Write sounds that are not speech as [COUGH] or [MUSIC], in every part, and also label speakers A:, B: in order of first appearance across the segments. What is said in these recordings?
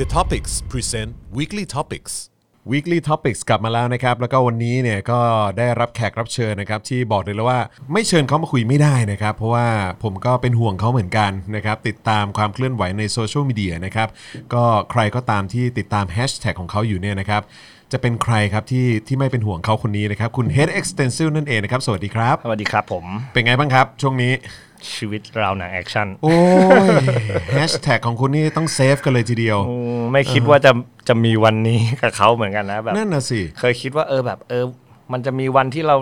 A: The Topics present Weekly Topics
B: Weekly Topics กลับมาแล้วนะครับ แล้วก็วันนี้เนี่ยก็ได้รับแขกรับเชิญนะครับ ที่บอกเลยแล้วว่าไม่เชิญเขามาคุยไม่ได้นะครับ เพราะว่าผมก็เป็นห่วงเขาเหมือนกันนะครับ ติดตามความเคลื่อนไหวในโซเชียลมีเดียนะครับ ก็ใครก็ตามที่ติดตามแฮชแท็กของเขาอยู่เนี่ยนะครับ จะเป็นใครครับที่ที่ไม่เป็นห่วงเขาคนนี้นะครับ คุณ Head Extensive นั่นเองนะครับ สวัสดีครับ
C: สวัสดีครับผม
B: เป็นไงบ้างครับช่วงนี้
C: ชีวิตเราหนังแอคชั่น
B: โอ้ย [LAUGHS] แฮชแท็กของคุณนี่ต้องเซฟกันเลยทีเดียว
C: อืมไม่คิดว่าจะจะมีวันนี้กับเขาเหมือนกันนะแบบ
B: นั่นน่ะสิ
C: เคยคิดว่าเออแบบเออ มันจะมีวันที่เรา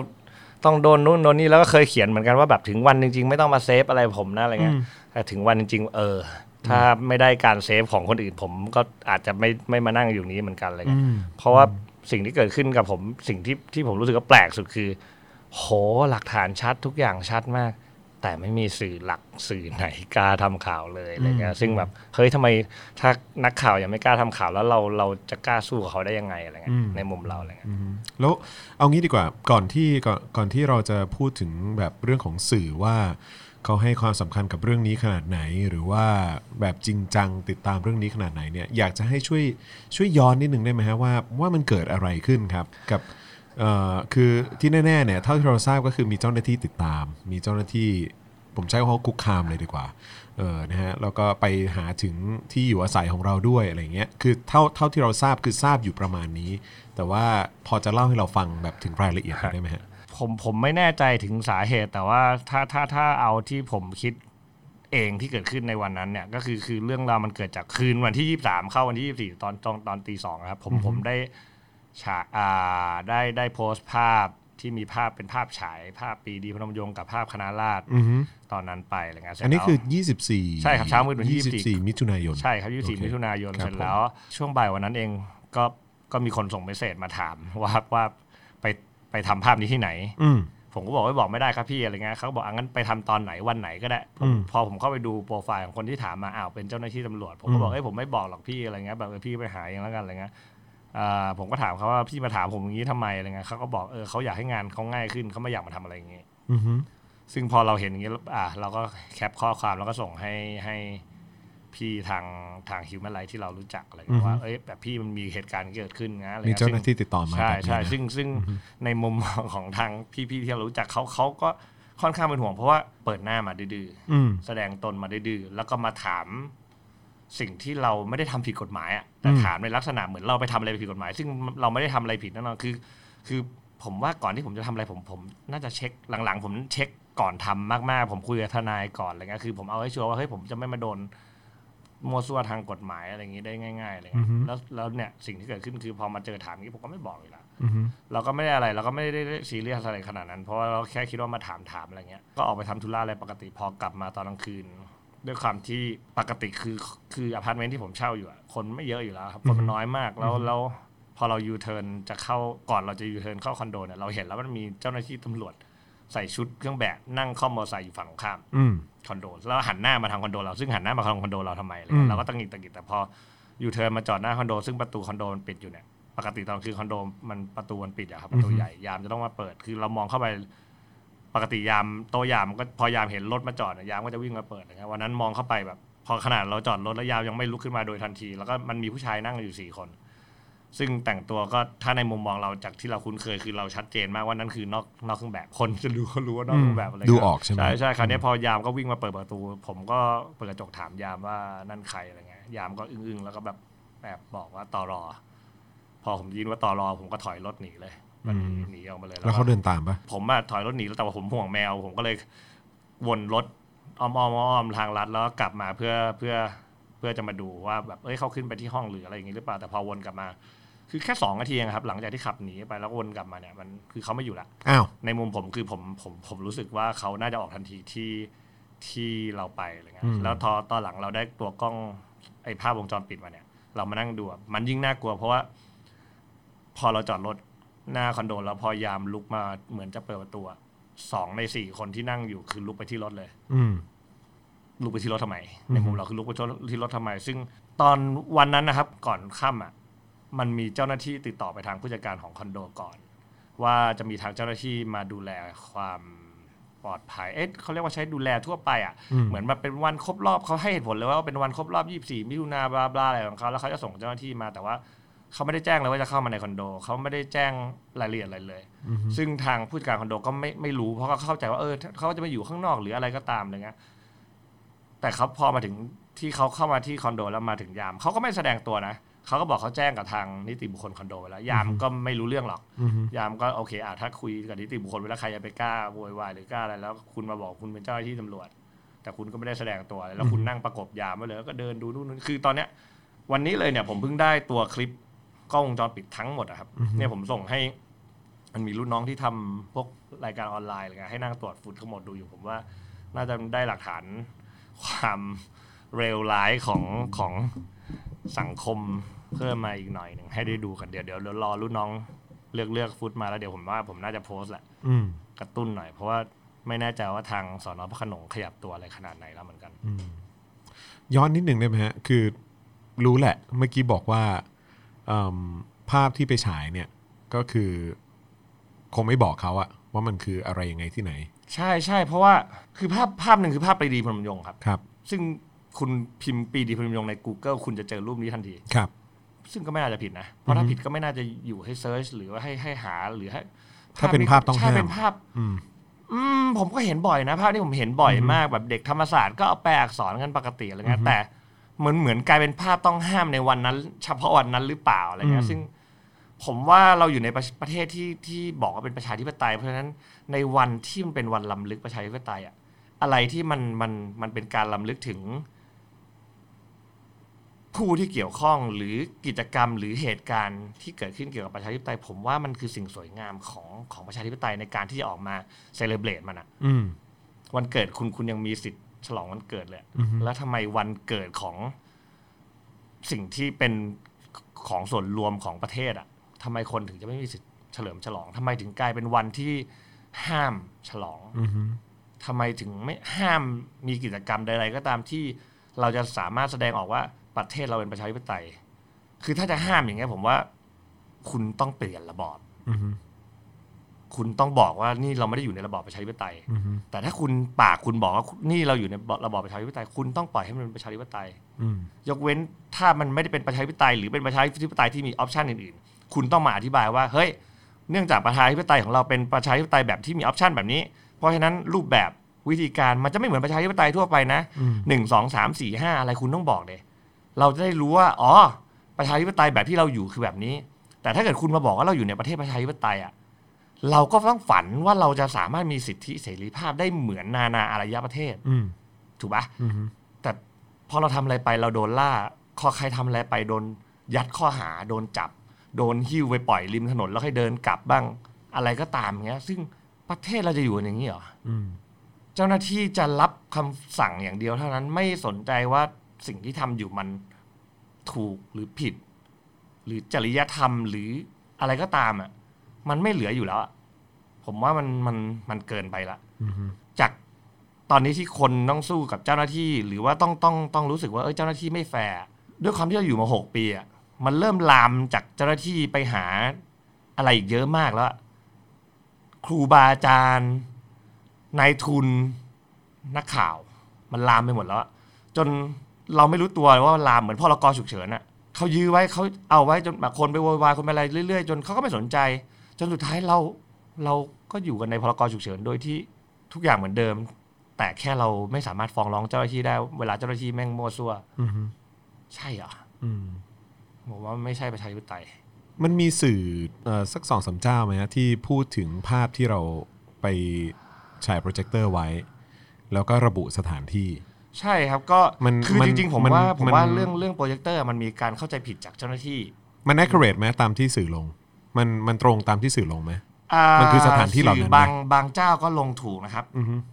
C: ต้องโดนนู่นโดนนี่แล้วก็เคยเขียนเหมือนกันว่าแบบถึงวันจริง ๆ ไม่ต้องมาเซฟอะไรผมนะอะไรเงี้ยแต่ถึงวันจริง ๆ เออ ถ้าไม่ได้การเซฟของคนอื่นผมก็อาจจะไม่ไม่มานั่งอยู่นี้เหมือนกันอะไรเงี้ยเพราะว่าสิ่งที่เกิดขึ้นกับผมสิ่งที่ที่ผมรู้สึกว่าแปลกสุดคือ โหหลักฐานชัดทุกอย่างชัดมาก แต่ไม่มีสื่อหลักสื่อไหนกล้าทำข่าวเลยอะไรเงี้ยซึ่งแบบเฮ้ยทำไมถ้านักข่าวยังไม่กล้าทำข่าวแล้วเราเราจะกล้าสู้กับเขาได้ยังไงอะไรเงี้ยในมุมเราอะไรเงี้ย
B: แล้วเอางี้ดีกว่าก่อนที่ก่อนก่อนที่เราจะพูดถึงแบบเรื่องของสื่อว่าเขาให้ความสำคัญกับเรื่องนี้ขนาดไหน หรือว่าแบบจริงจังติดตามเรื่องนี้ขนาดไหนเนี่ยอยากจะให้ช่วยช่วยย้อนนิดนึงได้ไหมฮะว่าว่ามันเกิดอะไรขึ้นครับกับเอ่อคือที่แน่ๆเนี่ยเท่าที่เราทราบก็คือมีเจ้าหน้าที่ติดตาม มีเจ้าหน้าที่ ผมใช้คำว่าคุกคามเลยดีกว่า เออ นะฮะ แล้วก็ไปหาถึงที่อยู่อาศัยของเราด้วยอะไรเงี้ย คือเท่าเท่าที่เราทราบคือทราบอยู่ประมาณนี้ แต่ว่าพอจะเล่าให้เราฟังแบบถึงรายละเอียดหน่อยได้ไหมฮะ
C: ผมผมไม่แน่ใจถึงสาเหตุ แต่ว่าถ้าถ้าถ้าเอาที่ผมคิดเองที่เกิดขึ้นในวันนั้นเนี่ยก็คือคือเรื่องราวมันเกิดจากคืนวันที่ยี่สามเข้าวันที่ยี่สี่ตอนตอนตอนตีสองครับผมผมได้ฉาอ่าได้ได้โพสต์ภาพที่มีภาพเป็นภาพฉาย ภาพปรีดีพนมยงค์กับภาพคณะราษฎรตอนนั้นไปอะไรเงี้ยเสร็จ
B: อันนี้
C: แล้ว
B: คือ 24
C: ใช่ครับเช้ามืดวันที่24
B: 24 มิถุนายน
C: ใช่ครับ 24 มิถุนายน
B: ครับ
C: เสร็จแล้ว ช่วงบ่ายวันนั้นเองก็ก็มีคนส่งเมสเซจมาถาม ว่าว่าไปไปทำภาพนี้ที่ไหน
B: อืม
C: ผมก็บอกว่าบอกไม่ได้ครับพี่อะไรเงี้ยเขาบอกอ่ะงั้นไปทำตอนไหนวันไหนก็ได้ผม
B: อืม
C: พอผมเข้าไปดูโปรไฟล์ของคนที่ถามมาอ้าวเป็นเจ้าหน้าที่ตำรวจ ผมก็บอกเอ้ยผมไม่บอกหรอกพี่อะไรเงี้ยแบบเออพี่ไปหาเองแล้วกันอะไรเงี้ยอ่าผมก็ถามเขาว่าพี่มาถามผมอย่างนี้ทำไมอะไรเงี้ยเขาก็บอกเออเขาอยากให้งานเขาง่ายขึ้นเขาไม่อยากมาทำอะไรอย่างงี้
B: อือฮึ
C: ซึ่งพอเราเห็นอย่างนี้แล้วอ่ะเราก็แคปข้อความแล้วก็ส่งให้ให้พี่ทางทางฮิวแมนไลท์ที่เรารู้จักอะไร
B: อือ
C: เงี้
B: ฮึ
C: ยว่าเอ้ยแบบพี่มันมีเหตุการณ์เกิดขึ้นนะอะไร
B: มี
C: งี้ย
B: เจ้าหน้าที่ติดต่อมา
C: ใช่
B: แบบนี้
C: ใช่
B: นะ
C: ซึ่งซึ่งในมุมมองของทางพี่พี่ที่เรารู้จักเขาเขาก็ค่อนข้างเป็นห่วงเพราะว่าเปิดหน้ามาดื้อ
B: อืม
C: ๆแสดงตนมาดื้อๆแล้วก็มาถามสิ่งที่เราไม่ได้ทำผิดกฎหมายอะแต่
B: อืม
C: ถามในลักษณะเหมือนเราไปทำอะไรผิดกฎหมาย ซึ่งเราไม่ได้ทำอะไรผิดแน่นอนคือ คือผมว่าก่อนที่ผมจะทำอะไรผมผมน่าจะเช็คหลังๆ ผมเช็คก่อนทำมากๆ ผมคุยกับทนายก่อนอะไรเงี้ยคือผมเอาให้ชัวร์ว่าเฮ้ยผมจะไม่มาโดนมัวซั่วทางกฎหมายอะไรอย่างงี้ได้ง่ายๆอะไร
B: อื
C: เงี้
B: อย ฮึ
C: แล้วแล้วเนี่ยสิ่งที่เกิดขึ้นคือพอมาเจอถามอย่างงี้ผมก็ไม่บอกเลยละ
B: อือฮึ
C: เราก็ไม่ได้อะไรเราก็ไม่ได้ซีเรียสอะไรขนาดนั้น เพราะว่าเราแค่คิดว่ามาถามถามๆอะไรเงี้ยก็ออกไปทำธุระอะไรปกติพอกลับมาตอนกลางคืน ด้วยความที่ปกติคือคืออพาร์ตเมนต์ที่ผมเช่าอยู่อะคนไม่เยอะอยู่แล้วครับคนมันน้อยมากแล้วแล้ว พอเรายูเทิร์นจะเข้าก่อนเราจะยูเทิร์นเข้าคอนโดเนี่ยเราเห็นแล้วมันมีเจ้าหน้าที่ตำรวจใส่ชุดเครื่องแบบนั่งข้อมมอเตอร์ไซค์อยู่ฝั่งตรงข้าม
B: อืม
C: คอนโดแล้วหันหน้ามาทางคอนโดเราซึ่งหันหน้ามาทางคอนโดเราทำไมอะไร
B: อืม
C: เงี้ยเราก็ตังหงิดตังหงิดแต่พอยูเทิร์นมาจอดหน้าคอนโดซึ่งประตูคอนโดมันปิดอยู่เนี่ยปกติตอนคือคอนโดมันประตูมันปิดอะครับประตูใหญ่ยามจะต้องมาเปิดคือเรามองเข้าไป ปกติยามโตะยามก็พอยามเห็นรถมาจอดเนี่ยยามก็จะวิ่งมาเปิดนะครับวันนั้นมองเข้าไปแบบ พอขนาดเราจอดรถแล้วยามยังไม่ลุกขึ้นมาโดยทันที แล้วก็มันมีผู้ชายนั่งอยู่สี่คน ซึ่งแต่งตัวก็ถ้าในมุมมองเราจากที่เราคุ้นเคยคือเราชัดเจนมากว่านั่นคือนอกนอกเครื่องแบบคนจะรู้ก็รู้ว่านอกเครื่องแบบอะไร
B: ดูออกใช่ไหม
C: ใช่ใช่คราวนี้พอยามก็วิ่งมาเปิดประตู ผมก็เปิดกระจกถามยามว่านั่นใครอะไรเงี้ยยามก็อึ้งๆแล้วก็แบบแอบบอกว่าตอรอ พอผมยินว่าตอรอ ผมก็ถอยรถหนีเลยก็หนีหนีออกมาเลย
B: แล้ว
C: ก็
B: เขาเดินตามปะ
C: ผมอะถอยรถหนีแล้วแต่ว่าผมห่วงแมว ผมก็เลยวนรถอ้อมอ้อมอ้อมอ้อมทางลัดแล้วก็กลับมาเพื่อเพื่อเพื่อจะมาดูว่าแบบเอ้ยเขาขึ้นไปที่ห้องหรืออะไรอย่างงี้หรือเปล่าแต่พอวนกลับมา คือแค่สองนาทีเองครับ หลังจากที่ขับหนีไปแล้ววนกลับมาเนี่ยมันคือเขาไม่อยู่ละ
B: อ้าว
C: ในมุมผมคือผมผมผมรู้สึกว่าเขาน่าจะออกทันทีที่ที่เราไปอะไรเงี้
B: อื
C: ย
B: ม
C: แล้วทอตอนหลังเราได้ตัวกล้องไอ้ภาพวงจรปิดมาเนี่ย เรามานั่งดูอะมันยิ่งน่ากลัวเพราะว่า พอเราจอดรถหน้าคอนโดแล้วพอยามลุกมาเหมือนจะเปิดประตูอะสองในสี่คนที่นั่งอยู่คือลุกไปที่รถเลย
B: อืม
C: ลุกไปที่รถทำไม
B: อืม
C: ในมุมเราคือลุกไปที่รถทำไม ซึ่งตอนวันนั้นนะครับ ก่อนค่ำอ่ะมันมีเจ้าหน้าที่ติดต่อไปทางผู้จัดการของคอนโดก่อน ว่าจะมีทางเจ้าหน้าที่มาดูแลความ ปลอดภัยเอ๊ะเขาเรียกว่าใช้ดูแลทั่วไปอ่ะเหมือนแบบเป็นวันครบรอบเขาให้เหตุผลเลยว่าเป็นวันครบรอบ 24 มิถุนาบลาบลาอะไรของเขาแล้วเขาจะส่งเจ้าหน้าที่มาแต่ว่าเขาไม่ได้แจ้งเลยว่าจะเข้ามาในคอนโดเขาไม่ได้แจ้งรายละเอียดอะไรเลย ซึ่งทางผู้จัดการคอนโดก็ไม่ไม่รู้เพราะเขาเข้าใจว่าเออเขาจะมาอยู่ข้างนอกหรืออะไรก็ตามอะไรเงี้ย แต่เขาพอมาถึงที่เขาเข้ามาที่คอนโดแล้วมาถึงยามเขาก็ไม่แสดงตัวนะเขาก็บอกเขาแจ้งกับทางนิติบุคคลคอนโดไปแล้วยามก็ไม่รู้เรื่องหรอก ยามก็โอเคอ่ะถ้าคุยกับนิติบุคคลไปแล้วใครจะไปกล้าโวยวายหรือกล้าอะไรแล้ว คุณมาบอกคุณเป็นเจ้าหน้าที่ตำรวจ แต่คุณก็ไม่ได้แสดงตัวอะไรแล้วคุณนั่งประกบยามไว้เลยแล้วก็เดินดูนู่นนนคือตอนเนี้ย วันนี้เลยเนี่ยผมเพิ่งได้ตัวคลิปกล้องวงจรปิดทั้งหมดอะครับเนี่ยผมส่งให้ มันมีรุ่นน้องที่ทำพวกรายการออนไลน์อะไรเงี้ยให้นั่งตรวจฝุ่นทั้งหมดดูอยู่ผมว่า น่าจะได้หลักฐานความเร็วร้ายของของสังคมเพิ่มมาอีกหน่อยหนึ่งให้ได้ดูกันเดี๋ยวเดี๋ยวเดี๋ยวรอรุ่นน้องเลือกเลือกฟุตมาแล้วเดี๋ยวผมว่าผมน่าจะโพสต์แหละ
B: อืม
C: กระตุ้นหน่อยเพราะว่าไม่แน่ใจว่าทางสอนอพระโขนงขยับตัวอะไรขนาดไหนแล้วเหมือนกัน
B: ย้อนนิดหนึ่งได้ไหมฮะ คือรู้แหละ เมื่อกี้บอกว่าเอิ่มภาพที่ไปฉายเนี่ย ก็คือ คงไม่บอกเขาอะว่ามันคืออะไรยังไงที่ไหน
C: ใช่ใช่เพราะว่าคือภาพภาพหนึ่งคือภาพไปดีพนมยงค์ครับ
B: ครับ
C: ซึ่งคุณพิมพ์ปีดีพนมยงค์ใน Google คุณจะเจอรูปนี้ทันที
B: ครับ
C: ซึ่งก็ไม่น่าจะผิดนะ เพราะถ้าผิดก็ไม่น่าจะอยู่ให้เซิร์ชหรือว่าให้ให้หาหรือให้
B: ถ้าเป็นภาพต้องห้าม
C: ถ้าเป็นภาพ
B: อืม
C: อืมผมก็เห็นบ่อยนะภาพที่ผมเห็นบ่อยมากแบบเด็กธรรมศาสตร์ก็เอาแปลอักษรกันปกติอะไรเงี้ยแต่เหมือนเหมือนกลายเป็นภาพต้องห้ามในวันนั้น เฉพาะวันนั้นหรือเปล่าอะไรเงี้
B: อื
C: ย
B: ม
C: ซึ่ง ผมว่าเราอยู่ในประประเทศที่ที่บอกว่าเป็นประชาธิปไตย เพราะฉะนั้นในวันที่มันเป็นวันล้ำลึกประชาธิปไตยอะอะไรที่มันมันมันเป็นการล้ำลึกถึง ผู้ที่เกี่ยวข้องหรือกิจกรรมหรือเหตุการณ์ที่เกิดขึ้นเกี่ยวกับประชาธิปไตย ผมว่ามันคือสิ่งสวยงามของของประชาธิปไตยในการที่จะออกมาเซเลบรตมันอะ
B: อืม
C: วันเกิดคุณคุณยังมีสิทธิ์ฉลองวันเกิดเลย แล้วทำไมวันเกิดของสิ่งที่เป็นของส่วนรวมของประเทศอ่ะทำไมคนถึงจะไม่มีสิทธิ์เฉลิมฉลองทำไมถึงกลายเป็นวันที่ห้ามฉลอง
B: อืม
C: ทำไมถึงไม่ห้ามมีกิจกรรมใดๆก็ตามที่เราจะสามารถแสดงออกว่าประเทศเราเป็นประชาธิปไตย คือถ้าจะห้ามอย่างเงี้ยผมว่า คุณต้องเปลี่ยนระบอบ
B: อืม
C: คุณต้องบอกว่านี่เราไม่ได้อยู่ในระบอบประชาธิปไตย
B: อืม
C: แต่ถ้าคุณปากคุณบอกว่านี่เราอยู่ในระบอบประชาธิปไตย คุณต้องปล่อยให้มันเป็นประชาธิปไตย
B: อืม
C: ยกเว้นถ้ามันไม่ได้เป็นประชาธิปไตย หรือเป็นประชาธิปไตยที่มีออปชันอื่นๆ คุณต้องมาอธิบายว่าเฮ้ยเนื่องจากประชาธิปไตยของเราเป็นประชาธิปไตยแบบที่มีออปชันแบบนี้ เพราะฉะนั้นรูปแบบวิธีการมันจะไม่เหมือนประชาธิปไตยทั่วไปนะหนึ่งสองสามสี่ห้าอะไรคุณต้องบอกเลยเราจะได้รู้ว่าอ๋อประชาธิปไตยแบบที่เราอยู่คือแบบนี้ แต่ถ้าเกิดคุณมาบอกว่าเราอยู่ในประเทศประชาธิปไตยอ่ะเราก็ต้องฝันว่าเราจะสามารถมีสิทธิเสรีภาพได้เหมือนนานาอารยประเทศ
B: อืม
C: ถูกปะ
B: อืม
C: แต่พอเราทำอะไรไปเราโดนล่าพอใครทำอะไรไปโดนยัดข้อหาโดนจับ โดนหิ้วไปปล่อยริมถนนแล้วให้เดินกลับบ้างอะไรก็ตามเงี้ย ซึ่งประเทศเราจะอยู่กันอย่างนี้เหรอ
B: อืม
C: เจ้าหน้าที่จะรับคำสั่งอย่างเดียวเท่านั้นไม่สนใจว่าสิ่งที่ทำอยู่มันถูกหรือผิด หรือจริยธรรมหรืออะไรก็ตามอ่ะมันไม่เหลืออยู่แล้วอะผมว่ามันมันมันเกินไปละจากตอนนี้ที่คนต้องสู้กับเจ้าหน้าที่ หรือว่าต้องต้องต้องรู้สึกว่าเอยเจ้าหน้าที่ไม่แฟร์ด้วยความที่เราอยู่มาหกปีอ่ะมันเริ่มลามจากเจ้าหน้าที่ไปหาอะไรอีกเยอะมากแล้วอะครูบาอาจารย์ นายทุนนักข่าว มันลามไปหมดแล้วอะจนเราไม่รู้ตัวเลยว่าลามเหมือนพรกฉุกเฉินอะเขายื้อไว้เขาเอาไว้จนแบบคนไปโวยวายคนไปอะไรเรื่อยๆ จนเขาก็ไม่สนใจ จนสุดท้ายเราเราก็อยู่กันในพรกฉุกเฉินโดยที่ทุกอย่างเหมือนเดิม แต่แค่เราไม่สามารถฟ้องร้องเจ้าหน้าที่ได้ เวลาเจ้าหน้าที่แม่งมั่วซั่ว
B: อืม
C: ใช่เหรอ
B: อืม
C: ผมว่าไม่ใช่ประชาธิปไตย
B: มันมีสื่อเอ่อสักสองสามเจ้าไหมฮะที่พูดถึงภาพที่เราไปฉายโปรเจคเตอร์ไว้ แล้วก็ระบุสถานที่
C: ใช่ครับก็
B: มัน
C: คือ
B: มัน
C: จริงๆ ผม
B: มัน
C: ว่าผมว่าน เรื่องเรื่องโปรเจคเตอร์มันมีการเข้าใจผิดจากเจ้าหน้าที่
B: มัน accurate ไหมตามที่สื่อลง มันมันตรงตามที่สื่อลงไหม
C: า
B: มันคือสถานที่เหล่านั้นไหม
C: สื่อบางบางเจ้าก็ลงถูกนะครับ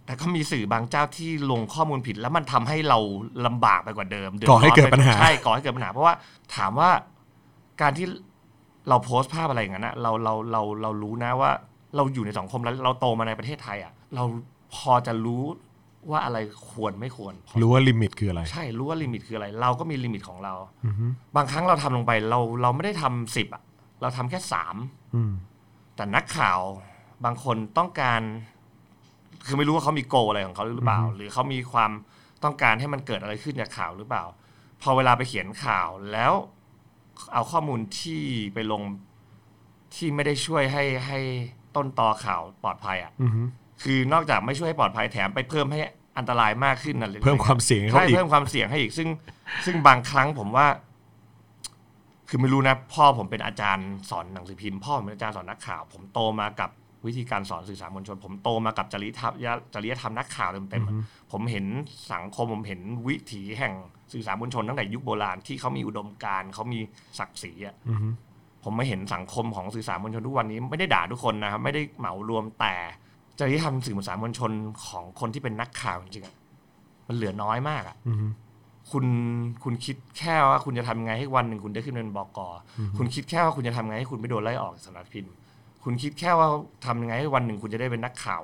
C: แต่ก็มีสื่อบางเจ้าที่ลงข้อมูลผิด แล้วมันทำให้เราลำบากไปกว่าเดิมดืด
B: ก่อให้
C: ร้น
B: เกิดปัญหา
C: ไใช่ก่อให้เกิดปัญหา เพราะว่าถามว่าการที่เราโพสต์ภาพอะไรอย่างนั้นนะเราเราเราเรารู้นะว่า เราอยู่ในสังคมแล้วเราโตมาในประเทศไทยอ่ะเราพอจะรู้ว่าอะไรควรไม่ควรพอ
B: รู้ว่าลิมิตคืออะไร
C: ใช่รู้ว่าลิมิตคืออะไร เราก็มีลิมิตของเรา บางครั้งเราทำลงไปเราเราไม่ได้ทำสิบอะเราทำแค่สาม
B: อืม
C: แต่นักข่าวบางคนต้องการ ค คือไม่รู้ว่าเขามีโกอะไรของเขาหรือเปล่า หรือเขามีความต้องการให้มันเกิดอะไรขึ้นจากข่าวหรือเปล่า พอเวลาไปเขียนข่าวแล้วเอาข้อมูลที่ไปลงที่ไม่ได้ช่วยให้ให้ต้นตอข่าวปลอดภัยอ่ะ
B: อือฮึ
C: คือนอกจากไม่ช่วยให้ปลอดภัยแถมไปเพิ่มให้อันตรายมากขึ้นนั่นเลย
B: เพิ่มความเสี่ยงให้เขา
C: ใช่
B: อีก
C: เพิ่มความเสี่ยงให้อีกซึ่ง ซึ่งบางครั้งผมว่า คือไม่รู้นะ พ่อผมเป็นอาจารย์สอนหนังสือพิมพ์พ่อผมเป็นอาจารย์สอนนักข่าว ผมโตมากับวิธีการสอนสื่อสารมวลชน ผมโตมากับจริยธรรมจริยธรรมนักข่าวเต็มๆอะผมเห็นสังคมผมเห็นวิถีแห่งสื่อสารมวลชนตั้งแต่ยุคโบราณที่เขามีอุดมการณ์เขามีศักดิ์ศรีอะ
B: อือฮึ
C: ผมมาเห็นสังคมของสื่อสารมวลชนทุกวันนี้ไม่ได้ด่าทุกคนนะครับ ไม่ได้เหมารวมแต่จริยธรรมสื่อสารมวลชนของคนที่เป็นนักข่าวจริงๆอะมันเหลือน้อยมากอะ
B: อือฮึ
C: คุณคุณคิดแค่ว่าคุณจะทำไงให้วันหนึ่งคุณได้ขึ้นเป็นบกคุณคิดแค่ว่าคุณจะทำไงให้คุณไม่โดนไล่ออกจากสำนักพิมพ์ คุณคิดแค่ว่าทำไงให้วันหนึ่งคุณจะได้เป็นนักข่าว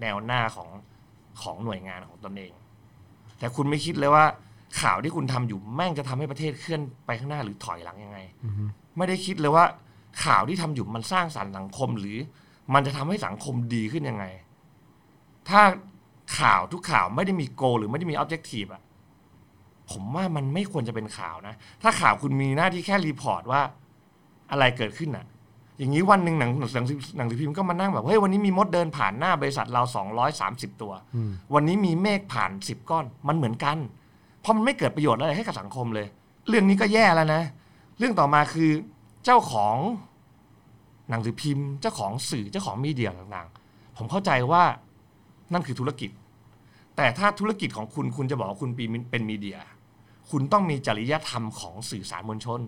C: แนวหน้าของของหน่วยงานของตนเอง แต่คุณไม่คิดเลยว่าข่าวที่คุณทำอยู่แม่งจะทำให้ประเทศเคลื่อนไปข้างหน้าหรือถอยหลังยังไง ไม่ได้คิดเลยว่าข่าวที่ทำอยู่มันสร้างสรรค์สังคมหรือ มันจะทำให้สังคมดีขึ้นยังไง ถ้าข่าวทุกข่าวไม่ได้มีโก หรือไม่ได้มีออบเจกตีฟอะผมว่ามันไม่ควรจะเป็นข่าวนะ ถ้าข่าวคุณมีหน้าที่แค่รีพอร์ตว่า อะไรเกิดขึ้นอะอย่างนี้วันหนึ่งหนังหนังหนังสือหนังสือพิมพ์ก็มานั่งแบบเฮ้ยวันนี้มีมดเดินผ่านหน้าบริษัทเราสองร้อยสามสิบตัว
B: อืม
C: วันนี้มีเมฆผ่านสิบก้อน มันเหมือนกัน เพราะมันไม่เกิดประโยชน์อะไรให้กับสังคมเลย เรื่องนี้ก็แย่แล้วนะ เรื่องต่อมาคือเจ้าของหนังสือพิมพ์ เจ้าของสื่อเจ้าของมีเดียต่างๆ ผมเข้าใจว่านั่นคือธุรกิจ แต่ถ้าธุรกิจของคุณคุณจะบอกว่าคุณเป็นมีเดีย คุณต้องมีจริยธรรมของสื่อสารมวลชน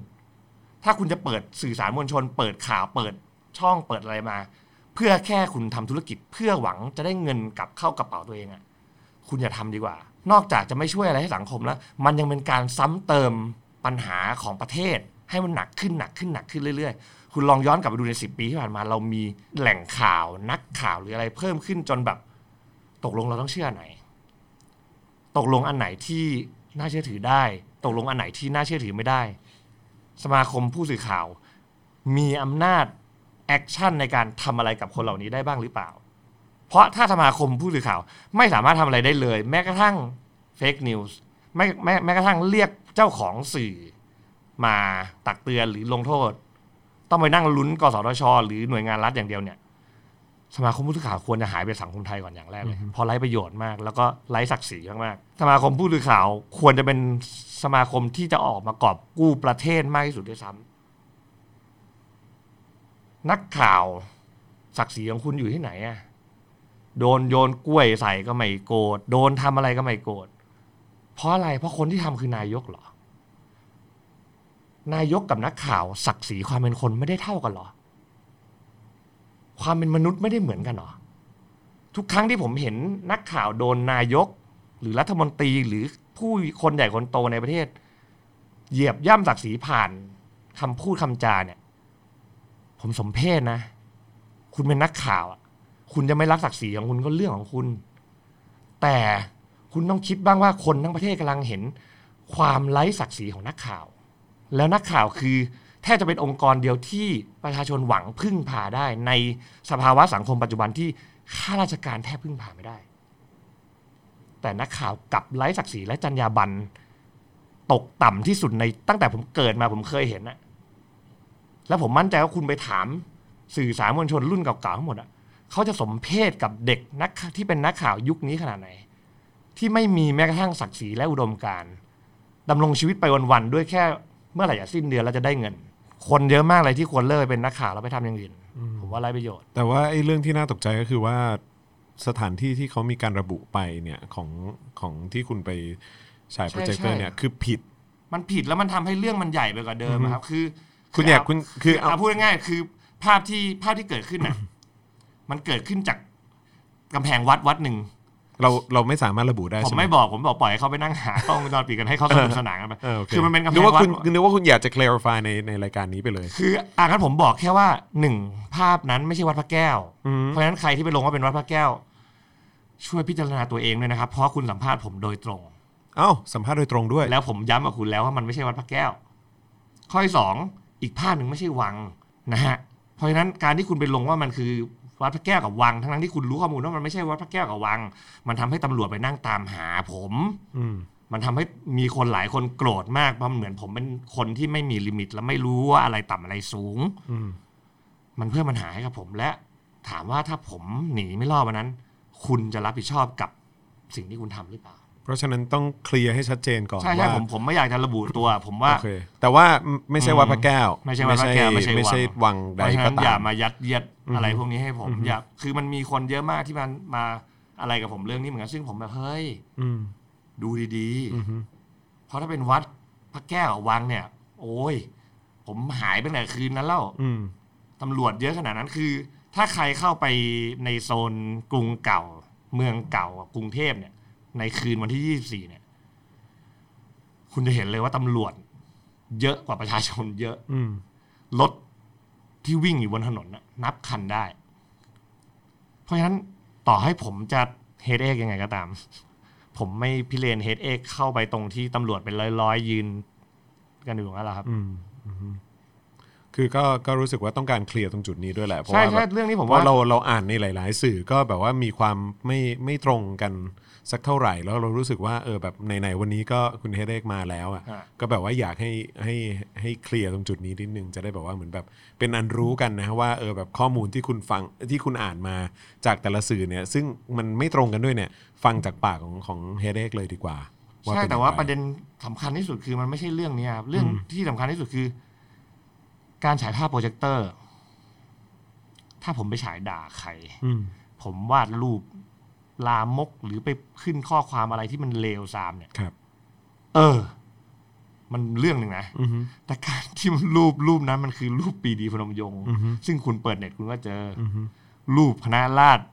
C: ถ้าคุณจะเปิดสื่อสารมวลชน เปิดข่าวเปิดช่องเปิดอะไรมา เพื่อแค่คุณทำธุรกิจเพื่อหวังจะได้เงินกลับเข้ากระเป๋าตัวเองอะ คุณอย่าทำดีกว่า นอกจากจะไม่ช่วยอะไรให้สังคมแล้ว มันยังเป็นการซ้ำเติมปัญหาของประเทศ ให้มันหนักขึ้นหนักขึ้นหนักขึ้นเรื่อยๆ คุณลองย้อนกลับไปดูใน 10 ปีที่ผ่านมา เรามีแหล่งข่าวนักข่าวหรืออะไรเพิ่มขึ้นจนแบบ ตกลงเราต้องเชื่ออันไหน ตกลงอันไหนที่น่าเชื่อถือได้ ตกลงอันไหนที่น่าเชื่อถือไม่ได้ สมาคมผู้สื่อข่าว มีอำนาจแอคชั่นในการทำอะไรกับคนเหล่านี้ได้บ้างหรือเปล่า เพราะถ้าสมาคมผู้สื่อข่าวไม่สามารถทำอะไรได้เลย แม้กระทั่งเฟกนิวส์แม้แม้แม้กระทั่งเรียกเจ้าของสื่อมาตักเตือนหรือลงโทษ ต้องไปนั่งลุ้นกสทช หรือหน่วยงานรัฐอย่างเดียวเนี่ย สมาคมผู้สื่อข่าวควรจะหายไปจากสังคมไทยก่อนอย่างแรกเลยเพอไร้ประโยชน์มาก แล้วก็ไร้ศักดิ์ศรีมากๆสมาคมผู้สื่อข่าวควรจะเป็นสมาคมที่จะออกมากอบกู้ประเทศมากที่สุดด้วยซ้ำนักข่าวศักดิ์ศรีของคุณอยู่ที่ไหนอะ โดนโยนกล้วยใส่ก็ไม่โกรธโดนทำอะไรก็ไม่โกรธเพราะอะไรเพราะคนที่ทำคือนายกเหรอ นายกกับนักข่าว ศักดิ์ศรีความเป็นคนไม่ได้เท่ากันเหรอ ความเป็นมนุษย์ไม่ได้เหมือนกันเหรอ ทุกครั้งที่ผมเห็นนักข่าวโดนนายก หรือรัฐมนตรีหรือผู้คนใหญ่คนโตในประเทศ เหยียบย่ำศักดิ์ศรีผ่านคำพูดคำจาเนี่ย ผมสมเพชนะ คุณเป็นนักข่าวอะ คุณจะไม่รักศักดิ์ศรีของคุณก็เรื่องของคุณ แต่คุณต้องคิดบ้างว่าคนทั้งประเทศกำลังเห็น ความไร้ศักดิ์ศรีของนักข่าว แล้วนักข่าวคือแทบจะเป็นองค์กรเดียวที่ประชาชนหวังพึ่งพาได้ ในสภาวะสังคมปัจจุบันที่ข้าราชการแทบพึ่งพาไม่ได้ แต่นักข่าวกลับไร้ศักดิ์ศรีและจรรยาบรรณตกต่ำที่สุดในตั้งแต่ผมเกิดมาผมเคยเห็นนะแล้วผมมั่นใจว่าคุณไปถามสื่อสารมวลชนรุ่นเก่าๆทั้งหมดอะ เขาจะสมเพศกับเด็กนักข่าวที่เป็นนักข่าวยุคนี้ขนาดไหน ที่ไม่มีแม้กระทั่งศักดิ์ศรีและอุดมการณ์ดำรงชีวิตไปวันๆด้วยแค่เมื่อไหร่จะสิ้นเดือนเราจะได้เงิน คนเยอะมากเลยที่ควรเลิกเป็นนักข่าวแล้วไปทำอย่างอื่นผมว่าไร้ประโยชน์
B: แต่ว่าไอ้เรื่องที่น่าตกใจก็คือว่าสถานที่ที่เขามีการระบุไปเนี่ยของของที่คุณไปฉาย
C: ใช่
B: โปรเจคเตอร์
C: ใช่
B: เนี่ยคือผิด
C: มันผิดแล้วมันทำให้เรื่องมันใหญ่ไปกว่าเดิมอะครับ คือ
B: คุณอยากคุณคือเอา
C: เอาพูดง่ายๆคือภาพที่ภาพที่เกิดขึ้นน่ะ มันเกิดขึ้นจากกำแพงวัดวัดหนึ่ง
B: เราเราไม่สามารถระบุได้
C: ผม
B: ใช่ไหม
C: ไม่บอกผมบอกปล่อยให้เขาไปนั่งหากล้องวงจ
B: [LAUGHS]
C: รปิดกันให้เขาสนุกสนานกันไป
B: เออโอเค
C: คือมันเป็นกำแพ
B: นึ
C: ง
B: กว่า
C: วัด
B: คุณนึกว่าคุณอยากจะ clarify ในในรายการนี้ไปเลย
C: คืออ่ะงั้นผมบอกแค่ว่าหนึ่งภาพนั้นไม่ใช่วัดพระแก้ว เพราะฉะนั้นใครที่ไปลงว่าเป็นวัดพระแก้ว ช่วยพิจารณาตัวเองด้วยนะครับ เพราะคุณสัมภาษณ์ผมโดยตรง
B: เอ้า สัมภาษณ์โดยตรงด้วย
C: แล้วผมย้ำกับคุณแล้วว่ามันไม่ใช่วัดพระแก้ว ข้อที่สองอีกภาพหนึ่งไม่ใช่วังนะฮะเพราะฉะนั้นการที่คุณไปลงว่ามันคือ วัดพระแก้วกับวังทั้งๆที่คุณรู้ข้อมูลว่ามันไม่ใช่วัดพระแก้วกับวัง มันทำให้ตำรวจไปนั่งตามหาผม
B: อืม
C: มันทำให้มีคนหลายคนโกรธมากเพราะเหมือนผมเป็นคนที่ไม่มีลิมิต และไม่รู้ว่าอะไรต่ำอะไรสูง
B: อืม
C: มันเพื่อมันหายกับผมและ ถามว่าถ้าผมหนีไม่รอดวันนั้น คุณจะรับผิดชอบกับสิ่งที่คุณทำหรือเปล่า
B: เพราะฉะนั้นต้องเคลียร์ให้ชัดเจนก่อน
C: ใช่ใช่
B: ว่า
C: ผมผมไม่อยากจะระบุตัว ผมว่า
B: โอเคแต่ว่าไม่ใช่วัดพระแก้ว
C: ไม่ใช่วัดพระแก้ว
B: ไม่ใช่
C: ไม่
B: ไม่
C: ใช่
B: ใช่
C: วั
B: วัง
C: ง เพ
B: ใด
C: ราะฉะ
B: ก็
C: นั้น
B: ตาม
C: อย่ามายัดเยียด
B: อือฮึ
C: อะไรพวกนี้ให้ผม
B: อือฮึ
C: อย่าคือมันมีคนเยอะมากที่มันมาอะไรกับผมเรื่องนี้เหมือนกันซึ่งผมแบบเฮ้ย
B: อืม
C: ดูดี
B: อือฮึ
C: ๆ เพราะถ้าเป็นวัดพระแก้ววังเนี่ย โอ้ย ผมหายไปไหนคืนนั้นแล้ว
B: อืม
C: ตำรวจเยอะขนาดนั้นคือ ถ้าใครเข้าไปในโซนกรุงเก่า เมืองเก่ากรุงเทพเนี่ย ในคืนวันที่ยี่สิบสี่เนี่ย คุณจะเห็นเลยว่าตำรวจ เยอะกว่าประชาชนเยอะ
B: อืม
C: รถที่วิ่งอยู่บนถนนน่ะนับคันได้ เพราะฉะนั้นต่อให้ผมจะเฮดเอกยังไงก็ตาม ผมไม่พิเรนเฮดเอกเข้าไปตรงที่ตำรวจเป็นร้อยๆยืน กันอยู่นั่นแหละครับ
B: อืมอืมคือก็ก็รู้สึกว่าต้องการเคลียร์ตรงจุดนี้ด้วยแหละเพราะ
C: ใช่
B: ว่า
C: ใช่
B: แบบ
C: เรื่องนี้ผ
B: เพ
C: ม
B: ราะ
C: ว่า
B: ว่าเราเราอ่านในหลาย ๆ สื่อก็แบบว่ามีความไม่ไม่ตรงกันสักเท่าไหร่ แล้วเรารู้สึกว่าเออแบบไหนๆวันนี้ก็คุณเฮเดกมาแล้ว
C: อ่ะ
B: อะ่ะก็แบบว่าอยากให้ให้ให้เคลียร์ตรงจุดนี้นิดนึงจะได้แบบว่าเหมือนแบบเป็นอันรู้กันนะฮะว่าเออแบบข้อมูลที่คุณฟังที่คุณอ่านมาจากแต่ละสื่อเนี่ย ซึ่งมันไม่ตรงกันด้วยเนี่ยฟังจากปากของของเฮเดกเลยดีกว่า
C: ใช่
B: น
C: แต่
B: อ
C: ว่า
B: ย่งไ
C: ประเด็นสำคัญที่สุดคือมันไม่ใช่เรื่องนี้ครับเรื่องที่สำคัญที่สุดคือ การฉายภาพโปรเจคเตอร์ ถ้าผมไปฉายด่าใคร
B: อืม
C: ผมวาดรูปลามกหรือไปขึ้นข้อความอะไรที่มันเลวทรามเนี่ย
B: ครับ
C: เออ มันเรื่องหนึ่งนะ
B: อือฮึ
C: แต่การที่มันรูปรูปนั้นมันคือรูปปรีดีพนมยงค์
B: อือฮึ
C: ซึ่งคุณเปิดเน็ตคุณก็เจออ
B: อือฮึ
C: รูปคณะราษฎร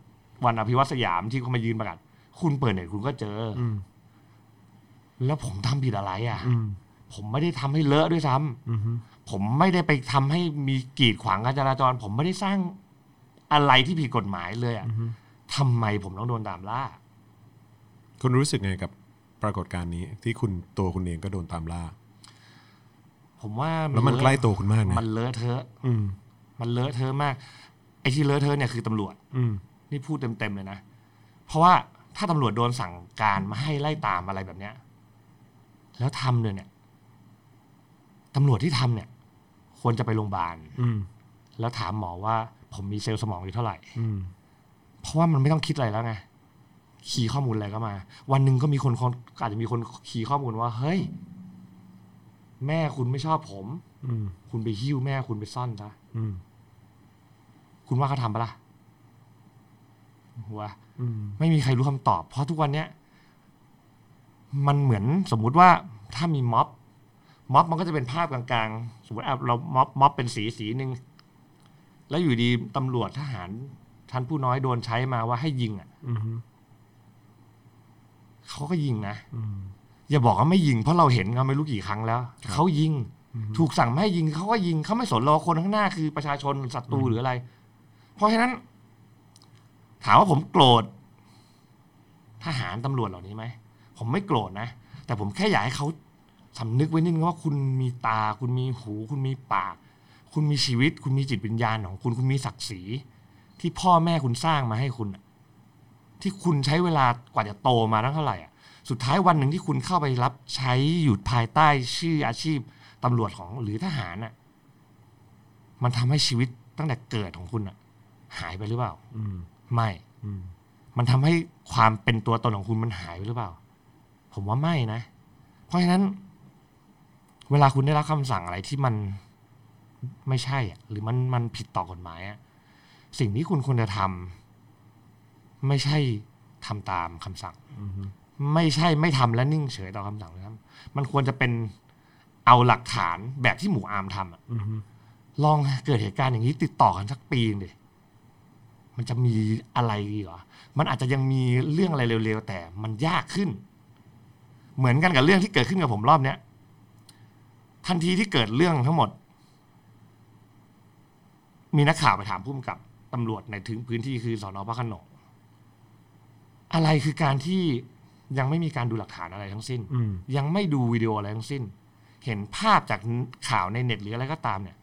C: วันอภิวัตสยามที่เขามายืนประกาศคุณเปิดเน็ตคุณก็เจออ
B: อืม
C: แล้วผมทำผิดอะไรอ่ะ
B: อืม
C: ผมไม่ได้ทำให้เลอะด้วยซ้ำ
B: อือฮึ
C: ผมไม่ได้ไปทำให้มีกีดขวางการจราจร ผมไม่ได้สร้างอะไรที่ผิดกฎหมายเลยอ่ะ
B: อือฮึ
C: ทำไมผมต้องโดนตามล่า
B: คุณรู้สึกไงกับปรากฏการณ์นี้ที่คุณตัวคุณเองก็โดนตามล่า
C: ผมว่า
B: แล้วมัน
C: เอะ
B: ใกล้ตัวคุณมากนะ
C: มันเลอะเทอะ
B: อืม
C: มันเลอะเทอะมาก ไอ้ที่เลอะเทอะเนี่ยคือตำรวจ
B: อืม
C: นี่พูดเต็มๆเลยนะ เพราะว่าถ้าตำรวจโดนสั่งการมาให้ไล่ตามอะไรแบบเนี้ย แล้วทำเลยเนี่ยตำรวจที่ทำเนี่ย ควรจะไปโรงพยาบาล
B: อืม
C: แล้วถามหมอว่า ผมมีเซลล์สมองอยู่เท่าไหร่
B: อืม
C: เพราะว่ามันไม่ต้องคิดอะไรแล้วไง คีย์ข้อมูลอะไรก็มา วันหนึ่งก็มีคนคนอาจจะมีคนคีย์ข้อมูลว่า เฮ้ย แม่คุณไม่ชอบผม
B: อืม
C: คุณไปหิ้วแม่คุณไปซ่อนซะ
B: อืม
C: คุณว่าเขาทำปะล่ะหัว
B: อืม
C: ไม่มีใครรู้คำตอบ เพราะทุกวันเนี้ยมันเหมือนสมมุติว่าถ้ามีม็อบม็อบมันก็จะเป็นภาพกลางๆ สมมติอ่ะเราม็อบม็อบเป็นสีสีหนึ่งแล้วอยู่ดีตำรวจทหารชั้นผู้น้อยโดนใช้มาว่าให้ยิงอ่ะ
B: อืม
C: เขาก็ยิงนะ
B: อืม
C: อย่าบอกว่าไม่ยิง เพราะเราเห็นเขาไม่รู้กี่ครั้งแล้วเขายิง ถูกสั่งไม่ให้ยิงเขาก็ยิงเขาไม่สนรอคนข้างหน้าคือประชาชนศัตรูหรืออะไร เพราะฉะนั้น ถามว่าผมโกรธทหารตำรวจเหล่านี้ไหมผมไม่โกรธนะ แต่ผมแค่อยากให้เขาสำนึกไว้นิดนึงว่าคุณมีตา คุณมีหู คุณมีปาก คุณมีชีวิต คุณมีจิตวิญญาณของคุณคุณมีศักดิ์ศรี ที่พ่อแม่คุณสร้างมาให้คุณอะที่คุณใช้เวลากว่าจะโตมาตั้งเท่าไหร่อะสุดท้ายวันหนึ่งที่คุณเข้าไปรับใช้อยู่ภายใต้ชื่ออาชีพตำรวจของหรือทหารน่ะ มันทำให้ชีวิตตั้งแต่เกิดของคุณน่ะ หายไปหรือเปล่า
B: อืม
C: ไม่
B: อืม
C: มันทำให้ความเป็นตัวตนของคุณมันหายไปหรือเปล่า ผมว่าไม่นะ เพราะฉะนั้น เวลาคุณได้รับคำสั่งอะไรที่มันไม่ใช่อะหรือมันมันผิดต่อกฎหมายอะสิ่งที่คุณควรจะทำไม่ใช่ทำตามคำสั่ง
B: อืม
C: ไม่ใช่ไม่ทำและนิ่งเฉยต่อคำสั่งนะครับ มันควรจะเป็นเอาหลักฐานแบบที่หมู่อาร์มทำอะ
B: อืม
C: ลองเกิดเหตุการณ์อย่างนี้ติดต่อกันสักปีหนึ่งดิมันจะมีอะไรดีเหรอ มันอาจจะยังมีเรื่องอะไรเร็วๆ แต่มันยากขึ้น เหมือนกันกับเรื่องที่เกิดขึ้นกับผมรอบเนี้ย ทันทีที่เกิดเรื่องทั้งหมด มีนักข่าวไปถามผู้กำกับตำรวจในถึงพื้นที่คือสอนอพระโขนงอะไรคือการที่ยังไม่มีการดูหลักฐานอะไรทั้งสิ้น
B: อืม
C: ยังไม่ดูวิดีโออะไรทั้งสิ้น เห็นภาพจากข่าวในเน็ตหรืออะไรก็ตามเนี่ย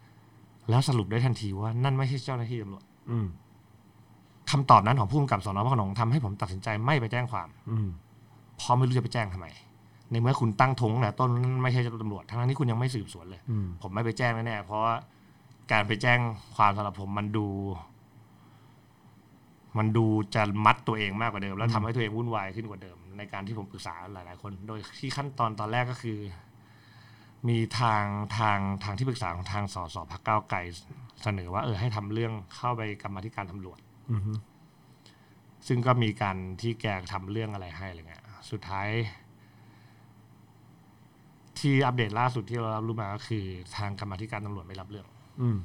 C: แล้วสรุปได้ทันทีว่านั่นไม่ใช่เจ้าหน้าที่ตำรวจ
B: อืม
C: คำตอบนั้นของผู้กำกับสอนอพระโขนงทำให้ผมตัดสินใจไม่ไปแจ้งความ
B: อืม
C: เพราะไม่รู้จะไปแจ้งทำไม ในเมื่อคุณตั้งธงตั้งแต่ต้นไม่ใช่ตำรวจทั้งนั้นที่คุณยังไม่สืบสวนเลย
B: อืม
C: ผมไม่ไปแจ้งแน่ๆเพราะว่าการไปแจ้งความสำหรับผมมันดู มันดูจะมัดตัวเองมากกว่าเดิม แล้วทำให้ตัวเองวุ่นวายขึ้นกว่าเดิม ในการที่ผมปรึกษาหลาย ๆ คน โดยที่ขั้นตอนตอนแรกก็คือ มีทางทางทางที่ปรึกษาของทางสสพักเก้าวไกลเสนอว่าเออให้ทำเรื่องเข้าไปกรรมาธิการตำรวจ
B: อืม
C: ซึ่งก็มีการที่แกทำเรื่องอะไรให้อะไรเงี้ย สุดท้าย ที่อัปเดตล่าสุดที่เรารับรู้มาก็คือ ทางกรรมาธิการตำรวจไม่รับเรื่อง
B: อืม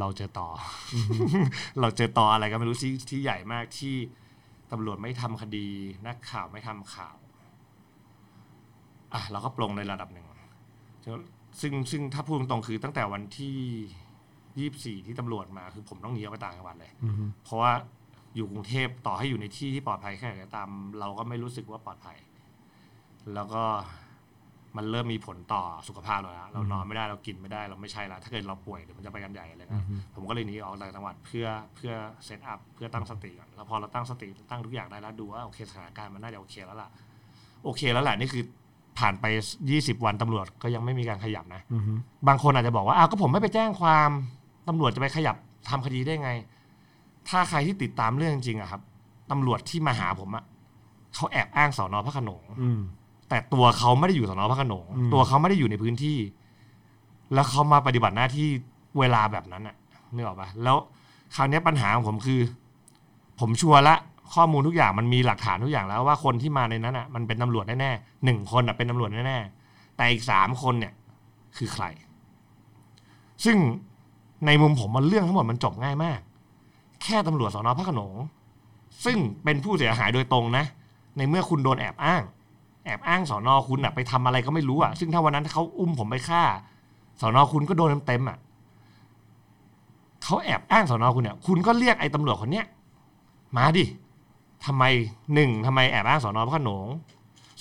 C: เราเจอต่ออเราเจอต่ออะไรก็ไม่รู้ที่ที่ใหญ่มากที่ตำรวจไม่ทำคดี นักข่าวไม่ทำข่าว อ่ะเราก็ปลงในระดับหนึ่ง ซึ่งซึ่งถ้าพูดตรงๆคือตั้งแต่วันที่ยี่สี่ที่ตำรวจมาคือผมต้องหนีออกไปต่างจังหวัดเลย
B: อืม
C: เพราะว่าอยู่กรุงเทพต่อให้อยู่ในที่ที่ปลอดภัยแค่ไหนก็ตาม เราก็ไม่รู้สึกว่าปลอดภัย แล้วก็มันเริ่มมีผลต่อสุขภาพเราแล้วเรานอนไม่ได้เรากินไม่ได้เราไม่ใช่ละถ้าเกิดเราป่วยเดี๋ยวมันจะไปกันใหญ่อะไรเงี้ยผมก็เลยหนีออกต่างจังหวัดเพื่อเพื่อเซตอัพเพื่อตั้งสติก่อนแล้วพอเราตั้งสติตั้งทุกอย่างได้แล้วดูว่าโอเคสถานการณ์มันน่าจะโอเคแล้วล่ะ โอเคแล้วแหละนี่คือผ่านไป 20 วันตำรวจก็ยังไม่มีการขยับนะ
B: อืม
C: บางคนอาจจะบอกว่าอ้าวก็ผมไม่ไปแจ้งความตำรวจจะไปขยับทำคดีได้ไง ถ้าใครที่ติดตามเรื่องจริงอะครับตำรวจที่มาหาผมอะเขาแอบอ้างสอนอพระโขนง
B: อืม
C: แต่ตัวเขาไม่ได้อยู่สอนอพระโขนง
B: อืม
C: ตัวเขาไม่ได้อยู่ในพื้นที่ แล้วเขามาปฏิบัติหน้าที่เวลาแบบนั้นอะนึกออกปะแล้วคราวเนี้ยปัญหาของผมคือ ผมชัวร์ละ ข้อมูลทุกอย่างมันมีหลักฐานทุกอย่างแล้วว่าคนที่มาในนั้นอะมันเป็นตำรวจแน่ๆหนึ่งคนอะเป็นตำรวจแน่ๆแต่อีกสามคนเนี่ย คือใคร ซึ่งในมุมผมมันเรื่องทั้งหมดมันจบง่ายมาก แค่ตำรวจสอนอพระโขนง ซึ่งเป็นผู้เสียหายโดยตรงนะ ในเมื่อคุณโดนแอบอ้าง แอบอ้างสอนอคุณอะไปทำอะไรก็ไม่รู้อะซึ่งถ้าวันนั้นเขาอุ้มผมไปฆ่าสอนอคุณก็โดนเต็มๆอะเขาแอบอ้างสอนอคุณเนี่ยคุณก็เรียกไอ้ตำรวจคนเนี้ยมาดิทำไมหนึ่งทำไมแอบอ้างสอนอพระโขนง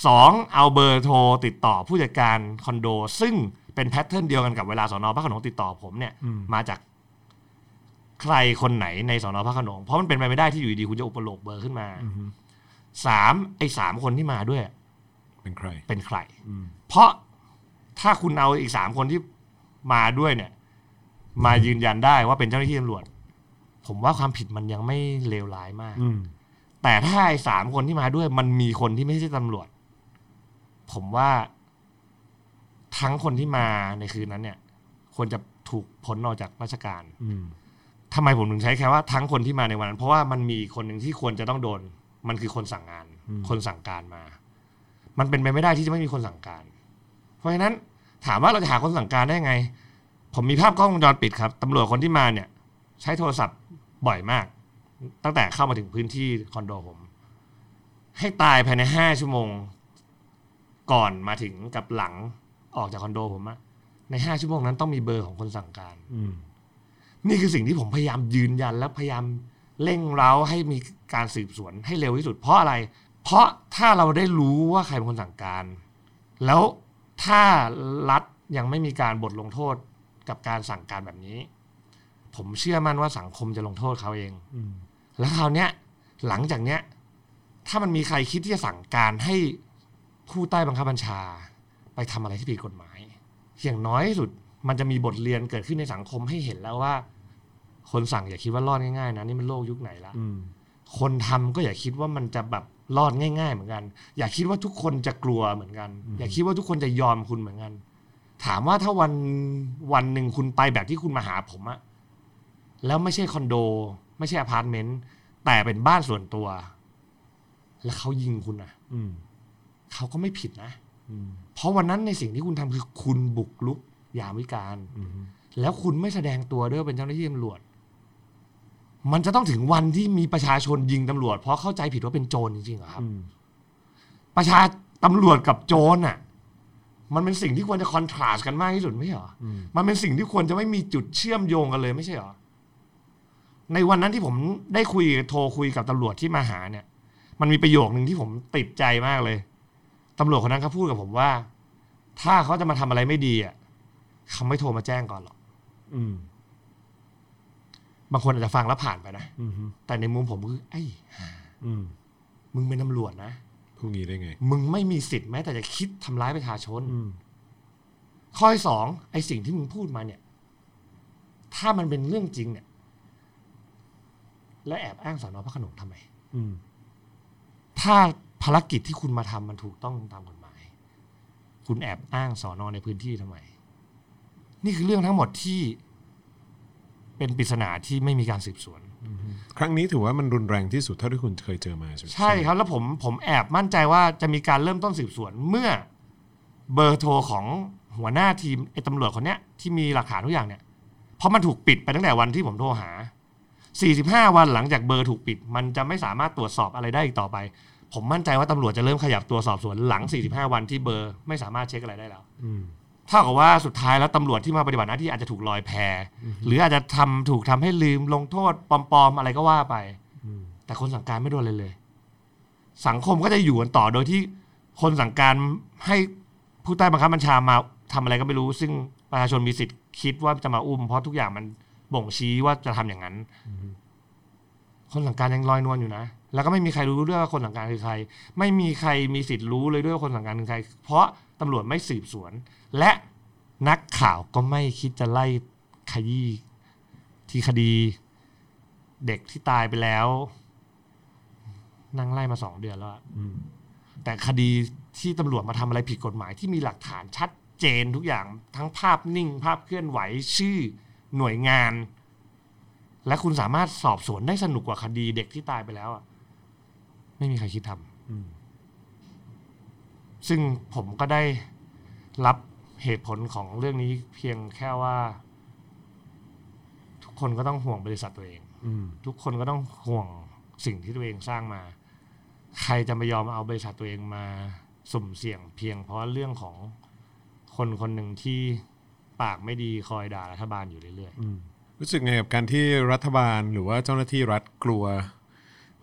C: สองเอาเบอร์โทรติดต่อผู้จัดการคอนโด ซึ่งเป็นแพทเทิร์นเดียวกันกับเวลาสอนอพระโขนงติดต่อผมเนี่ย
B: อืม
C: มาจากใครคนไหนในสอนอพระโขนงเพราะมันเป็นไปไม่ได้ที่อยู่ดีๆคุณจะอุปโลกเบอร์ขึ้นมา
B: อืม
C: สามไอ้สามคนที่มาด้วย
B: เป็นใคร
C: เป็นใคร
B: อืม
C: เพราะถ้าคุณเอาอีกสามคนที่มาด้วยเนี่ย มายืนยันได้ว่าเป็นเจ้าหน้าที่ตำรวจ ผมว่าความผิดมันยังไม่เลวร้ายมาก
B: อืม
C: แต่ถ้าไอ้สามคนที่มาด้วย มันมีคนที่ไม่ใช่ตำรวจ ผมว่าทั้งคนที่มาในคืนนั้นเนี่ย ควรจะถูกพ้นออกจากราชการ
B: อืม
C: ทำไมผมถึงใช้แค่ว่าทั้งคนที่มาในวันนั้น เพราะว่ามันมีคนหนึ่งที่ควรจะต้องโดน มันคือคนสั่งงาน คนสั่งการมา มันเป็นไปไม่ได้ที่จะไม่มีคนสั่งการ เพราะฉะนั้นถามว่าเราจะหาคนสั่งการได้ไง ผมมีภาพกล้องวงจรปิดครับตำรวจคนที่มาเนี่ย ใช้โทรศัพท์บ่อยมาก ตั้งแต่เข้ามาถึงพื้นที่คอนโดผม ให้ตายภายในห้าชั่วโมง ก่อนมาถึงกับหลังออกจากคอนโดผมอะในห้าชั่วโมงนั้นต้องมีเบอร์ของคนสั่งการ
B: อืม
C: นี่คือสิ่งที่ผมพยายามยืนยันและพยายามเร่งเร้าให้มีการสืบสวนให้เร็วที่สุด เพราะอะไร เพราะถ้าเราได้รู้ว่าใครเป็นคนสั่งการ แล้วถ้ารัฐยังไม่มีการบทลงโทษกับการสั่งการแบบนี้ ผมเชื่อมั่นว่าสังคมจะลงโทษเขาเอง
B: อืม
C: แล้วคราวเนี้ยหลังจากเนี้ย ถ้ามันมีใครคิดที่จะสั่งการให้ผู้ใต้บังคับบัญชา ไปทำอะไรที่ผิดกฎหมาย อย่างน้อยที่สุดมันจะมีบทเรียนเกิดขึ้นในสังคมให้เห็นแล้วว่า คนสั่งอย่าคิดว่ารอดง่ายๆนะนี่มันโลกยุคไหนละ
B: อืม
C: คนทำก็อย่าคิดว่ามันจะแบบรอดง่าย ๆ เหมือนกัน อย่าคิดว่าทุกคนจะกลัวเหมือนกัน อย่าคิดว่าทุกคนจะยอมคุณเหมือนกัน ถามว่าถ้าวันวันหนึ่งคุณไปแบบที่คุณมาหาผมอะแล้วไม่ใช่คอนโด ไม่ใช่อพาร์ตเมนต์แต่เป็นบ้านส่วนตัว แล้วเขายิงคุณอะ
B: อืม
C: เขาก็ไม่ผิดนะ
B: อืม
C: เพราะวันนั้นในสิ่งที่คุณทำคือคุณบุกลุกยามวิการ
B: อืม
C: แล้วคุณไม่แสดงตัวด้วยว่าเป็นเจ้าหน้าที่ตำรวจ มันจะต้องถึงวันที่มีประชาชนยิงตำรวจ เพราะเข้าใจผิดว่าเป็นโจรจริงๆเหรอครับ
B: อืม
C: ประชาตำรวจกับโจรน่ะ มันเป็นสิ่งที่ควรจะคอนทราสกันมากที่สุดไม่ใช่เหรอ
B: อืม
C: มันเป็นสิ่งที่ควรจะไม่มีจุดเชื่อมโยงกันเลยไม่ใช่เหรอ ในวันนั้นที่ผมได้คุยโทรคุยกับตำรวจที่มาหาเนี่ย มันมีประโยคหนึ่งที่ผมติดใจมากเลยตำรวจคนนั้นเขาพูดกับผมว่า ถ้าเขาจะมาทำอะไรไม่ดีอ่ะเขาไม่โทรมาแจ้งก่อนหรอก
B: อืม
C: บางคนอาจจะฟังแล้วผ่านไปนะ
B: อืมฮึ
C: แต่ในมุมผมคือไอ้ย
B: อืม
C: มึงเป็นตำรวจนะ
B: พวกนี้ได้ไง
C: มึงไม่มีสิทธิ์แม้แต่จะคิดทำร้ายประชาชน
B: อืม
C: ข้อที่สองไอ้สิ่งที่มึงพูดมาเนี่ย ถ้ามันเป็นเรื่องจริงเนี่ย แล้วแอบอ้างสอนอพระโขนงทำไม
B: อืม
C: ถ้าภารกิจที่คุณมาทำมันถูกต้องตามกฎหมาย คุณแอบอ้างสอนอในพื้นที่ทำไม นี่คือเรื่องทั้งหมดที่ เป็นปริศนาที่ไม่มีการสืบสวน
B: ครั้งนี้ถือว่ามันรุนแรงที่สุดเท่าที่คุณเคยเจอมาใช่ไหม
C: ใช่ครับ แล้วผมผมแอบมั่นใจว่าจะมีการเริ่มต้นสืบสวนเมื่อเบอร์โทรของหัวหน้าทีมไอ้ตำรวจคนเนี้ยที่มีหลักฐานทุกอย่างเนี่ยเพราะมันถูกปิดไปตั้งแต่วันที่ผมโทรหา 45 วันหลังจากเบอร์ถูกปิด มันจะไม่สามารถตรวจสอบอะไรได้อีกต่อไป ผมมั่นใจว่าตำรวจจะเริ่มขยับตัวสอบสวนหลัง 45 วันที่เบอร์ไม่สามารถเช็คอะไรได้แล้ว
B: อืม
C: เท่ากับว่าสุดท้ายแล้วตำรวจที่มาปฏิบัติหน้าที่อาจจะถูกลอยแพ หรืออาจจะทำถูกทำให้ลืมลงโทษปลอมๆอะไรก็ว่าไป
B: อืม
C: แต่คนสั่งการไม่โดนเลยเลย สังคมก็จะอยู่กันต่อโดยที่คนสั่งการให้ผู้ใต้บังคับบัญชามาทำอะไรก็ไม่รู้ ซึ่งประชาชนมีสิทธิ์คิดว่าจะมาอุ้มเพราะทุกอย่างมันบ่งชี้ว่าจะทำอย่างนั้น คนสั่งการยังลอยนวลอยู่นะ แล้วก็ไม่มีใครรู้ด้วยว่าคนสั่งการคือใคร ไม่มีใครมีสิทธิ์รู้เลยด้วยว่าคนสั่งการคือใคร เพราะตำรวจไม่สืบสวน และนักข่าวก็ไม่คิดจะไล่ขยี้ที่คดี เด็กที่ตายไปแล้ว นั่งไล่มาสองเดือนแล้วอะ
B: อืม
C: แต่คดีที่ตำรวจมาทำอะไรผิดกฎหมายที่มีหลักฐานชัดเจนทุกอย่างทั้งภาพนิ่ง ภาพเคลื่อนไหวชื่อหน่วยงาน และคุณสามารถสอบสวนได้สนุกกว่าคดีเด็กที่ตายไปแล้วอะไม่มีใครคิดทำ
B: อืม
C: ซึ่งผมก็ได้รับเหตุผลของเรื่องนี้เพียงแค่ว่า ทุกคนก็ต้องห่วงบริษัทตัวเอง
B: อืม
C: ทุกคนก็ต้องห่วงสิ่งที่ตัวเองสร้างมา ใครจะไปยอมเอาบริษัทตัวเองมาสุ่มเสี่ยง เพียงเพราะเรื่องของคนคนหนึ่งที่ปากไม่ดีคอยด่ารัฐบาลอยู่เรื่อย
B: อืมรู้สึกไงกับการที่รัฐบาลหรือว่าเจ้าหน้าที่รัฐกลัว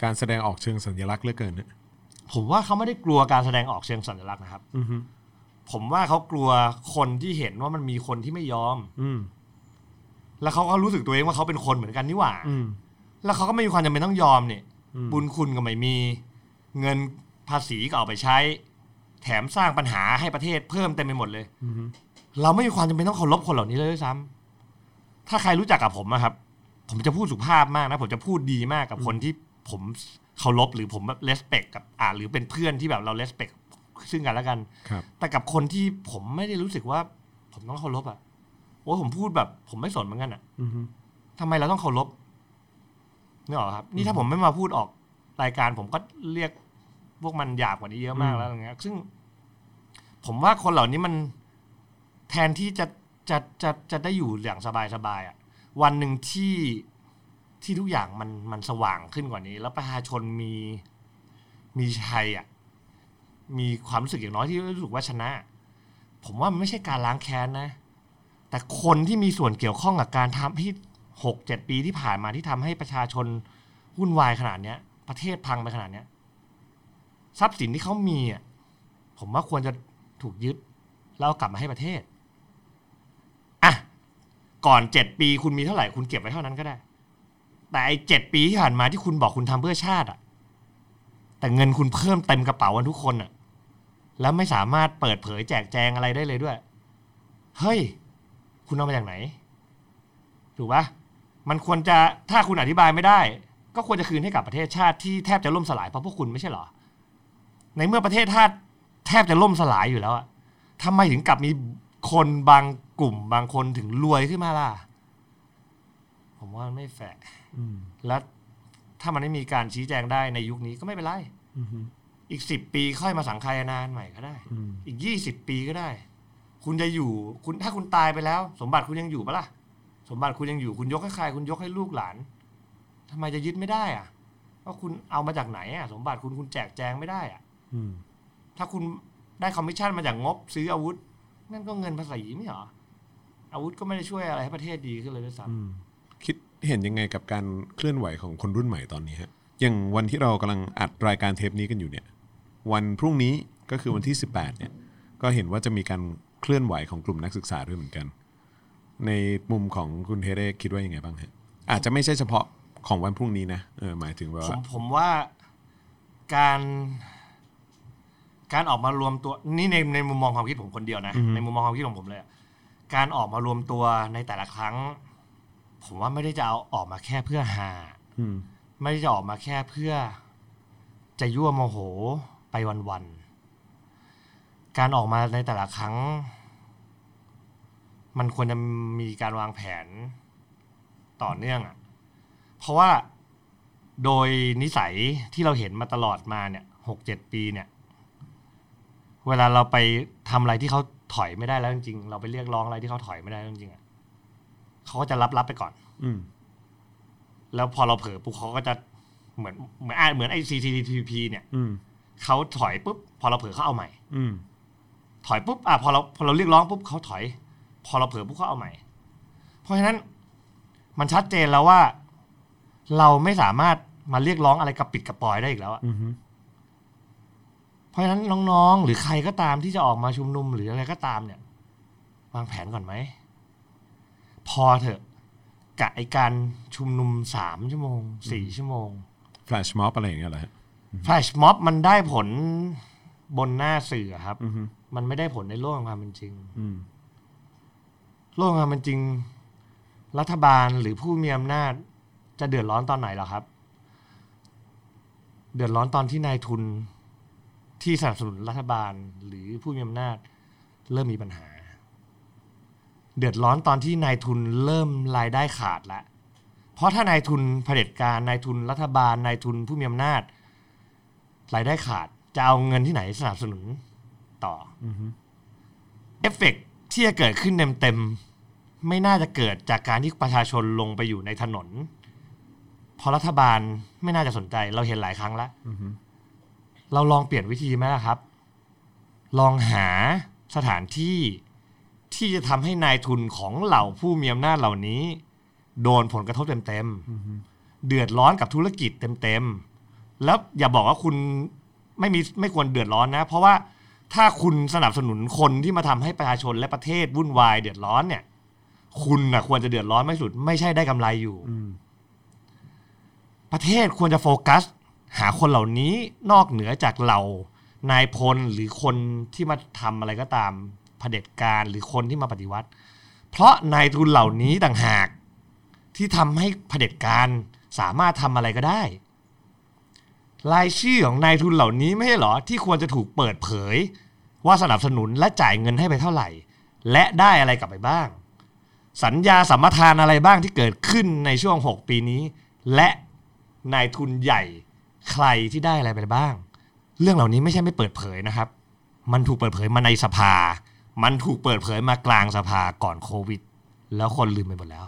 B: การแสดงออกเชิงสัญลักษณ์เหลือเกินเนี่ย
C: ๆ ผมว่าเขาไม่ได้กลัวการแสดงออกเชิงสัญลักษณ์นะครับ
B: อืมฮึ
C: ผมว่าเขากลัวคนที่เห็นว่ามันมีคนที่ไม่ยอม
B: อืม
C: แล้วเขาก็รู้สึกตัวเองว่าเขาเป็นคนเหมือนกันนี่หว่า
B: อืม
C: แล้วเขาก็ไม่มีความจำเป็นต้องยอมเนี่ย
B: อืม
C: บุญคุณก็ไม่มี เงินภาษีก็เอาไปใช้ แถมสร้างปัญหาให้ประเทศเพิ่มเต็มไปหมดเลย
B: อืมฮึ
C: เราไม่มีความจำเป็นต้องเคารพคนเหล่านี้เลยด้วยซ้ำถ้าใครรู้จักกับผมนะครับ ผมจะพูดสุภาพมากนะ ผมจะพูดดีมากกับคนที่ผมเคารพหรือผมแบบเลสเปกกับอ่าหรือเป็นเพื่อนที่แบบเราเลสเปกซึ่งกันและกัน
B: ครับ
C: แต่กับคนที่ผมไม่ได้รู้สึกว่า ผมต้องเคารพอ่ะโอ้ยผมพูดแบบ ผมไม่สนเหมือนกันอ่ะ
B: อืมฮึ
C: ทำไมเราต้องเคารพนึกออกครับ นี่ถ้าผมไม่มาพูดออกรายการ ผมก็เรียกพวกมันหยาบกว่านี้เยอะมากแล้วอย่างเงี้ย ซึ่ง ผมว่าคนเหล่านี้มันแทนที่จะจะจะจะได้อยู่อย่างสบายสบายๆอ่ะ วันหนึ่งที่ที่ทุกอย่างมันมันสว่างขึ้นกว่านี้ แล้วประชาชนมีมีชัยอ่ะ มีความรู้สึกอย่างน้อยที่รู้สึกว่าชนะ ผมว่ามันไม่ใช่การล้างแค้นนะ แต่คนที่มีส่วนเกี่ยวข้องกับการทำที่หกเจ็ดปีที่ผ่านมาที่ทำให้ประชาชนวุ่นวายขนาดเนี้ย ประเทศพังไปขนาดเนี้ย ทรัพย์สินที่เขามีอ่ะผมว่าควรจะถูกยึด แล้วเอากลับมาให้ประเทศอ่ะก่อนเจ็ดปีคุณมีเท่าไหร่คุณเก็บไว้เท่านั้นก็ได้ แต่ไอ้เจ็ดปีที่ผ่านมาที่คุณบอกคุณทำเพื่อชาติอ่ะ แต่เงินคุณเพิ่มเต็มกระเป๋ากันทุกคนอ่ะ แล้วไม่สามารถเปิดเผยแจกแจงอะไรได้เลยด้วย เฮ้ย คุณเอามาจากไหน ถูกปะมันควรจะถ้าคุณอธิบายไม่ได้ ก็ควรจะคืนให้กับประเทศชาติที่แทบจะล่มสลายเพราะพวกคุณไม่ใช่เหรอ ในเมื่อประเทศชาติแทบจะล่มสลายอยู่แล้วอะทำไมถึงกลับมีคนบางกลุ่มบางคนถึงรวยขึ้นมาล่ะ ผมว่ามันไม่แฟร์
B: อืม
C: และถ้ามันไม่มีการชี้แจงได้ในยุคนี้ก็ไม่เป็นไร
B: อืมฮึ
C: อีกสิบปีค่อยมาสังคายนานใหม่ก็ได้
B: อืม
C: อีกยี่สิบปีก็ได้ คุณจะอยู่ คุณถ้าคุณตายไปแล้ว สมบัติคุณยังอยู่ปะล่ะ สมบัติคุณยังอยู่ คุณยกให้ใคร คุณยกให้ลูกหลานทำไมจะยึดไม่ได้อะว่าคุณเอามาจากไหนอะสมบัติคุณคุณแจกแจงไม่ได้อะ
B: อืม
C: ถ้าคุณได้คอมมิชชั่นมาจากงบซื้ออาวุธ นั่นก็เงินภาษีไม่เหรอ อาวุธก็ไม่ได้ช่วยอะไรให้ประเทศดีขึ้นเลยด้วยซ้
B: อืมคิดเห็นยังไงกับการเคลื่อนไหวของคนรุ่นใหม่ตอนนี้ฮะอย่างวันที่เรากำลังอัดรายการเทปนี้กันอยู่เนี่ย วันพรุ่งนี้ก็คือวันที่ 18 เนี่ย ก็เห็นว่าจะมีการเคลื่อนไหวของกลุ่มนักศึกษาด้วยเหมือนกัน ในมุมของคุณเทเรคิดว่ายังไงบ้างฮะ
C: ำ
B: อาจจะไม่ใช่เฉพาะของวันพรุ่งนี้นะเออหมายถึงว่า
C: ผมผมว่าการการออกมารวมตัวนี่ในในมุมมองความคิดผมคนเดียวนะ
B: อือฮึ
C: ในมุมมองความคิดของผมเลยอะการออกมารวมตัวในแต่ละครั้ง ผมว่าไม่ได้จะเอาออกมาแค่เพื่อหา
B: อืม
C: ไม่ได้จะออกมาแค่เพื่อ จะยั่วโมโหไปวันๆ การออกมาในแต่ละครั้ง มันควรจะมีการวางแผนต่อเนื่องอะเพราะว่าโดยนิสัยที่เราเห็นมาตลอดมาเนี่ยหกเจ็ดปีเนี่ย เวลาเราไปทำอะไรที่เขาถอยไม่ได้แล้วจริงๆเราไปเรียกร้องอะไรที่เขาถอยไม่ได้แล้วจริงๆอะเขาก็จะรับรับไปก่อน
B: อืม
C: แล้วพอเราเผลอปุ๊บเขาก็จะเหมือนเหมือนอ่ะเหมือนไอ้ CCTP เนี่ย
B: อืม
C: เขาถอยปุ๊บพอเราเผลอเขาเอาใหม่
B: อืม
C: ถอยปุ๊บอ่ะพอเราพอเราเรียกร้องปุ๊บเขาถอย พอเราเผลอปุ๊บเขาเอาใหม่ เพราะฉะนั้นมันชัดเจนแล้วว่า เราไม่สามารถมาเรียกร้องอะไรกับปิดกับปล่อยได้อีกแล้วอะ
B: อืมฮึ
C: เพราะฉะนั้นน้องๆ หรือใครก็ตามที่จะออกมาชุมนุมหรืออะไรก็ตามเนี่ย วางแผนก่อนไหม พอเถอะกะไอการชุมนุมสามชั่วโมงสี่ชั่วโมง
B: แฟลชม็อบอะไรอย่างเงี้ยเหรอฮะ
C: แฟลชม็อบมันได้ผลบนหน้าสื่ออะครับ
B: อืมฮึ
C: มันไม่ได้ผลในโลกของความเป็นจริง
B: อืม
C: โลกของความเป็นจริง รัฐบาลหรือผู้มีอำนาจ จะเดือดร้อนตอนไหนเหรอครับ เดือดร้อนตอนที่นายทุนที่สนับสนุนรัฐบาลหรือผู้มีอำนาจ เริ่มมีปัญหา เดือดร้อนตอนที่นายทุนเริ่มรายได้ขาดละเพราะถ้านายทุนเผด็จการนายทุนรัฐบาลนายทุนผู้มีอำนาจ รายได้ขาดจะเอาเงินที่ไหนสนับสนุนต่อ
B: อืมฮึ
C: เอฟเฟกต์ที่จะเกิดขึ้นเต็มๆไม่น่าจะเกิดจากการที่ประชาชนลงไปอยู่ในถนนเพราะรัฐบาลไม่น่าจะสนใจ เราเห็นหลายครั้งแล้ว
B: อืมฮึ
C: เราลองเปลี่ยนวิธีไหมล่ะครับ ลองหาสถานที่ที่จะทำให้นายทุนของเหล่าผู้มีอำนาจเหล่านี้ โดนผลกระทบเต็ม
B: อืมฮึ
C: ๆเดือดร้อนกับธุรกิจเต็มๆแล้วอย่าบอกว่าคุณไม่มีไม่ควรเดือดร้อนนะ เพราะว่าถ้าคุณสนับสนุนคนที่มาทำให้ประชาชนและประเทศวุ่นวายเดือดร้อนเนี่ย คุณนะควรจะเดือดร้อนไม่สุด ไม่ใช่ได้กำไรอยู่
B: อืม
C: ประเทศควรจะโฟกัส หาคนเหล่านี้นอกเหนือจากเรานายพลหรือคนที่มาทำอะไรก็ตามเผด็จการหรือคนที่มาปฏิวัติ เพราะนายทุนเหล่านี้ต่างหาก ที่ทำให้เผด็จการสามารถทำอะไรก็ได้ รายชื่อของนายทุนเหล่านี้ไม่ใช่เหรอที่ควรจะถูกเปิดเผย ว่าสนับสนุนและจ่ายเงินให้ไปเท่าไหร่ และได้อะไรกลับไปบ้าง สัญญาสัมปทานอะไรบ้างที่เกิดขึ้นในช่วง 6 ปีนี้ และนายทุนใหญ่ใครที่ได้อะไรไปบ้าง เรื่องเหล่านี้ไม่ใช่ไม่เปิดเผยนะครับ มันถูกเปิดเผยมาในสภา มันถูกเปิดเผยมากลางสภาก่อนโควิด แล้วคนลืมไปหมดแล้ว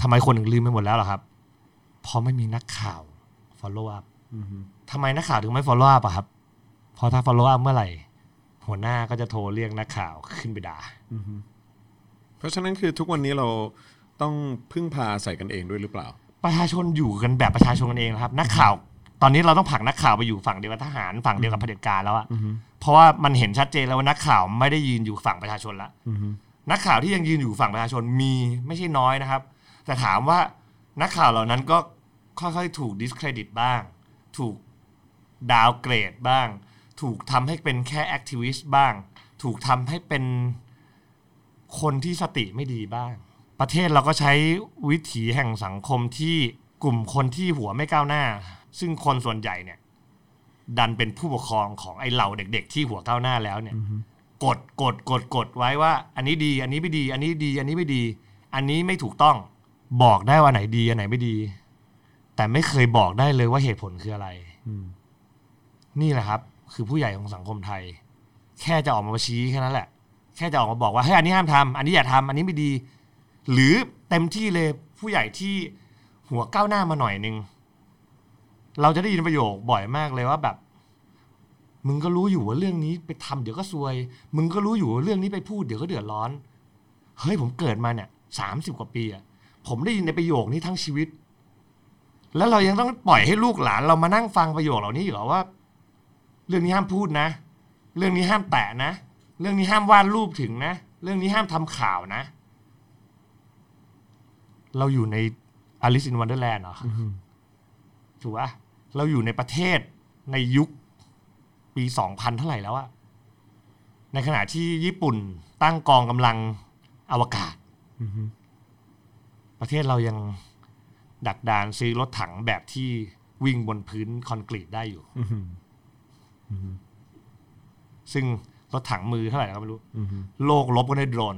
C: ทำไมคนถึงลืมไปหมดแล้วล่ะครับ เพราะไม่มีนักข่าว follow up
B: อืมฮึ
C: ทำไมนักข่าวถึงไม่ follow up อะครับ เพราะถ้า follow up เมื่อไหร่ หัวหน้าก็จะโทรเรียกนักข่าวขึ้นไปด่า
B: อืมฮึเพราะฉะนั้นคือทุกวันนี้เราต้องพึ่งพาใส่กันเองด้วยหรือเปล่า
C: ประชาชนอยู่กันแบบประชาชนกันเองนะครับ นักข่าว ตอนนี้เราต้องผลักนักข่าวไปอยู่ฝั่งเดียวกับทหารฝั่งเดียวกับเผด็จการแล้วอะ
B: อืมฮึ
C: เพราะว่ามันเห็นชัดเจนแล้วว่านักข่าวไม่ได้ยืนอยู่ฝั่งประชาชนละ
B: อืมฮึ
C: นักข่าวที่ยังยืนอยู่ฝั่งประชาชนมีไม่ใช่น้อยนะครับ แต่ถามว่านักข่าวเหล่านั้นก็ค่อยๆ ถูกดิสเครดิตบ้าง ถูกดาวเกรดบ้าง ถูกทำให้เป็นแค่แอคทิวิสต์บ้าง ถูกทำให้เป็นคนที่สติไม่ดีบ้าง ประเทศเราก็ใช้วิถีแห่งสังคมที่กลุ่มคนที่หัวไม่ก้าวหน้า ซึ่งคนส่วนใหญ่เนี่ย ดันเป็นผู้ปกครองของไอ้เหล่าเด็ก ๆ ที่หัวก้าวหน้าแล้วเนี่ย กดกดกดกดไว้ว่า อันนี้ดี อันนี้ไม่ดี อันนี้ดี อันนี้ไม่ดี อันนี้ไม่ถูกต้อง บอกได้ว่าไหนดีอันไหนไม่ดี แต่ไม่เคยบอกได้เลยว่าเหตุผลคืออะไร
B: อืม
C: นี่แหละครับ คือผู้ใหญ่ของสังคมไทย แค่จะออกมาชี้แค่นั้นแหละ แค่จะออกมาบอกว่าเฮ้ยอันนี้ห้ามทำอันนี้อย่าทำอันนี้ไม่ดี หรือเต็มที่เลยผู้ใหญ่ที่หัวก้าวหน้ามาหน่อยนึง เราจะได้ยินประโยคบ่อยมากเลยว่าแบบ มึงก็รู้อยู่ว่าเรื่องนี้ไปทำเดี๋ยวก็ซวย มึงก็รู้อยู่ว่าเรื่องนี้ไปพูดเดี๋ยวก็เดือดร้อน เฮ้ยผมเกิดมาเนี่ยสามสิบกว่าปีอะผมได้ยินในประโยคนี้ทั้งชีวิต แล้วเรายังต้องปล่อยให้ลูกหลานเรามานั่งฟังประโยคเหล่านี้อีกเหรอว่า เรื่องนี้ห้ามพูดนะ เรื่องนี้ห้ามแตะนะ เรื่องนี้ห้ามวาดรูปถึงนะ เรื่องนี้ห้ามทำข่าวนะ เราอยู่ในอ อลิ c ินวันเดอร์แลนด์เหรออถูกปะเราอยู่ในประเทศในยุคปีสองพันเท่าไหร่แล้วอะในขณะที่ญี่ปุ่นตั้งกองกำลังอวกาศ
B: อือฮึ
C: ประเทศเรายังดักดานซื้อรถถังแบบที่วิ่งบนพื้นคอนกรีตได้อยู่
B: อือฮึ
C: ซึ่งรถถังมือเท่าไหร่ก็ไม่รู้
B: อือฮึ
C: โลกลบกันด้วยโดรน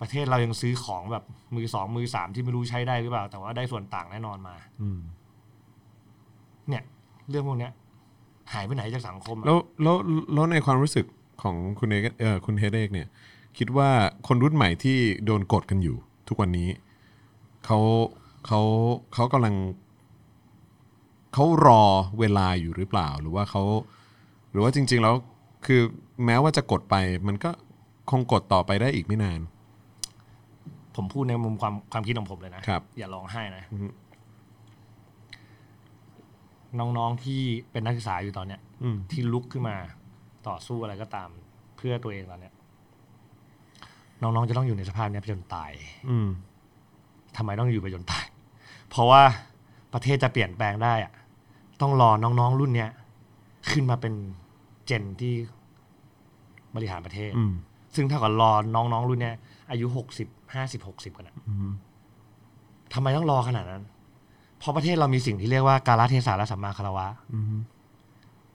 C: ประเทศเรายังซื้อของแบบมือสองมือสามที่ไม่รู้ใช้ได้หรือเปล่า แต่ว่าได้ส่วนต่างแน่นอนมา
B: อืม
C: เนี่ย เรื่องพวกเนี้ย หายไปไหนจากสังคมอะ
B: แล้วแล้วแล้วในความรู้สึกของคุณเอกเออคุณเฮเอกเนี่ย คิดว่าคนรุ่นใหม่ที่โดนกดกันอยู่ ทุกวันนี้เขาเขาเขากำลังเขารอเวลาอยู่หรือเปล่า หรือว่าเขาหรือว่าจริง ๆ แล้วคือแม้ว่าจะกดไป มันก็คงกดต่อไปได้อีกไม่นาน
C: ผมพูดในมุมความความคิดของผมเลยนะ
B: ครับ
C: อย่าร้องไห้นะ
B: อือฮึ
C: น้องๆที่เป็นนักศึกษาอยู่ตอนเนี้ย
B: อืม
C: ที่ลุกขึ้นมาต่อสู้อะไรก็ตามเพื่อตัวเองตอนเนี้ยน้องๆจะต้องอยู่ในสภาพเนี้ยไปจนตาย
B: อืม
C: ทำไมต้องอยู่ไปจนตาย เพราะว่าประเทศจะเปลี่ยนแปลงได้อะต้องรอน้องๆรุ่นเนี้ยขึ้นมาเป็นเจนที่บริหารประเทศ
B: อืม
C: ซึ่งถ้ากับรอน้องๆรุ่นเนี้ยอายุหกสิบห้าสิบหกสิบกันอะ
B: อืม
C: ทำไมต้องรอขนาดนั้น เพราะประเทศเรามีสิ่งที่เรียกว่าการละเทศะและสัมมาคารวะ
B: อืม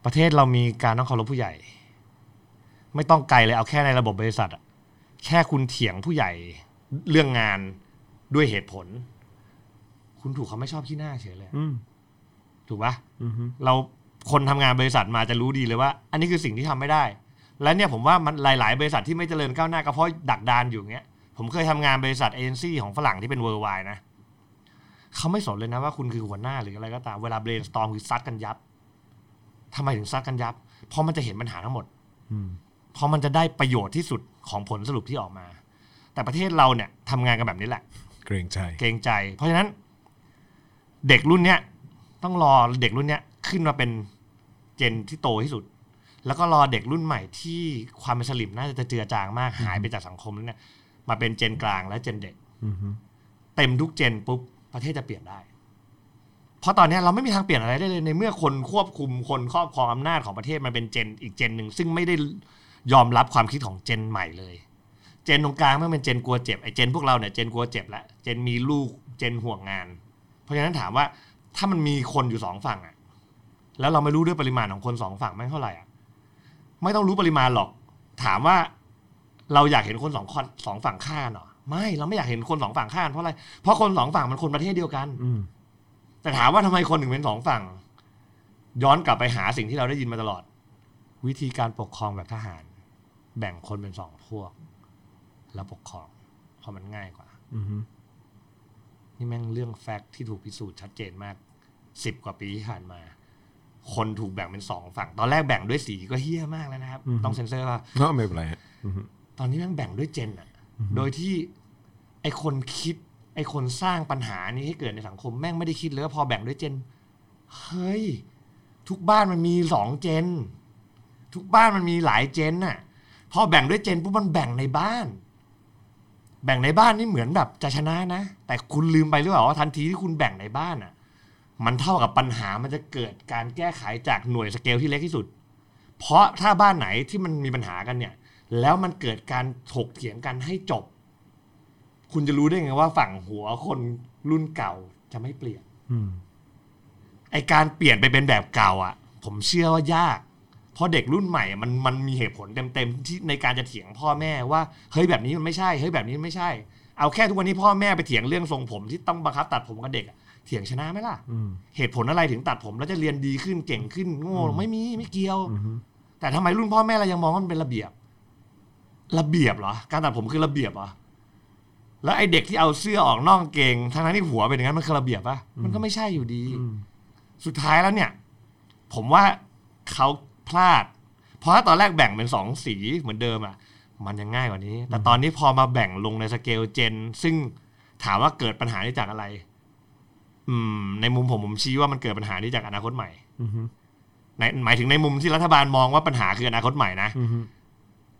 C: ประเทศเรามีการต้องเคารพผู้ใหญ่ ไม่ต้องไกลเลยเอาแค่ในระบบบริษัทอะแค่คุณเถียงผู้ใหญ่เรื่องงานด้วยเหตุผล คุณถูกเขาไม่ชอบขี้หน้าเฉยเลย
B: อืม
C: ถูกปะ
B: อืม
C: เราคนทำงานบริษัทมาจะรู้ดีเลยว่า อันนี้คือสิ่งที่ทำไม่ได้ และเนี่ยผมว่ามันหลาย ๆ บริษัทที่ไม่เจริญก้าวหน้าก็เพราะดักดานอยู่อย่างเงี้ยผมเคยทำงานบริษัทเอเจนซี่ของฝรั่งที่เป็นเวอร์ไวนะเขาไม่สนเลยนะว่าคุณคือหัวหน้าหรืออะไรก็ตามเวลาเบรนสตอมคือซัดกันยับทำไมถึงซัดกันยับ เพราะมันจะเห็นปัญหาทั้งหมด
B: อืม
C: เพราะมันจะได้ประโยชน์ที่สุดของผลสรุปที่ออกมา แต่ประเทศเราเนี่ยทำงานกันแบบนี้แหละ
B: เกรงใจ
C: เกรงใจ เพราะฉะนั้น เด็กรุ่นเนี้ยต้องรอเด็กรุ่นเนี้ยขึ้นมาเป็นเจนที่โตที่สุด แล้วก็รอเด็กรุ่นใหม่ที่ความเป็นสลิมน่าจะเจือจางมากหายไปจากสังคมแล้วเนี่ยมาเป็นเจนกลางและเจนเด็ก
B: อืม
C: เต็มทุกเจนปุ๊บประเทศจะเปลี่ยนได้ เพราะตอนเนี้ยเราไม่มีทางเปลี่ยนอะไรได้เลยในเมื่อคนควบคุมคนครอบครองอำนาจของประเทศมันเป็นเจนอีกเจนหนึ่งซึ่งไม่ได้ยอมรับความคิดของเจนใหม่เลย เจนตรงกลางไม่เป็นเจนกลัวเจ็บไอ้เจนพวกเราเนี่ยเจนกลัวเจ็บละเจนมีลูกเจนห่วงงาน เพราะฉะนั้นถามว่าถ้ามันมีคนอยู่สองฝั่งอะแล้วเราไม่รู้ด้วยปริมาณของคนสองฝั่งแม่งเท่าไหร่อะไม่ต้องรู้ปริมาณหรอก ถามว่าเราอยากเห็นคนสองคนสองฝั่งฆ่ากันเหรอไม่เราไม่อยากเห็นคนสองฝั่งฆ่ากันเพราะอะไร เพราะคนสองฝั่งมันคนประเทศเดียวกัน
B: อืม
C: แต่ถามว่าทำไมคนถึงเป็นสองฝั่ง ย้อนกลับไปหาสิ่งที่เราได้ยินมาตลอด วิธีการปกครองแบบทหาร แบ่งคนเป็นสองพวก แล้วปกครองเพราะมันง่ายกว่า
B: อืม
C: นี่แม่งเรื่องแฟกต์ที่ถูกพิสูจน์ชัดเจนมากสิบกว่าปีที่ผ่านมา คนถูกแบ่งเป็นสองฝั่ง ตอนแรกแบ่งด้วยสีก็เฮี้ยมากแล้วนะครับ
B: อืม
C: ต้องเซ็นเซอร์ว่า
B: ก็ไม่เป็นไรฮะอืม
C: ตอนนี้แม่งแบ่งด้วยเจนอะโดยที่ไอคนคิด ไอคนสร้างปัญหานี้ให้เกิดในสังคมแม่งไม่ได้คิดเลยว่าพอแบ่งด้วยเจน เฮ้ย ทุกบ้านมันมีสองเจน ทุกบ้านมันมีหลายเจนน่ะ พอแบ่งด้วยเจนปุ๊บมันแบ่งในบ้าน แบ่งในบ้านนี่เหมือนแบบจะชนะนะ แต่คุณลืมไปหรือเปล่าว่าทันทีที่คุณแบ่งในบ้านอ่ะ มันเท่ากับปัญหามันจะเกิดการแก้ไขจากหน่วยสเกลที่เล็กที่สุด เพราะถ้าบ้านไหนที่มันมีปัญหากันเนี่ย แล้วมันเกิดการถกเถียงกันให้จบ คุณจะรู้ได้ไงว่าฝั่งหัวคนรุ่นเก่าจะไม่เปลี่ยน
B: อืม
C: ไอการเปลี่ยนไปเป็นแบบเก่าอ่ะ ผมเชื่อว่ายาก เพราะเด็กรุ่นใหม่อะมันมันมีเหตุผลเต็มๆที่ในการจะเถียงพ่อแม่ว่าเฮ้ยแบบนี้มันไม่ใช่เฮ้ยแบบนี้มันไม่ใช่ เอาแค่ทุกวันนี้พ่อแม่ไปเถียงเรื่องทรงผมที่ต้องบังคับตัดผมกับเด็กอะเถียงชนะไหมล่ะ
B: อืม
C: เหตุผลอะไรถึงตัดผมแล้วจะเรียนดีขึ้นเก่งขึ้นโง่ไม่มีไม่เกี่ยว
B: อืม
C: แต่ทำไมรุ่นพ่อแม่เรายังมองว่ามันเป็นระเบียบ ระเบียบเหรอ การตัดผมคือระเบียบเหรอ แล้วไอเด็กที่เอาเสื้อออกนอกกางเกงทั้งนั้นที่หัวเป็นอย่างนั้นมันคือระเบียบปะมันก็ไม่ใช่อยู่ดี
B: อืม
C: สุดท้ายแล้วเนี่ย ผมว่าเขาพลาด เพราะถ้าตอนแรกแบ่งเป็นสองสีเหมือนเดิมอ่ะ มันยังง่ายกว่านี้ แต่ตอนนี้พอมาแบ่งลงในสเกลเจน ซึ่งถามว่าเกิดปัญหาได้จากอะไร อืม ในมุมผมผมชี้ว่ามันเกิดปัญหาได้จากอนาคตใหม่
B: อืม
C: ในหมายถึงในมุมที่รัฐบาลมองว่าปัญหาคืออนาคตใหม่นะ
B: อืม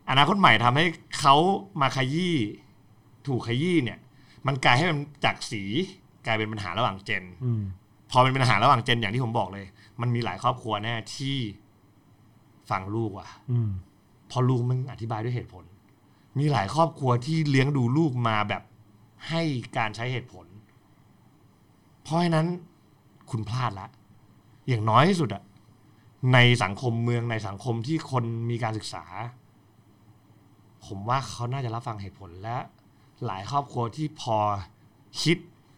C: อนาคตใหม่ทำให้เขามาขยี้ถูกขยี้เนี่ย มันกลายให้มันจากสี กลายเป็นปัญหาระหว่างเจน
B: อืม
C: พอเป็นปัญหาระหว่างเจนอย่างที่ผมบอกเลย มันมีหลายครอบครัวแน่ที่ฟังลูกว่ะ
B: อืม
C: พอลูกมันอธิบายด้วยเหตุผล มีหลายครอบครัวที่เลี้ยงดูลูกมาแบบให้การใช้เหตุผล เพราะฉะนั้นคุณพลาดละ อย่างน้อยที่สุดอะในสังคมเมืองในสังคมที่คนมีการศึกษา ผมว่าเขาน่าจะรับฟังเหตุผลและ หลายครอบครัวที่พอคิด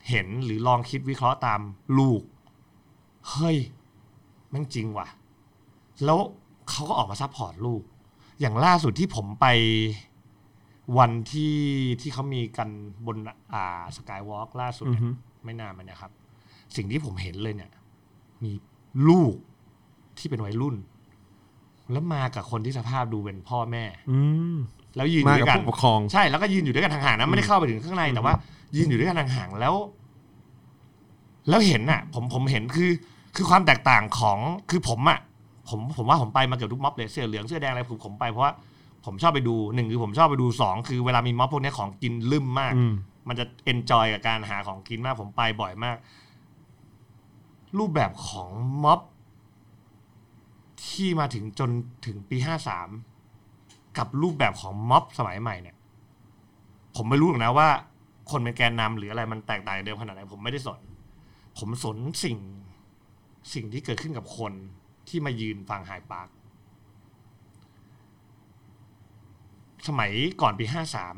C: เห็นหรือลองคิดวิเคราะห์ตามลูก เฮ้ยแมันจริงว่ะ แล้วเขาก็ออกมาซัพพอร์ตลูก อย่างล่าสุดที่ผมไปวันที่ที่เขามีกันบนอ่าสกายวอล์กล่าสุดเนี่ย
B: อือฮึ
C: ไม่นานมาเนะครับ สิ่งที่ผมเห็นเลยเนี่ย มีลูกที่เป็นวัยรุ่น แล้วมากับคนที่สภาพดูเป็นพ่อแม่
B: อืม
C: แล้วยืนอ
B: มา
C: ยู่
B: กั
C: ด้
B: บ
C: วยกัน
B: ผู้ปกครอง
C: ใช่แล้วก็ยืนอยู่ด้วยกันห่างๆนะไม่ได้เข้าไปถึงข้างในแต่ว่า ยืนอยู่ด้วยกันห่างๆแล้ว แล้วเห็นน่ะ ผมผมเห็นคือ คือความแตกต่างของคือผมอ่ะผมผมว่าผมไปมาเกือบทุกม็อบเลยเสื้อเหลืองเสื้อแดงอะไรผมผมไปเพราะว่าผมชอบไปดูหนึ่งคือผมชอบไปดูสองคือเวลามีม็อบพวกเนี้ยของกินลืมมาก
B: อืม
C: มันจะเอนจอยกับการหาของกินมากผมไปบ่อยมาก รูปแบบของม็อบ ที่มาถึงจนถึงปีห้าสามกับรูปแบบของม็อบสมัยใหม่เนี่ย ผมไม่รู้หรอกนะว่า คนเป็นแกนนำหรืออะไรมันแตกต่างเดิมขนาดไหนผมไม่ได้สน ผมสนสิ่งสิ่งที่เกิดขึ้นกับคนที่มายืนฟังไฮปาร์คสมัยก่อนปีห้าสาม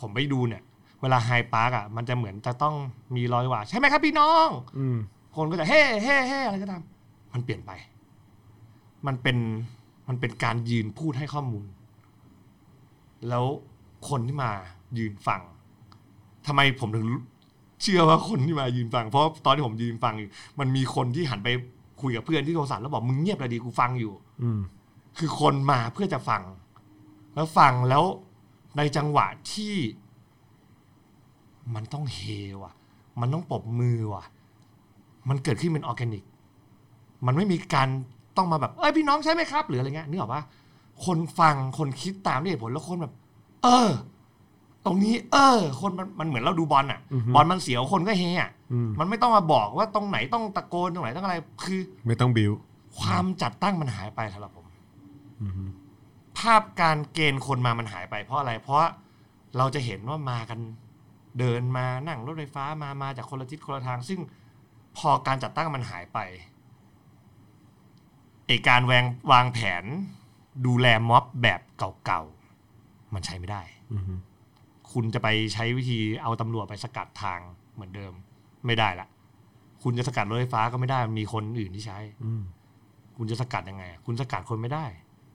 C: ผมไปดูเนี่ย เวลาไฮปาร์กอ่ะมันจะเหมือนจะต้องมีร้อยว่าใช่ไหมครับพี่น้อง
B: อืม
C: คนก็จะเฮ่เฮ่เฮ่อะไรก็ตาม มันเปลี่ยนไป มันเป็น มันเป็นการยืนพูดให้ข้อมูล แล้วคนที่มายืนฟังทำไมผมถึงเชื่อว่าคนที่มายืนฟัง เพราะตอนที่ผมยืนฟังอยู่มันมีคนที่หันไปคุยกับเพื่อนที่โทรศัพท์แล้วบอกมึงเงียบเลยดีกูฟังอยู่
B: อืม
C: คือคนมาเพื่อจะฟัง แล้วฟังแล้วในจังหวะที่ มันต้องเฮว่ะ มันต้องปรบมือว่ะ มันเกิดขึ้นเป็นออร์แกนิก มันไม่มีการต้องมาแบบ เอ้ยพี่น้องใช่ไหมครับ หรืออะไรเงี้ยนึกออกปะคนฟังคนคิดตามด้วยเหตุผลแล้วคนแบบ เออ ตรงนี้ เออ คนมันมันเหมือนเราดูบอลอ่ะ
B: อือฮึ
C: บอลมันเสียวคนก็เฮอ่ะ
B: อืม
C: มันไม่ต้องมาบอกว่าตรงไหนต้องตะโกนตรงไหนต้องอะไร คือ
B: ไม่ต้องบิว
C: ความจัดตั้งมันหายไปสำหรับผม
B: อืม
C: ภาพการเกณฑ์คนมามันหายไปเพราะอะไร เพราะเราจะเห็นว่ามากันเดินมานั่งรถไฟฟ้ามามาจากคนละทิศคนละทาง ซึ่งพอการจัดตั้งมันหายไปไอการแวงวางแผน ดูแลม็อบแบบเก่าๆ มันใช้ไม่ได้
B: อืม
C: คุณจะไปใช้วิธีเอาตำรวจไปสกัดทางเหมือนเดิม ไม่ได้ละคุณจะสกัดรถไฟฟ้าก็ไม่ได้มันมีคนอื่นที่ใช้
B: อืม
C: คุณจะสกัดยังไงอะคุณสกัดคนไม่ได้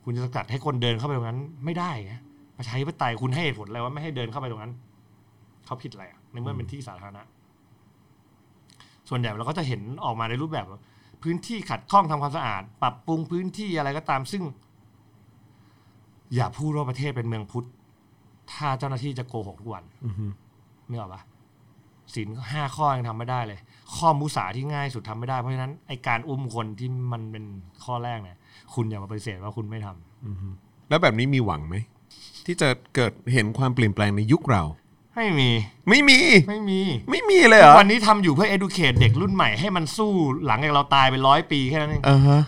C: คุณจะสกัดให้คนเดินเข้าไปตรงนั้นไม่ได้ไงประชาธิปไตยคุณให้เหตุผลอะไรว่าไม่ให้เดินเข้าไปตรงนั้นเขาผิดอะไรอะในเมื่อเป็นที่สาธารณะ ส่วนใหญ่เราก็จะเห็นออกมาในรูปแบบว่าพื้นที่ขัดข้องทำความสะอาด ปรับปรุงพื้นที่อะไรก็ตามซึ่ง อย่าพูดว่าประเทศเป็นเมืองพุทธ ถ้าเจ้าหน้าที่จะโกหกทุกวัน
B: อืม
C: นึกออกปะศีลห้าข้อยังทำไม่ได้เลย ข้อมุสาที่ง่ายสุดทำไม่ได้เพราะฉะนั้นไอการอุ้มคนที่มันเป็นข้อแรกเนี่ยคุณอย่ามาปฏิเสธว่าคุณไม่ทำ
B: แล้วแบบนี้มีหวังไหม ที่จะเกิดเห็นความเปลี่ยนแปลงในยุคเรา
C: ไม่มี
B: ไม่มี
C: ไม่มี
B: ไม่มีเลยเหรอ
C: วันนี้ทำอยู่เพื่อ educate เด็กรุ่นใหม่ให้มันสู้หลังจากเราตายไปร้อยปีแค่นั้นเอง
B: อ่าฮะ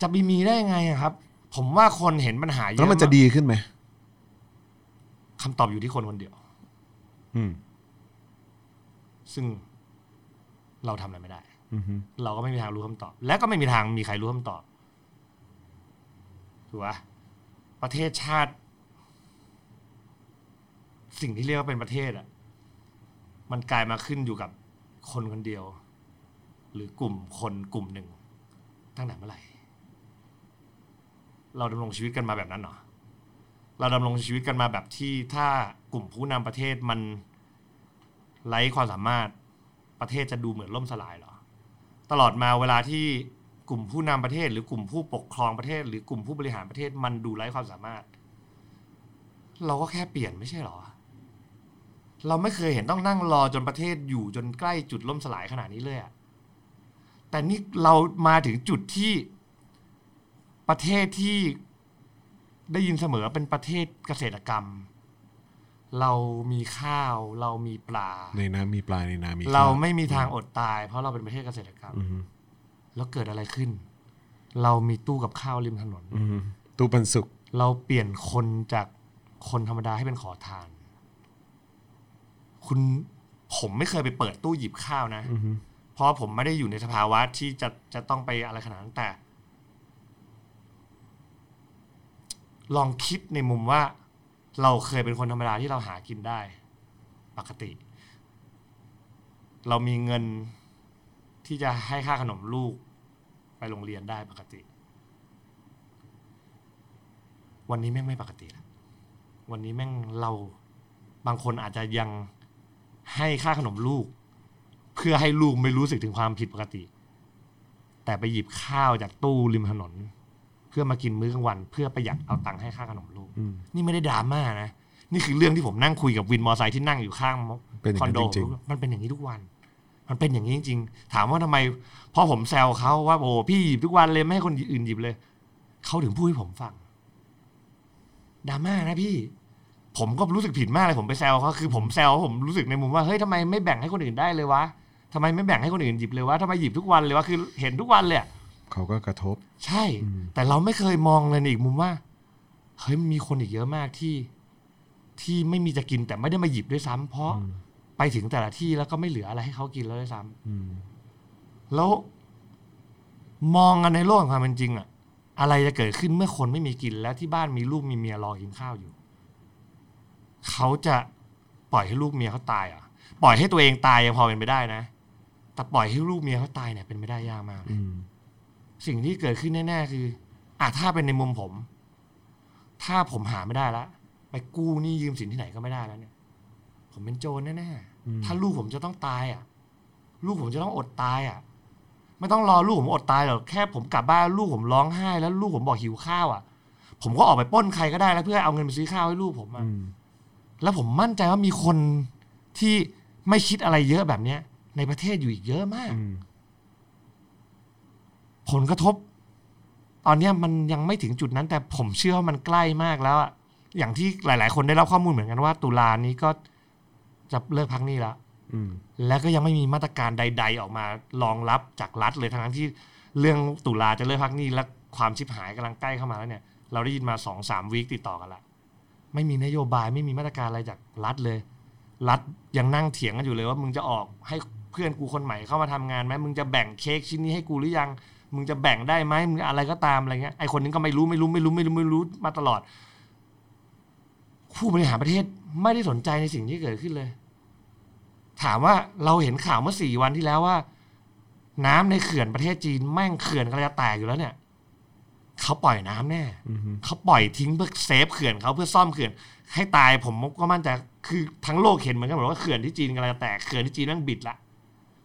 C: จะไปมีได้ยังไงอะครับ ผมว่าคนเห็นปัญหาเยอะ
B: แล้วมันจะดีขึ้นไหม
C: คำตอบอยู่ที่คนคนเดียว
B: อืม
C: ซึ่งเราทำอะไรไม่ได้
B: อืม
C: เราก็ไม่มีทางรู้คำตอบ และก็ไม่มีทางมีใครรู้คำตอบถูกปะประเทศชาติ สิ่งที่เรียกว่าเป็นประเทศอ่ะ มันกลายมาขึ้นอยู่กับคนคนเดียว หรือกลุ่มคนกลุ่มหนึ่ง ตั้งแต่เมื่อไหร่ เราดำรงชีวิตกันมาแบบนั้นเหรอเราดำรงชีวิตกันมาแบบที่ถ้ากลุ่มผู้นำประเทศมันไร้ความสามารถประเทศจะดูเหมือนล่มสลายเหรอ ตลอดมาเวลาที่กลุ่มผู้นำประเทศ หรือกลุ่มผู้ปกครองประเทศ หรือกลุ่มผู้บริหารประเทศมันดูไร้ความสามารถ เราก็แค่เปลี่ยนไม่ใช่เหรอ เราไม่เคยเห็นต้องนั่งรอจนประเทศอยู่จนใกล้จุดล่มสลายขนาดนี้เลยอะแต่นี่เรามาถึงจุดที่ประเทศที่ได้ยินเสมอเป็นประเทศเกษตรกรรม เรามีข้าวเรามีปลา
B: ในน้ำมีปลาในนามี
C: เรา
B: ข้ว
C: ไม่มีทางอดตาย เพราะเราเป็นประเทศเกษตรกรรม
B: อือฮึ
C: แล้วเกิดอะไรขึ้น เรามีตู้กับข้าวริมถนน
B: อืมตู้ปันสุก
C: เราเปลี่ยนคนจากคนธรรมดาให้เป็นขอทาน คุณผมไม่เคยไปเปิดตู้หยิบข้าวนะ
B: อือฮึ
C: เพราะผมไม่ได้อยู่ในสภาวะที่จะจะต้องไปอะไรขนาดนั้นแต่ ลองคิดในมุมว่า เราเคยเป็นคนธรรมดาที่เราหากินได้ ปกติ เรามีเงินที่จะให้ค่าขนมลูก ไปโรงเรียนได้ปกติ วันนี้แม่งไม่ปกติละวันนี้แม่งเราบางคนอาจจะยังให้ค่าขนมลูก เพื่อให้ลูกไม่รู้สึกถึงความผิดปกติ แต่ไปหยิบข้าวจากตู้ริมถนน เพื่อมากินมื้อกลางวัน เพื่อประหยัดเอาตังค์ให้ค่าขนมลูก
B: อืม
C: นี่ไม่ได้ดราม่านะ นี่คือเรื่องที่ผมนั่งคุยกับวินมอไซค์ที่นั่งอยู่ข้าง
B: เป็นอย่าง
C: คอ
B: นั้น น
C: โด
B: จริง
C: มันเป็นอย่างนี้ทุกวัน มันเป็นอย่างนี้จริงๆ ถามว่าทำไมพอผมแซวเขาว่าโอ้พี่หยิบทุกวันเลยไม่ให้คนอื่นหยิบเลย เขาถึงพูดให้ผมฟังดราม่านะพี่ ผมก็รู้สึกผิดมากเลยผมไปแซวเขาคือผมแซวผมรู้สึกในมุมว่าเฮ้ยทำไมไม่แบ่งให้คนอื่นได้เลยวะทำไมไม่แบ่งให้คนอื่นหยิบเลยวะทำไมหยิบทุกวันเลยวะคือเห็นทุกวันเลยอะ
B: เขาก็กระทบ
C: ใช่ แต่เราไม่เคยมองเลยในอีกมุมว่า เฮ้ยมันมีคนอีกเยอะมากที่ ที่ไม่มีจะกินแต่ไม่ได้มาหยิบด้วยซ้ำเพราะไปถึงแต่ละที่แล้วก็ไม่เหลืออะไรให้เขากินแล้วด้วยซ้ำ
B: อืม
C: แล้วมองกันในโลกแห่งความเป็นจริงอะอะไรจะเกิดขึ้นเมื่อคนไม่มีกินแล้วที่บ้านมีลูกมีเมียรอกินข้าวอยู่ เขาจะปล่อยให้ลูกเมียเขาตายเหรอ่ะ ปล่อยให้ตัวเองตายยังพอเป็นไปได้นะ แต่ปล่อยให้ลูกเมียเขาตายเนี่ยเป็นไม่ได้ยากมากเลย
B: อืม
C: สิ่งที่เกิดขึ้นแน่ๆคืออ่ะถ้าเป็นในมุมผม ถ้าผมหาไม่ได้ละไปกู้หนี่ยืมสินที่ไหนก็ไม่ได้แล้วเนี่ย ผมเป็นโจรแน่ๆถ้าลูกผมจะต้องตายอ่ะ ลูกผมจะต้องอดตายอ่ะ ไม่ต้องรอลูกผมอดตายหรอกแค่ผมกลับบ้านลูกผมร้องไห้ แล้วลูกผมบอกหิวข้าวอ่ะ ผมก็ออกไปปล้นใครก็ได้แล้วเพื่อเอาเงินไปซื้อข้าวให้ลูกผมอ่ะ
B: อืม
C: แล้วผมมั่นใจว่ามีคนที่ไม่คิดอะไรเยอะแบบเนี้ย ในประเทศอยู่อีกเยอะมาก
B: อืม
C: ผลกระทบ ตอนเนี้ยมันยังไม่ถึงจุดนั้น แต่ผมเชื่อว่ามันใกล้มากแล้วอะอย่างที่หลาย ๆ คนได้รับข้อมูลเหมือนกันว่า ตุลานี้ก็จะเลิกพักหนี้แล้ว
B: อืม
C: และก็ยังไม่มีมาตรการใด ๆ ออกมารองรับจากรัฐเลยทั้งๆที่เรื่องตุลาจะเลิกพักหนี้และความชิบหายกำลังใกล้เข้ามาแล้วเนี่ย เราได้ยินมาสองสามวีคติดต่อกันละไม่มีนโยบายไม่มีมาตรการอะไรจากรัฐเลย รัฐยังนั่งเถียงกันอยู่เลยว่ามึงจะออกให้เพื่อนกูคนใหม่เข้ามาทำงานไหมมึงจะแบ่งเค้กชิ้นนี้ให้กูหรือยัง มึงจะแบ่งได้ไหมมึงอะไรก็ตามอะไรเงี้ยไอคนนึงก็ไม่รู้ไม่รู้ไม่รู้ไม่รู้ไม่รู้มาตลอด ผู้บริหารประเทศไม่ได้สนใจในสิ่งที่เกิดขึ้นเลย ถามว่าเราเห็นข่าวเมื่อสี่วันที่แล้วว่า น้ำในเขื่อนประเทศจีนแม่งเขื่อนกำลังจะแตกอยู่แล้วเนี่ย เขาปล่อยน้ำแน่
B: อืม
C: เขาปล่อยทิ้งเพื่อเซฟเขื่อนเขาเพื่อซ่อมเขื่อน ให้ตายผมก็มั่นใจคือทั้งโลกเห็นเหมือนกันหมดว่าเขื่อนที่จีนกำลังจะแตกเขื่อนที่จีนแม่งบิดละ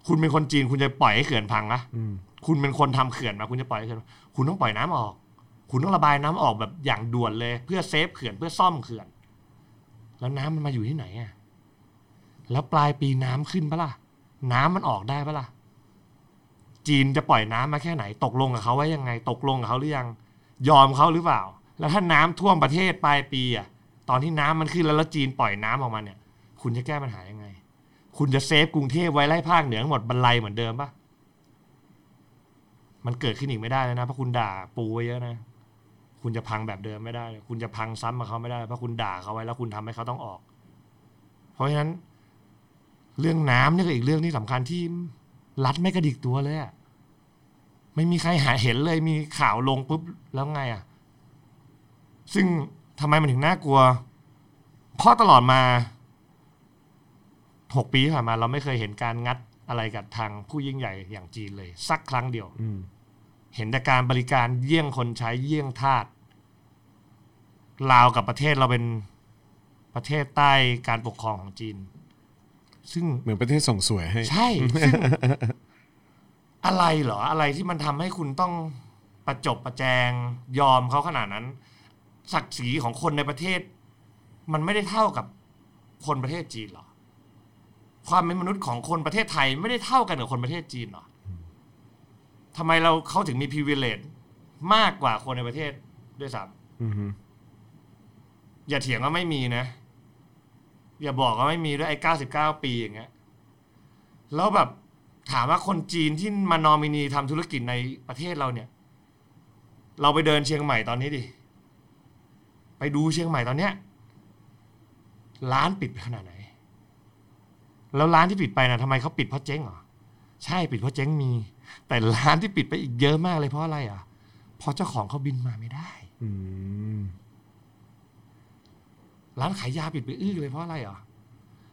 C: คุณเป็นคนจีนคุณจะปล่อยให้เขื่อนพังนะ
B: อืม
C: คุณเป็นคนทำเขื่อนมาคุณจะปล่อยให้เขื่อนคุณต้องปล่อยน้ำออก คุณต้องระบายน้ำออกแบบอย่างด่วนเลย เพื่อเซฟเขื่อนเพื่อซ่อมเขื่อน แล้วน้ำมันมาอยู่ที่ไหนอ่ะแล้วปลายปีน้ำขึ้นปะล่ะ น้ำมันออกได้ปะล่ะ จีนจะปล่อยน้ำมาแค่ไหน ตกลงกับเขาไว้ยังไง ตกลงกับเขาหรือยัง ยอมเขาหรือเปล่า แล้วถ้าน้ำท่วมประเทศปลายปีอ่ะ ตอนที่น้ำมันขึ้นแล้วแล้วจีนปล่อยน้ำออกมาเนี่ย คุณจะแก้ปัญหายังไง คุณจะเซฟกรุงเทพไว้ไล่ภาคเหนือหมดบรรลัยเหมือนเดิมปะ มันเกิดขึ้นอีกไม่ได้แล้วนะเพราะคุณด่าปูไว้เยอะนะ คุณจะพังแบบเดิมไม่ได้ คุณจะพังซ้ำมาเขาไม่ได้ เพราะคุณด่าเขาไว้แล้วคุณทำให้เขาต้องออก เพราะฉะนั้น เรื่องน้ำเนี่ยก็อีกเรื่องที่สำคัญที่รัฐไม่กระดิกตัวเลยอะไม่มีใครหาเห็นเลยมีข่าวลงปุ๊บแล้วไงอะซึ่งทำไมมันถึงน่ากลัวเพราะตลอดมาหกปีที่ผ่านมาเราไม่เคยเห็นการงัดอะไรกับทางผู้ยิ่งใหญ่อย่างจีนเลย สักครั้งเดียว
B: อืม
C: เห็นแต่การบริการเยี่ยงคนใช้เยี่ยงทาสลาวกับประเทศเราเป็นประเทศใต้การปกครองของจีน ซึ่ง
B: เหมือนประเทศส่งสวยให้
C: ใช่ซึ่ง [LAUGHS] อะไรเหรอ อะไรที่มันทำให้คุณต้องประจบประแจงยอมเขาขนาดนั้น ศักดิ์ศรีของคนในประเทศ มันไม่ได้เท่ากับคนประเทศจีนเหรอ ความเป็นมนุษย์ของคนประเทศไทยไม่ได้เท่ากันกับคนประเทศจีนเหรอทำไมเราเขาถึงมี privilege มากกว่าคนในประเทศด้วยซ้ำ
B: อืม
C: อย่าเถียงว่าไม่มีนะ อย่าบอกว่าไม่มีด้วยไอ้ 99 ปีอย่างเงี้ย แล้วแบบถามว่าคนจีนที่มานอมินีทำธุรกิจในประเทศเราเนี่ย เราไปเดินเชียงใหม่ตอนนี้ดิ ไปดูเชียงใหม่ตอนเนี้ย ร้านปิดไปขนาดไหน แล้วร้านที่ปิดไปนะทำไมเขาปิดเพราะเจ๊งเหรอ ใช่ปิดเพราะเจ๊งมี แต่ร้านที่ปิดไปอีกเยอะมากเลยเพราะอะไรอ่ะเพราะเจ้าของเขาบินมาไม่ได้
B: อืม
C: ร้านขายยาปิดไปอื้อเลยเพราะอะไรอ่ะ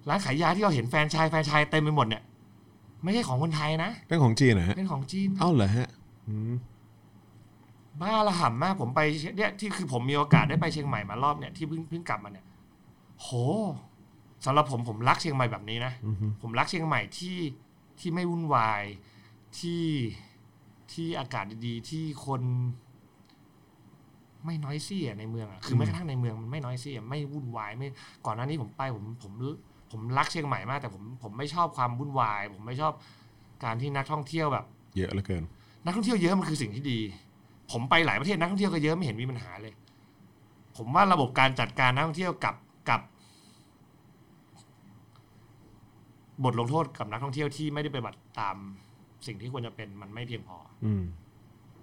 C: ร้านขายยาที่เราเห็นแฟรนไชายแฟรนไชายเต็มไปหมดเนี่ย ไม่ใช่ของคนไทยนะ
B: เป็นของจีนนะฮะ
C: เป็นของจีน
B: เอ้าเหรอฮะอืม
C: บ้าระห่ำมากผมไปเชียเนี่ยที่คือผมมีโอกาสได้ไปเชียงใหม่มารอบเนี่ยที่เพิ่งเพิ่งกลับมาเนี่ย โหสำหรับผมผมรักเชียงใหม่แบบนี้นะ
B: อือฮึ
C: ผมรักเชียงใหม่ที่ที่ไม่วุ่นวายที่ที่อากาศดีๆที่คนไม่น้อยเสียในเมืองอะคือแม้กระทั่งในเมืองมันไม่น้อยเสียไม่วุ่นวายไม่ก่อนหน้านี้ผมไปผมผมผมรักเชียงใหม่มาก แต่ผมผมไม่ชอบความวุ่นวาย ผมไม่ชอบการที่นักท่องเที่ยวแบบ
B: เยอะเหลือเกิน
C: นักท่องเที่ยวเยอะมันคือสิ่งที่ดี ผมไปหลายประเทศนักท่องเที่ยวก็เยอะไม่เห็นมีปัญหาเลย ผมว่าระบบการจัดการนักท่องเที่ยวกับกับ บทลงโทษกับนักท่องเที่ยวที่ไม่ได้ปฏิบัติตามสิ่งที่ควรจะเป็นมันไม่เพียงพอ
B: อืม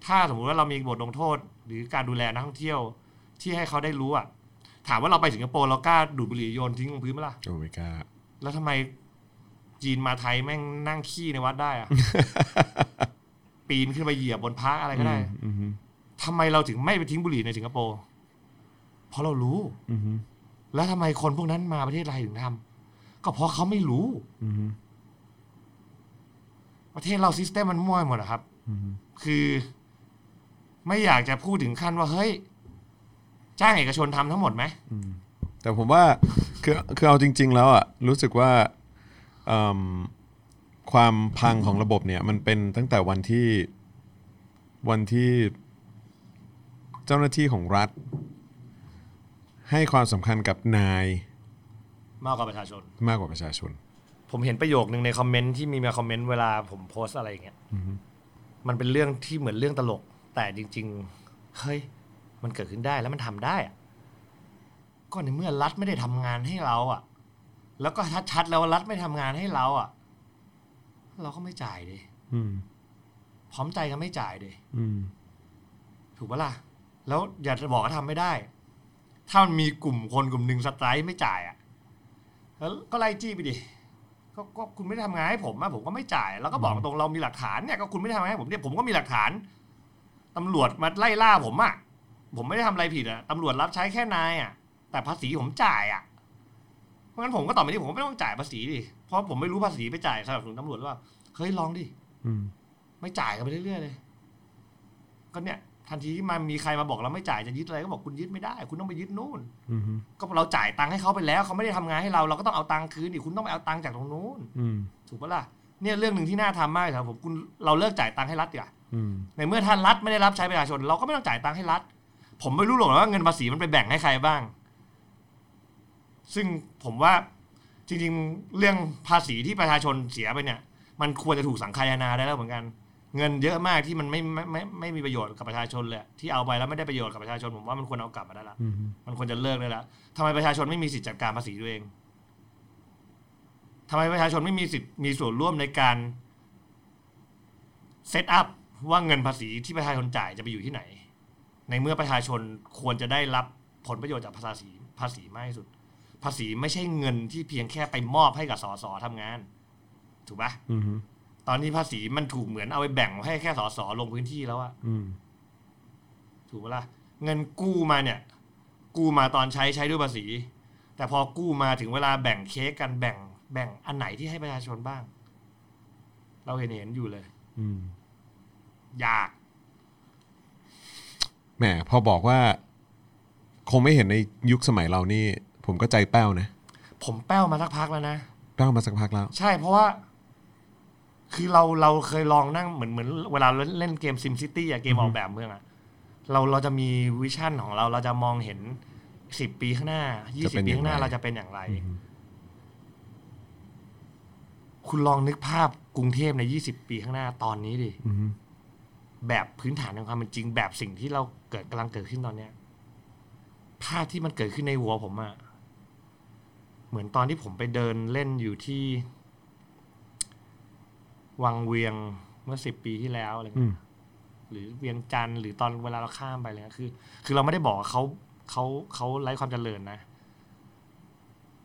C: ถ้าสมมุติว่าเรามีบทลงโทษ หรือการดูแลนักท่องเที่ยวที่ให้เขาได้รู้อะถามว่าเราไปสิงคโปร์เรากล้าดูดบุหรี่โยนทิ้งลงพื้นไหมล่ะ
B: โอเมก้า
C: แล้วทำไมจีนมาไทยแม่งนั่งขี้ในวัดได้อะ ปีนขึ้นไปเหยียบบนพระอะไรก็ได้
B: อืม
C: ทำไมเราถึงไม่ไปทิ้งบุหรี่ในสิงคโปร์ เพราะเรารู้
B: อืม
C: แล้วทำไมคนพวกนั้นมาประเทศไทยถึงทำ ก็เพราะเขาไม่รู้
B: อืม
C: ประเทศเราซิสเต็มมันมั่วหมดอะครับ
B: อืม
C: คือ ไม่อยากจะพูดถึงขั้นว่าเฮ้ย จ้างเอกชนทำทั้งหมดไหม
B: แต่ผมว่าคือคือเอาจริง ๆ แล้วอ่ะรู้สึกว่าอืมความพังของระบบเนี่ย มันเป็นตั้งแต่วันที่วันที่เจ้าหน้าที่ของรัฐ ให้ความสำคัญกับนาย
C: มากกว่าประชาชน
B: มากกว่าประชาชน
D: ผมเห็นประโยคนึงในคอมเมนต์ที่มีมาคอมเมนต์เวลาผมโพสต์อะไรอย่างเงี้ยมันเป็นเรื่องที่เหมือนเรื่องตลก แต่จริง ๆ เฮ้ย มันเกิดขึ้นได้แล้วมันทำได้อะ
C: ก็ในเมื่อรัฐไม่ได้ทำงานให้เราอะแล้วก็ชัดๆแล้วว่ารัฐไม่ทำงานให้เราอะเราก็ไม่จ่ายดิ
B: อืม
C: พร้อมใจกันไม่จ่ายดิ
B: อืม
C: ถูกปะล่ะ แล้วอย่าจะบอกว่าทำไม่ได้ ถ้ามันมีกลุ่มคนกลุ่มหนึ่งสไตร์ไม่จ่ายอะ่ะ แล้วก็ไล่จี้ไปดิก็ก็คุณไม่ได้ทำงานให้ผมอะผมก็ไม่จ่าย แล้วก็บอกตรงเรามีหลักฐานเนี่ยก็คุณไม่ได้ทำงานให้ผมเนี่ยผมก็มีหลักฐานตำรวจมาไล่ล่าผมอะผมไม่ได้ทำอะไรผิดอะตำรวจรับใช้แค่นายอะแต่ภาษีผมจ่ายอะเพราะงั้นผมก็ต่อไปนี้ผมก็ไม่ต้องจ่ายภาษีดิเพราะผมไม่รู้ภาษีไปจ่ายสำหรับสนุนตำรวจหรือเปล่าเฮ้ยลองดิ
B: อืม
C: ไม่จ่ายกันไปเรื่อยๆเลย ก็เนี่ย ทันทีที่มันมีใครมาบอกเราไม่จ่ายจะยึดอะไรก็บอกคุณยึดไม่ได้ คุณต้องไปยึดนู่น
B: อืมฮึ
C: ก็เราจ่ายตังค์ให้เขาไปแล้วเขาไม่ได้ทำงานให้เราเราก็ต้องเอาตังค์คืนอีกคุณต้องไปเอาตังค์จากตรงนู้น
B: อืม
C: ถูกปะล่ะเนี่ยเรื่องหนึ่งที่น่าทำมากเลยครับผมคุณเราเลิกจ่ายตังค์ให้รัฐดีกว่า
B: อืม
C: ในเมื่อท่านรัฐไม่ได้รับใช้ประชาชน เราก็ไม่ต้องจ่ายตังค์ให้รัฐ ผมไม่รู้หรอกนะว่าเงินภาษีมันไปแบ่งให้ใครบ้าง ซึ่งผมว่าจริงๆ เรื่องภาษีที่ประชาชนเสียไปเนี่ย มันควรจะถูกสังคายนาได้แล้วเหมือนกัน เงินเยอะมากที่มันไม่ไม่ไม่ไม่มีประโยชน์กับประชาชนเลยที่เอาไปแล้วไม่ได้ประโยชน์กับประชาชนผมว่ามันควรเอากลับมาได้ละ
B: อืมฮึ
C: มันควรจะเลิกได้ละทำไมประชาชนไม่มีสิทธิ์จัดการภาษีด้วยเองทำไมประชาชนไม่มีสิทธิ์มีส่วนร่วมในการเซตอัพว่าเงินภาษีที่ประชาชนจ่ายจะไปอยู่ที่ไหน ในเมื่อประชาชนควรจะได้รับผลประโยชน์จากภาษีภาษีมากที่สุด ภาษีไม่ใช่เงินที่เพียงแค่ไปมอบให้กับสสทำงาน ถูกปะ
B: อืมฮึ
C: ตอนนี้ภาษีมันถูกเหมือนเอาไปแบ่งให้แค่สสลงพื้นที่แล้วอะ
B: อืม
C: ถูกปะล่ะเงินกู้มาเนี่ย กู้มาตอนใช้ใช้ด้วยภาษี แต่พอกู้มาถึงเวลาแบ่งเค้กกันแบ่ง แบ่งอันไหนที่ให้ประชาชนบ้าง เราเห็นเห็นอยู่เลย
B: อืม
C: อยาก
B: แหมพอบอกว่า คงไม่เห็นในยุคสมัยเรานี่ ผมก็ใจแป้วนะ
C: ผมแป้วมาสักพักแล้วนะ
B: แป้วมาสักพักแล้ว
C: ใช่เพราะว่า คือเราเราเคยลองนั่งเหมือนเหมือนเวลาเราเล่นเกมซิมซิตี้อะเกมออกแบบเมืองอะเราเราจะมีวิชั่นของเราเราจะมองเห็นสิบปีข้างหน้ายี่
B: จะ
C: สิ
B: เป็
C: บ
B: น
C: ปีข้างห
B: อ
C: น้า
B: ย่างไร
C: เราจะเป็นอย่างไร คุณลองนึกภาพกรุงเทพใน 20 ปีข้างหน้าตอนนี้ดิ
B: อืม
C: แบบพื้นฐานของความเป็นจริงแบบสิ่งที่เราเกิดกำลังเกิดขึ้นตอนเนี้ยภาพที่มันเกิดขึ้นในหัวผมอะ เหมือนตอนที่ผมไปเดินเล่นอยู่ที่ วังเวียงเมื่อสิบปีที่แล้วอะไร
B: อื
C: เงี้
B: ม
C: ยหรือเวียงจันทร์หรือตอนเวลาเราข้ามไปเลยนะคือ คือเราไม่ได้บอกว่าเขาเขาเขาไร้ความเจริญนะ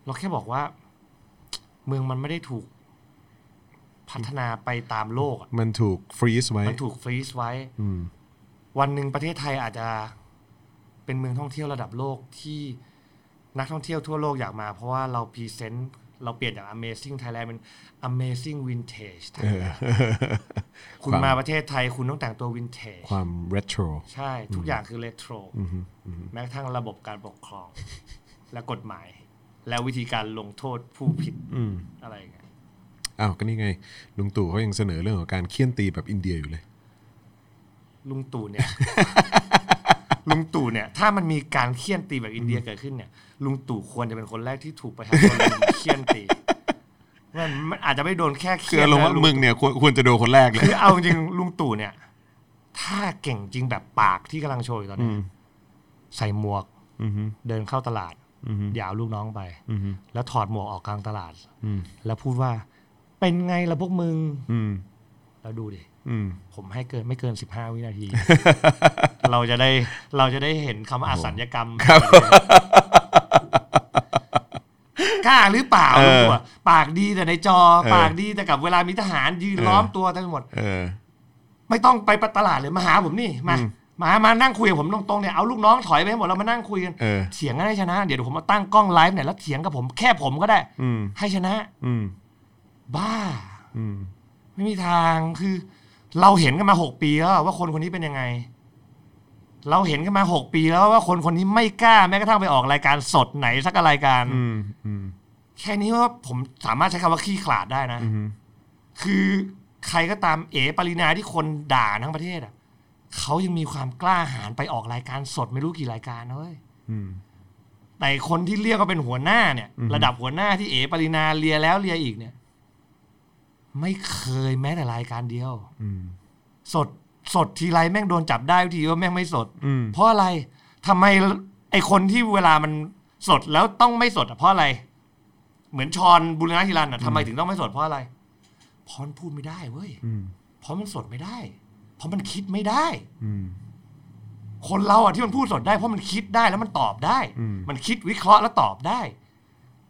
C: เราแค่บอกว่า เมืองมันไม่ได้ถูกพัฒนาไปตามโลกอะ
B: มันถูกฟรีซไว้
C: มันถูกฟรีซไว้
B: อืม
C: วันหนึ่งประเทศไทยอาจจะเป็นเมืองท่องเที่ยวระดับโลกที่นักท่องเที่ยวทั่วโลกอยากมา เพราะว่าเราพรีเซนต์เราเปลี่ยนจาก Amazing Thailand เป็น Amazing Vintage
B: เออ
C: Thailand คุณมาประเทศไทยคุณต้องแต่งตัววินเทจ
B: ความ retro
C: ใช่ ทุกอย่างคือเรโทร
B: อืมฮึอืมฮึ
C: แม้กระทั่งระบบการปกครอง และกฎหมาย และวิธีการลงโทษผู้ผิด
B: อืม
C: อะไรอย่างเงี้ย
B: อ้าวก็นี่ไงลุงตู่เขายังเสนอเรื่องของการเคี่ยนตีแบบอินเดียอยู่เลย
C: ลุงตู่
B: [LAUGHS]
C: เนี่ย ลุงตู่เนี่ย ถ้ามันมีการเคี่ยนตีแบบอินเดียเกิดขึ้นเนี่ย ลุงตู่ควรจะเป็นคนแรกที่ถูกประชาชนเคี่ยนตีมันมันอาจจะไม่โดนแค่
B: คื
C: เคี่
B: อย
C: น
B: อารมณ์ว่ามึงเนี่ยควรควรจะโดนคนแรกเลย
C: คือเอาจริงลุงตู่เนี่ย ถ้าเก่งจริงแบบปากที่กำลังโชว์อยู่ตอน
B: อื
C: เนี้ย
B: ม
C: ใส่หมวก
B: อืมฮึ
C: เดินเข้าตลาด
B: อืมฮึ
C: อย่าเอาลูกน้องไป
B: อืมฮึ
C: แล้วถอดหมวกออกกลางตลาด
B: อืม
C: แล้วพูดว่า เป็นไงล่ะพวกมึง
B: อืม
C: เราดูดิ
B: อืม
C: ผมให้เกินไม่เกินสิบห้าวิ
B: [LAUGHS]
C: นาที เราจะได้เราจะได้เห็นคำว่าอาสัญญกรรมกล้าหรือเปล่า
B: เออ
C: ลูกอะปากดีแต่ในจอ
B: เออ
C: ปากดีแต่กับเวลามีทหารยืน
B: เออ
C: ล้อมตัวเต็มไปหมด
B: เออ
C: ไม่ต้องไปตลาดเลยมาหาผมนี่มา
B: อืม
C: มามานั่งคุยกับผมตรงๆเนี่ยเอาลูกน้องถอยไปให้หมดเรามานั่งคุยกัน
B: เออ
C: เถียงกันให้ชนะ เดี๋ยวผมมาตั้งกล้องไลฟ์เนี่ยแล้วเถียงกับผมแค่ผมก็ได้
B: อืม
C: ให้ชนะ
B: อืม
C: บ้า
B: อืม
C: ไม่มีทางคือ เราเห็นกันมาหกปีแล้วว่าคนคนนี้เป็นยังไง เราเห็นกันมาหกปีแล้วว่าคนคนนี้ไม่กล้าแม้กระทั่งไปออกรายการสดไหนสักรายการ
B: อืมอืม
C: แค่นี้ว่าผมสามารถใช้คำว่าขี้ขลาดได้นะ
B: อืม
C: คือใครก็ตามเอ๋ปรินาที่คนด่าทั้งประเทศอ่ะเขายังมีความกล้าหาญไปออกรายการสดไม่รู้กี่รายการนะเลย
B: อืม
C: แต่คนที่เรียกว่าเป็นหัวหน้าเนี่ย
B: อือฮึ
C: ระดับหัวหน้าที่เอ๋ปรินาเลียแล้วเลียอีกเนี่ย ไม่เคยแม้แต่รายการเดียว
B: อืม
C: สดสดทีไรแม่งโดนจับได้ทุกทีว่าแม่งไม่สด
B: อืม
C: เพราะอะไรทำไมไอคนที่เวลามันสดแล้วต้องไม่สดอะเพราะอะไร เหมือนชอนบุรณะฮิรันอะทำไมถึงต้องไม่สดเพราะอะไรเพราะมันพูดไม่ได้เว้ย
B: อืม
C: เพราะมันสดไม่ได้ เพราะมันคิดไม่ได้
B: อืม
C: คนเราอะที่มันพูดสดได้เพราะมันคิดได้แล้วมันตอบได้
B: อืม
C: มันคิดวิเคราะห์แล้วตอบได้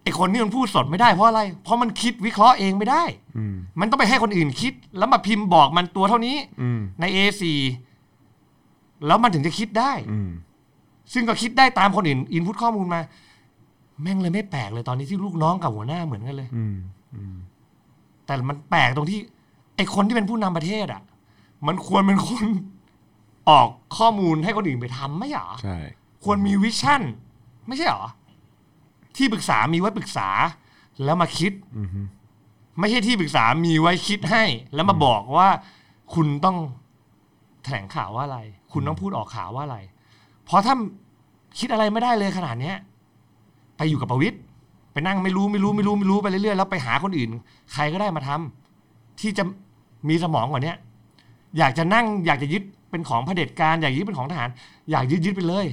C: ไอคนนี่มันพูดสดไม่ได้เพราะอะไร เพราะมันคิดวิเคราะห์เองไม่ได้
B: อืม
C: มันต้องไปให้คนอื่นคิด แล้วมาพิมพ์บอกมันตัวเท่านี้
B: อืม
C: ใน A4 แล้วมันถึงจะคิดได้
B: อืม
C: ซึ่งก็คิดได้ตามคนอื่นอินพุตข้อมูลมา แม่งเลยไม่แปลกเลยตอนนี้ที่ลูกน้องกับหัวหน้าเหมือนกันเลย
B: อืมอืม
C: แต่มันแปลกตรงที่ ไอคนที่เป็นผู้นำประเทศอ่ะ มันควรเป็นคน ออกข้อมูลให้คนอื่นไปทำไม่เหรอ
B: ใช่
C: ควรมีวิชั่น ไม่ใช่เหรอ ที่ปรึกษามีไว้ปรึกษา แล้วมาคิด
B: อืมฮึ
C: ไม่ใช่ที่ปรึกษามีไว้คิดให้ แล้วมาบอกว่า คุณต้องแถลงข่าวว่าอะไร คุณต้องพูดออกข่าวว่าอะไร เพราะถ้าคิดอะไรไม่ได้เลยขนาดเนี้ย ไปอยู่กับประวิตยไปนั่งไม่รู้ไม่รู้ไม่รู้ไม่รู้ไปเรื่อยๆแล้วไปหาคนอื่น ใครก็ได้มาทำที่จะมีสมองกว่าเนี้ยอยากจะนั่ง อยากจะยึดเป็นของเผด็จการอยากยึดเป็นของทหาร อยากยึดยึดไปเลย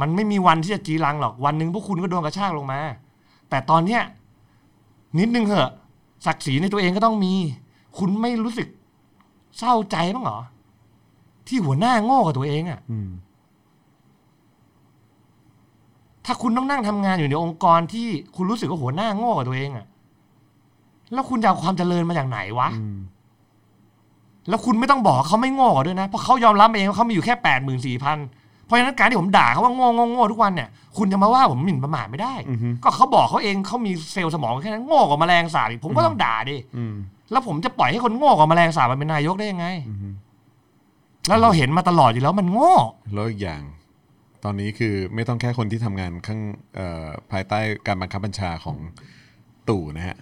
C: มันไม่มีวันที่จะจีรังหรอกวันหนึ่งพวกคุณก็โดนกระชากลงมา แต่ตอนเนี้ย นิดนึงเหอะศักดิ์ศรีในตัวเองก็ต้องมี คุณไม่รู้สึกเศร้าใจบ้างเหรอ ที่หัวหน้าโง่กับตัวเองอะ่ะ
B: อืม
C: ถ้าคุณต้องนั่งทำงานอยู่ในองค์กรที่คุณรู้สึกว่าหัวหน้าโง่กับตัวเองอะ่ะ แล้วคุณจะเอาความเจริญมาจากไหนวะ
B: อืม
C: แล้วคุณไม่ต้องบอกเขาไม่โง่ด้วยนะ เพราะเขายอมรับเองว่าเขามีอยู่แค่แปดหมื่นสี่พันเพราะฉะนั้นการที่ผมด่าเขาว่าโง่โง่โง่ทุกวันเนี่ย คุณจะมาว่าผมหมิ่นประมาทไม่ได้
B: อืมฮึ
C: ก็เขาบอกเขาเองเขามีเซลล์สมองแค่นั้นโง่กว่าแมลงสาบอีกผมก็ต้องด่าดิ
B: อืม
C: แล้วผมจะปล่อยให้คนโง่กว่าแมลงสาบมาเป็นนายกได้ยังไง
B: อืมฮึ
C: แล้วเราเห็นมาตลอดอยู่แล้วมันโง่
B: แล้วอีกอย่าง ตอนนี้คือไม่ต้องแค่คนที่ทำงานข้างเอ่อภายใต้การบังคับบัญชาของตู่นะฮะ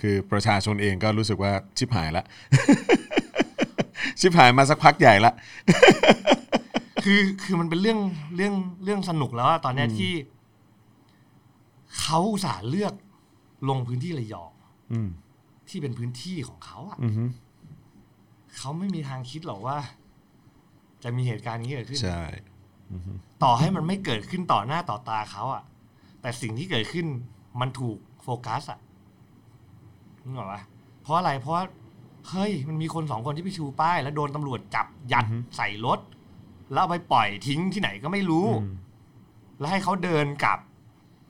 B: คือประชาชนเองก็รู้สึกว่าชิบหายละ [LAUGHS] ชิบหายมาสักพักใหญ่ละ
C: คือคือมันเป็นเรื่องเรื่องเรื่องสนุกแล้วอะตอนเนี้ยที่ เขาอุตส่าห์เลือกลงพื้นที่ระยอง
B: อืม
C: ที่เป็นพื้นที่ของเขาอะ
B: อืมฮึ
C: เขาไม่มีทางคิดหรอกว่า จะมีเหตุการณ์นี้เกิดขึ้น
B: ใช่
C: ต่อให้มันไม่เกิดขึ้นต่อหน้าต่อตาเขาอะแต่สิ่งที่เกิดขึ้นมันถูก โฟกัสอะนึกออกปะเพราะอะไรเพราะว่าเฮ้ยมันมีคนสองคนที่ไปชูป้าย แล้วโดนตำรวจจับยัด
B: อือฮึ
C: ใส่รถ แล้วเอาไปปล่อยทิ้งที่ไหนก็ไม่รู้
B: อืม
C: แล้วให้เขาเดินกลับ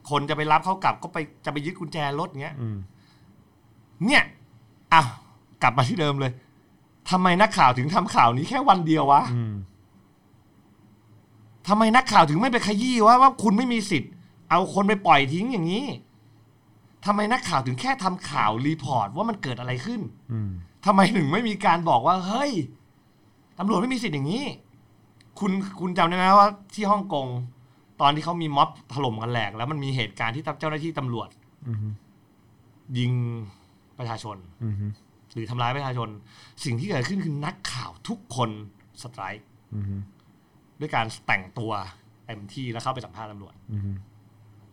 C: คนจะไปรับเขากลับก็ไปจะไปยึดกุญแจรถเงี้ย
B: อืม
C: เนี่ย อ้าว กลับมาที่เดิมเลย ทำไมนักข่าวถึงทำข่าวนี้แค่วันเดียววะ
B: อืม
C: ทำไมนักข่าวถึงไม่ไปขยี้ว่าว่าคุณไม่มีสิทธิ์ เอาคนไปปล่อยทิ้งอย่างนี้ ทำไมนักข่าวถึงแค่ทำข่าวรีพอร์ตว่ามันเกิดอะไรขึ้น
B: อืม
C: ทำไมถึงไม่มีการบอกว่า เฮ้ย ตำรวจไม่มีสิทธิ์อย่างนี้ คุณคุณจำได้ไหมว่าที่ฮ่องกง ตอนที่เขามีม็อบถล่มกันแหลก แล้วมันมีเหตุการณ์ที่เจ้าหน้าที่ตำรวจ
B: อืม
C: ยิงประชาชน
B: อืม
C: หรือทำร้ายประชาชน สิ่งที่เกิดขึ้นคือนักข่าวทุกคนสไตรค์
B: อืม
C: ด้วยการแต่งตัวเต็มที่แล้วเข้าไปสัมภาษณ์ตำรวจ
B: อืม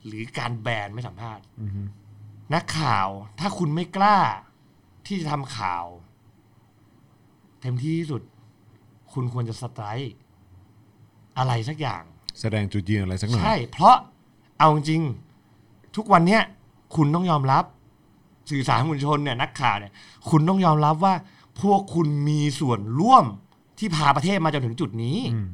C: หรือการแบนไม่สัมภาษณ์
B: อืม
C: นักข่าวถ้าคุณไม่กล้า ที่จะทำข่าว เต็มที่ที่สุด คุณควรจะสไตรค์อะไรสักอย่าง
B: แสดงจุดยืนอะไรสักหน่อย
C: ใช่ เพราะเอาจริงๆทุกวันเนี้ยคุณต้องยอมรับ สื่อสารมวลชนเนี่ยนักข่าวเนี่ย คุณต้องยอมรับว่า พวกคุณมีส่วนร่วมที่พาประเทศมาจนถึงจุดนี้
B: อืม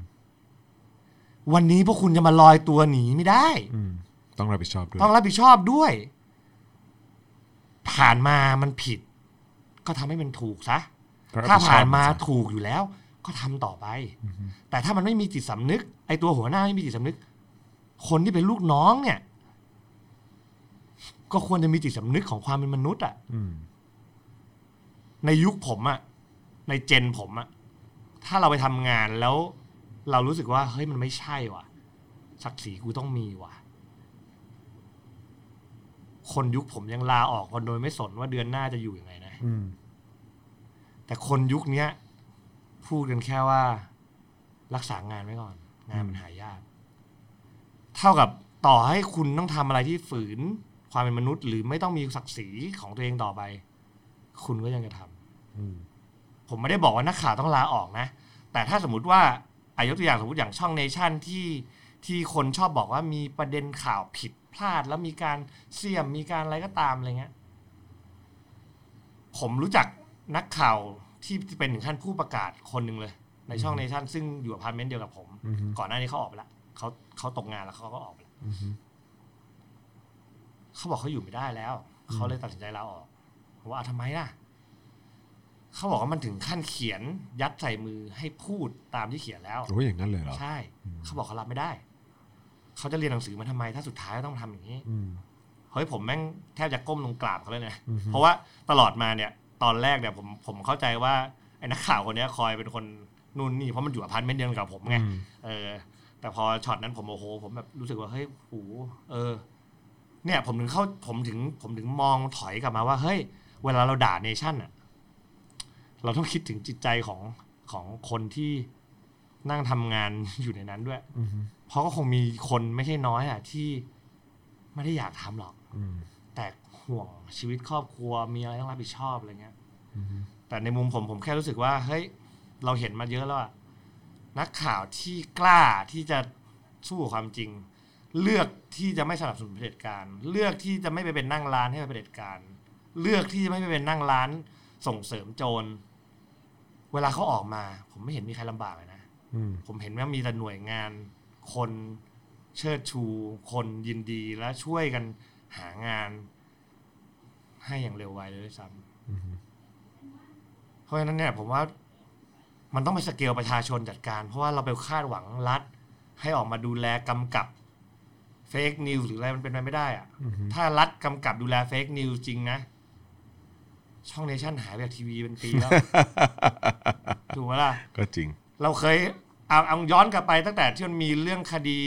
C: วันนี้พวกคุณจะมาลอยตัวหนีไม่ได้
B: อืมต้องรับผิดชอบด้วย
C: ต้องรับผิดชอบด้วย ผ่านมามันผิด ก็ทำให้มันถูกซะ
B: ต้องรับ
C: ถ้า
B: ผิดชอบ
C: ผ่านมา
B: จ้ะ
C: ถูกอยู่แล้ว ก็ทำต่อไป แต่ถ้ามันไม่มีจิตสำนึก ไอตัวหัวหน้าไม่มีจิตสำนึก คนที่เป็นลูกน้องเนี่ย ก็ควรจะมีจิตสำนึกของความเป็นมนุษย์อะ
B: อืม
C: ในยุคผมอะในเจนผมอะถ้าเราไปทำงานแล้ว เรารู้สึกว่า เฮ้ยมันไม่ใช่ว่ะศักดิ์ศรีกูต้องมีว่ะ คนยุคผมยังลาออกกันโดยไม่สนว่าเดือนหน้าจะอยู่ยังไงนะ
B: อืม
C: แต่คนยุคเนี้ย พูดกันแค่ว่า รักษางานไว้ก่อน งานมันหายาก เท่ากับต่อให้คุณต้องทำอะไรที่ฝืน ความเป็นมนุษย์ หรือไม่ต้องมีศักดิ์ศรีของตัวเองต่อไป คุณก็ยังจะทำ
B: อืม
C: ผมไม่ได้บอกว่านักข่าวต้องลาออกนะ แต่ถ้าสมมติว่าอายกตัวอย่างสมมติอย่างช่องเนชั่นที่ที่คนชอบบอกว่ามีประเด็นข่าวผิดพลาด แล้วมีการเสี่ยมมีการอะไรก็ตามอะไรเงี้ย ผมรู้จักนักข่าวที่เป็นถึงขั้นผู้ประกาศคนหนึ่งเลย ในช่องเนชั่นซึ่งอยู่อพาร์ตเมนต์เดียวกับผม
B: อืม
C: ก่อนหน้านี้เขาออกไปละเขาเขาตกงานแล้วเขาก็ออกไปละ
B: อืม
C: เขาบอกเขาอยู่ไม่ได้แล้ว เขาเลยตัดสินใจลาออกผมว่าอ้าวทำไมล่ะ เขาบอกว่ามันถึงขั้นเขียนยัดใส่มือให้พูดตามที่เขียนแล้ว
B: โอ้ยอย่างนั้นเลยเหรอ
C: ใช่ เขาบอกเขารับไม่ได้ เขาจะเรียนหนังสือมาทำไม ถ้าสุดท้ายต้องทำอย่างนี้
B: อืม
C: เฮ้ยผมแม่งแทบจะก้มลงกราบเขาเลยนะ
B: อือฮึ
C: เพราะว่าตลอดมาเนี่ย ตอนแรกเนี่ยผมผมเข้าใจว่าไอ้นักข่าวคนเนี้ยคอยเป็นคนนู่นนี่เพราะมันอยู่อพาร์ตเมนต์เดียวกับผมไง
B: อืม
C: เออ แต่พอช็อตนั้นผมโอ้โห ผมแบบรู้สึกว่าเฮ้ยโหเออ เนี่ย ผมถึงเข้าผมถึงผมถึงมองถอยกลับมาว่าเฮ้ย เวลาเราด่าเนชั่นอะเราต้องคิดถึงจิตใจของของคนที่นั่งทำงานอยู่ในนั้นด้วย
B: อืม
C: เพราะก็คงมีคนไม่ใช่น้อยอะที่ไม่ได้อยากทำหรอก
B: อืม
C: แต่ห่วงชีวิตครอบครัวมีอะไรต้องรับผิดชอบอะไรเงี้ย
B: อืม
C: แต่ในมุมผมผมแค่รู้สึกว่า เฮ้ย เราเห็นมาเยอะแล้วอะนักข่าวที่กล้าที่จะสู้กับความจริง เลือกที่จะไม่สนับสนุนเผด็จการ เลือกที่จะไม่ไปเป็นนั่งร้านให้กับเผด็จการ เลือกที่จะไม่ไปเป็นนั่งร้านส่งเสริมโจร เวลาเขาออกมา ผมไม่เห็นมีใครลำบากเลยนะ
B: อืม
C: ผมเห็นว่ามีแต่หน่วยงาน คนเชิดชู คนยินดีและช่วยกันหางาน ให้อย่างเร็วไวเลยด้วยซ้
B: อือฮึ
C: ำเพราะฉะนั้นเนี่ย ผมว่ามันต้องไปสเกลประชาชนจัดการ เพราะว่าเราไปคาดหวังรัฐ ให้ออกมาดูแลกำกับเฟกนิวหรืออะไรมันเป็นไปไม่ได้อะ
B: อืม
C: ถ้ารัฐกำกับดูแลเฟกนิวจริงนะ ช่องเนชั่นหายไปจากทีวีเป็นปี
B: [LAUGHS]
C: แล้ว ถูกไหมล่ะ
B: ก็จริง
C: เราเคยเอาเอาย้อนกลับไปตั้งแต่ที่มันมีเรื่องคดี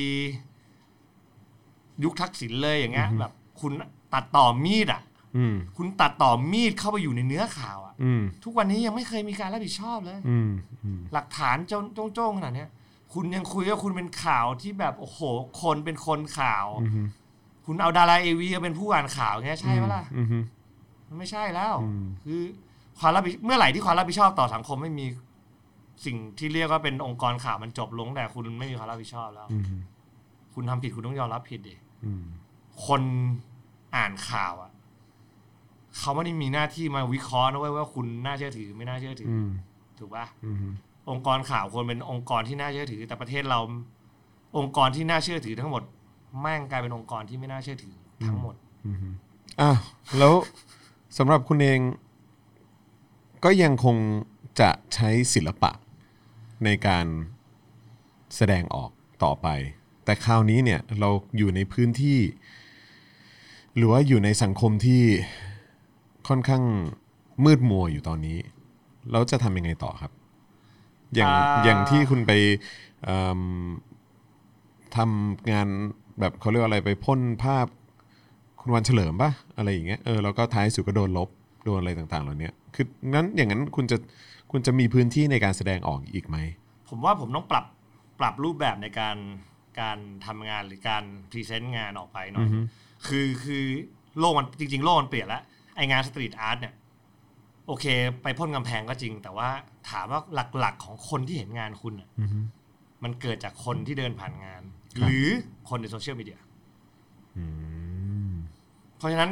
C: ยุคทักษิณเลยอย่างเงี้ยแบบ คุณตัดต่อมีดอ่ะ
B: อืม
C: คุณตัดต่อมีดเข้าไปอยู่ในเนื้อข่าวอ่ะ
B: อืม
C: ทุกวันนี้ยังไม่เคยมีการรับผิดชอบเลย
B: อืม อืม
C: หลักฐานโจ้งโจ้งๆขนาดเนี้ย คุณยังคุยว่าคุณเป็นข่าวที่แบบโอ้โห คนเป็นคนข่าว
B: อืม
C: คุณเอาดาราเอวีเป็นผู้อ่านข่าวอย่างเงี้ยใช่ไหมล่ะ
B: อืม
C: มันไม่ใช่แล้ว
B: อืม
C: คือความรับผิดเมื่อไหร่ที่ความรับผิดชอบต่อสังคมไม่มีสิ่งที่เรียกว่าเป็นองค์กรข่าวมันจบลง แต่คุณไม่มีความรับผิดชอบแล้ว
B: อืม
C: คุณทำผิดคุณต้องยอมรับผิดดิ
B: อืม
C: คนอ่านข่าวอะ เขาไม่ได้มีหน้าที่มาวิเคราะห์นะเว้ยว่าคุณน่าเชื่อถือไม่น่าเชื่อถืออ
B: อืม
C: ถูกปะ
B: อืม
C: องค์กรข่าวควรเป็นองค์กรที่น่าเชื่อถือ แต่ประเทศเรา องค์กรที่น่าเชื่อถือทั้งหมดแม่งกลายเป็นองค์กรที่ไม่น่าเชื่อถือทั้งหมด
B: อืมอ่ะแล้วสำหรับคุณเอง ก็ยังคงจะใช้ศิลปะในการแสดงออกต่อไป แต่คราวนี้เนี่ยเราอยู่ในพื้นที่ หรือว่าอยู่ในสังคมที่ค่อนข้างมืดมัวอยู่ตอนนี้ เราจะทำยังไงต่อครับ อย่าง
C: อ่า
B: อย่างที่คุณไปเอิ่มทำงานแบบเขาเรียกว่าอะไรไปพ่นภาพ คุณวันเฉลิมปะอะไรอย่างเงี้ยเออแล้วก็ท้ายสุดก็โดนลบโดนอะไรต่างๆ เหล่านี้คือนั้นอย่างนั้นคุณจะคุณจะมีพื้นที่ในการแสดงออกอีกไหม
C: ผมว่าผมต้องปรับปรับรูปแบบในการการทำงานหรือการพรีเซนต์งานออกไปหน่อยคือคือโลกมันจริง ๆ โลกมันเปลี่ยนแล้วไองานสตรีทอาร์ตเนี่ย โอเค ไปพ่นกำแพงก็จริง แต่ว่าถามว่าหลักๆของคนที่เห็นงานคุณน่ะมันเกิดจากคนที่เดินผ่านงาน
B: ครับ
C: หรือคนในโซเชียลมีเดีย
B: อืม
C: เพราะฉะนั้น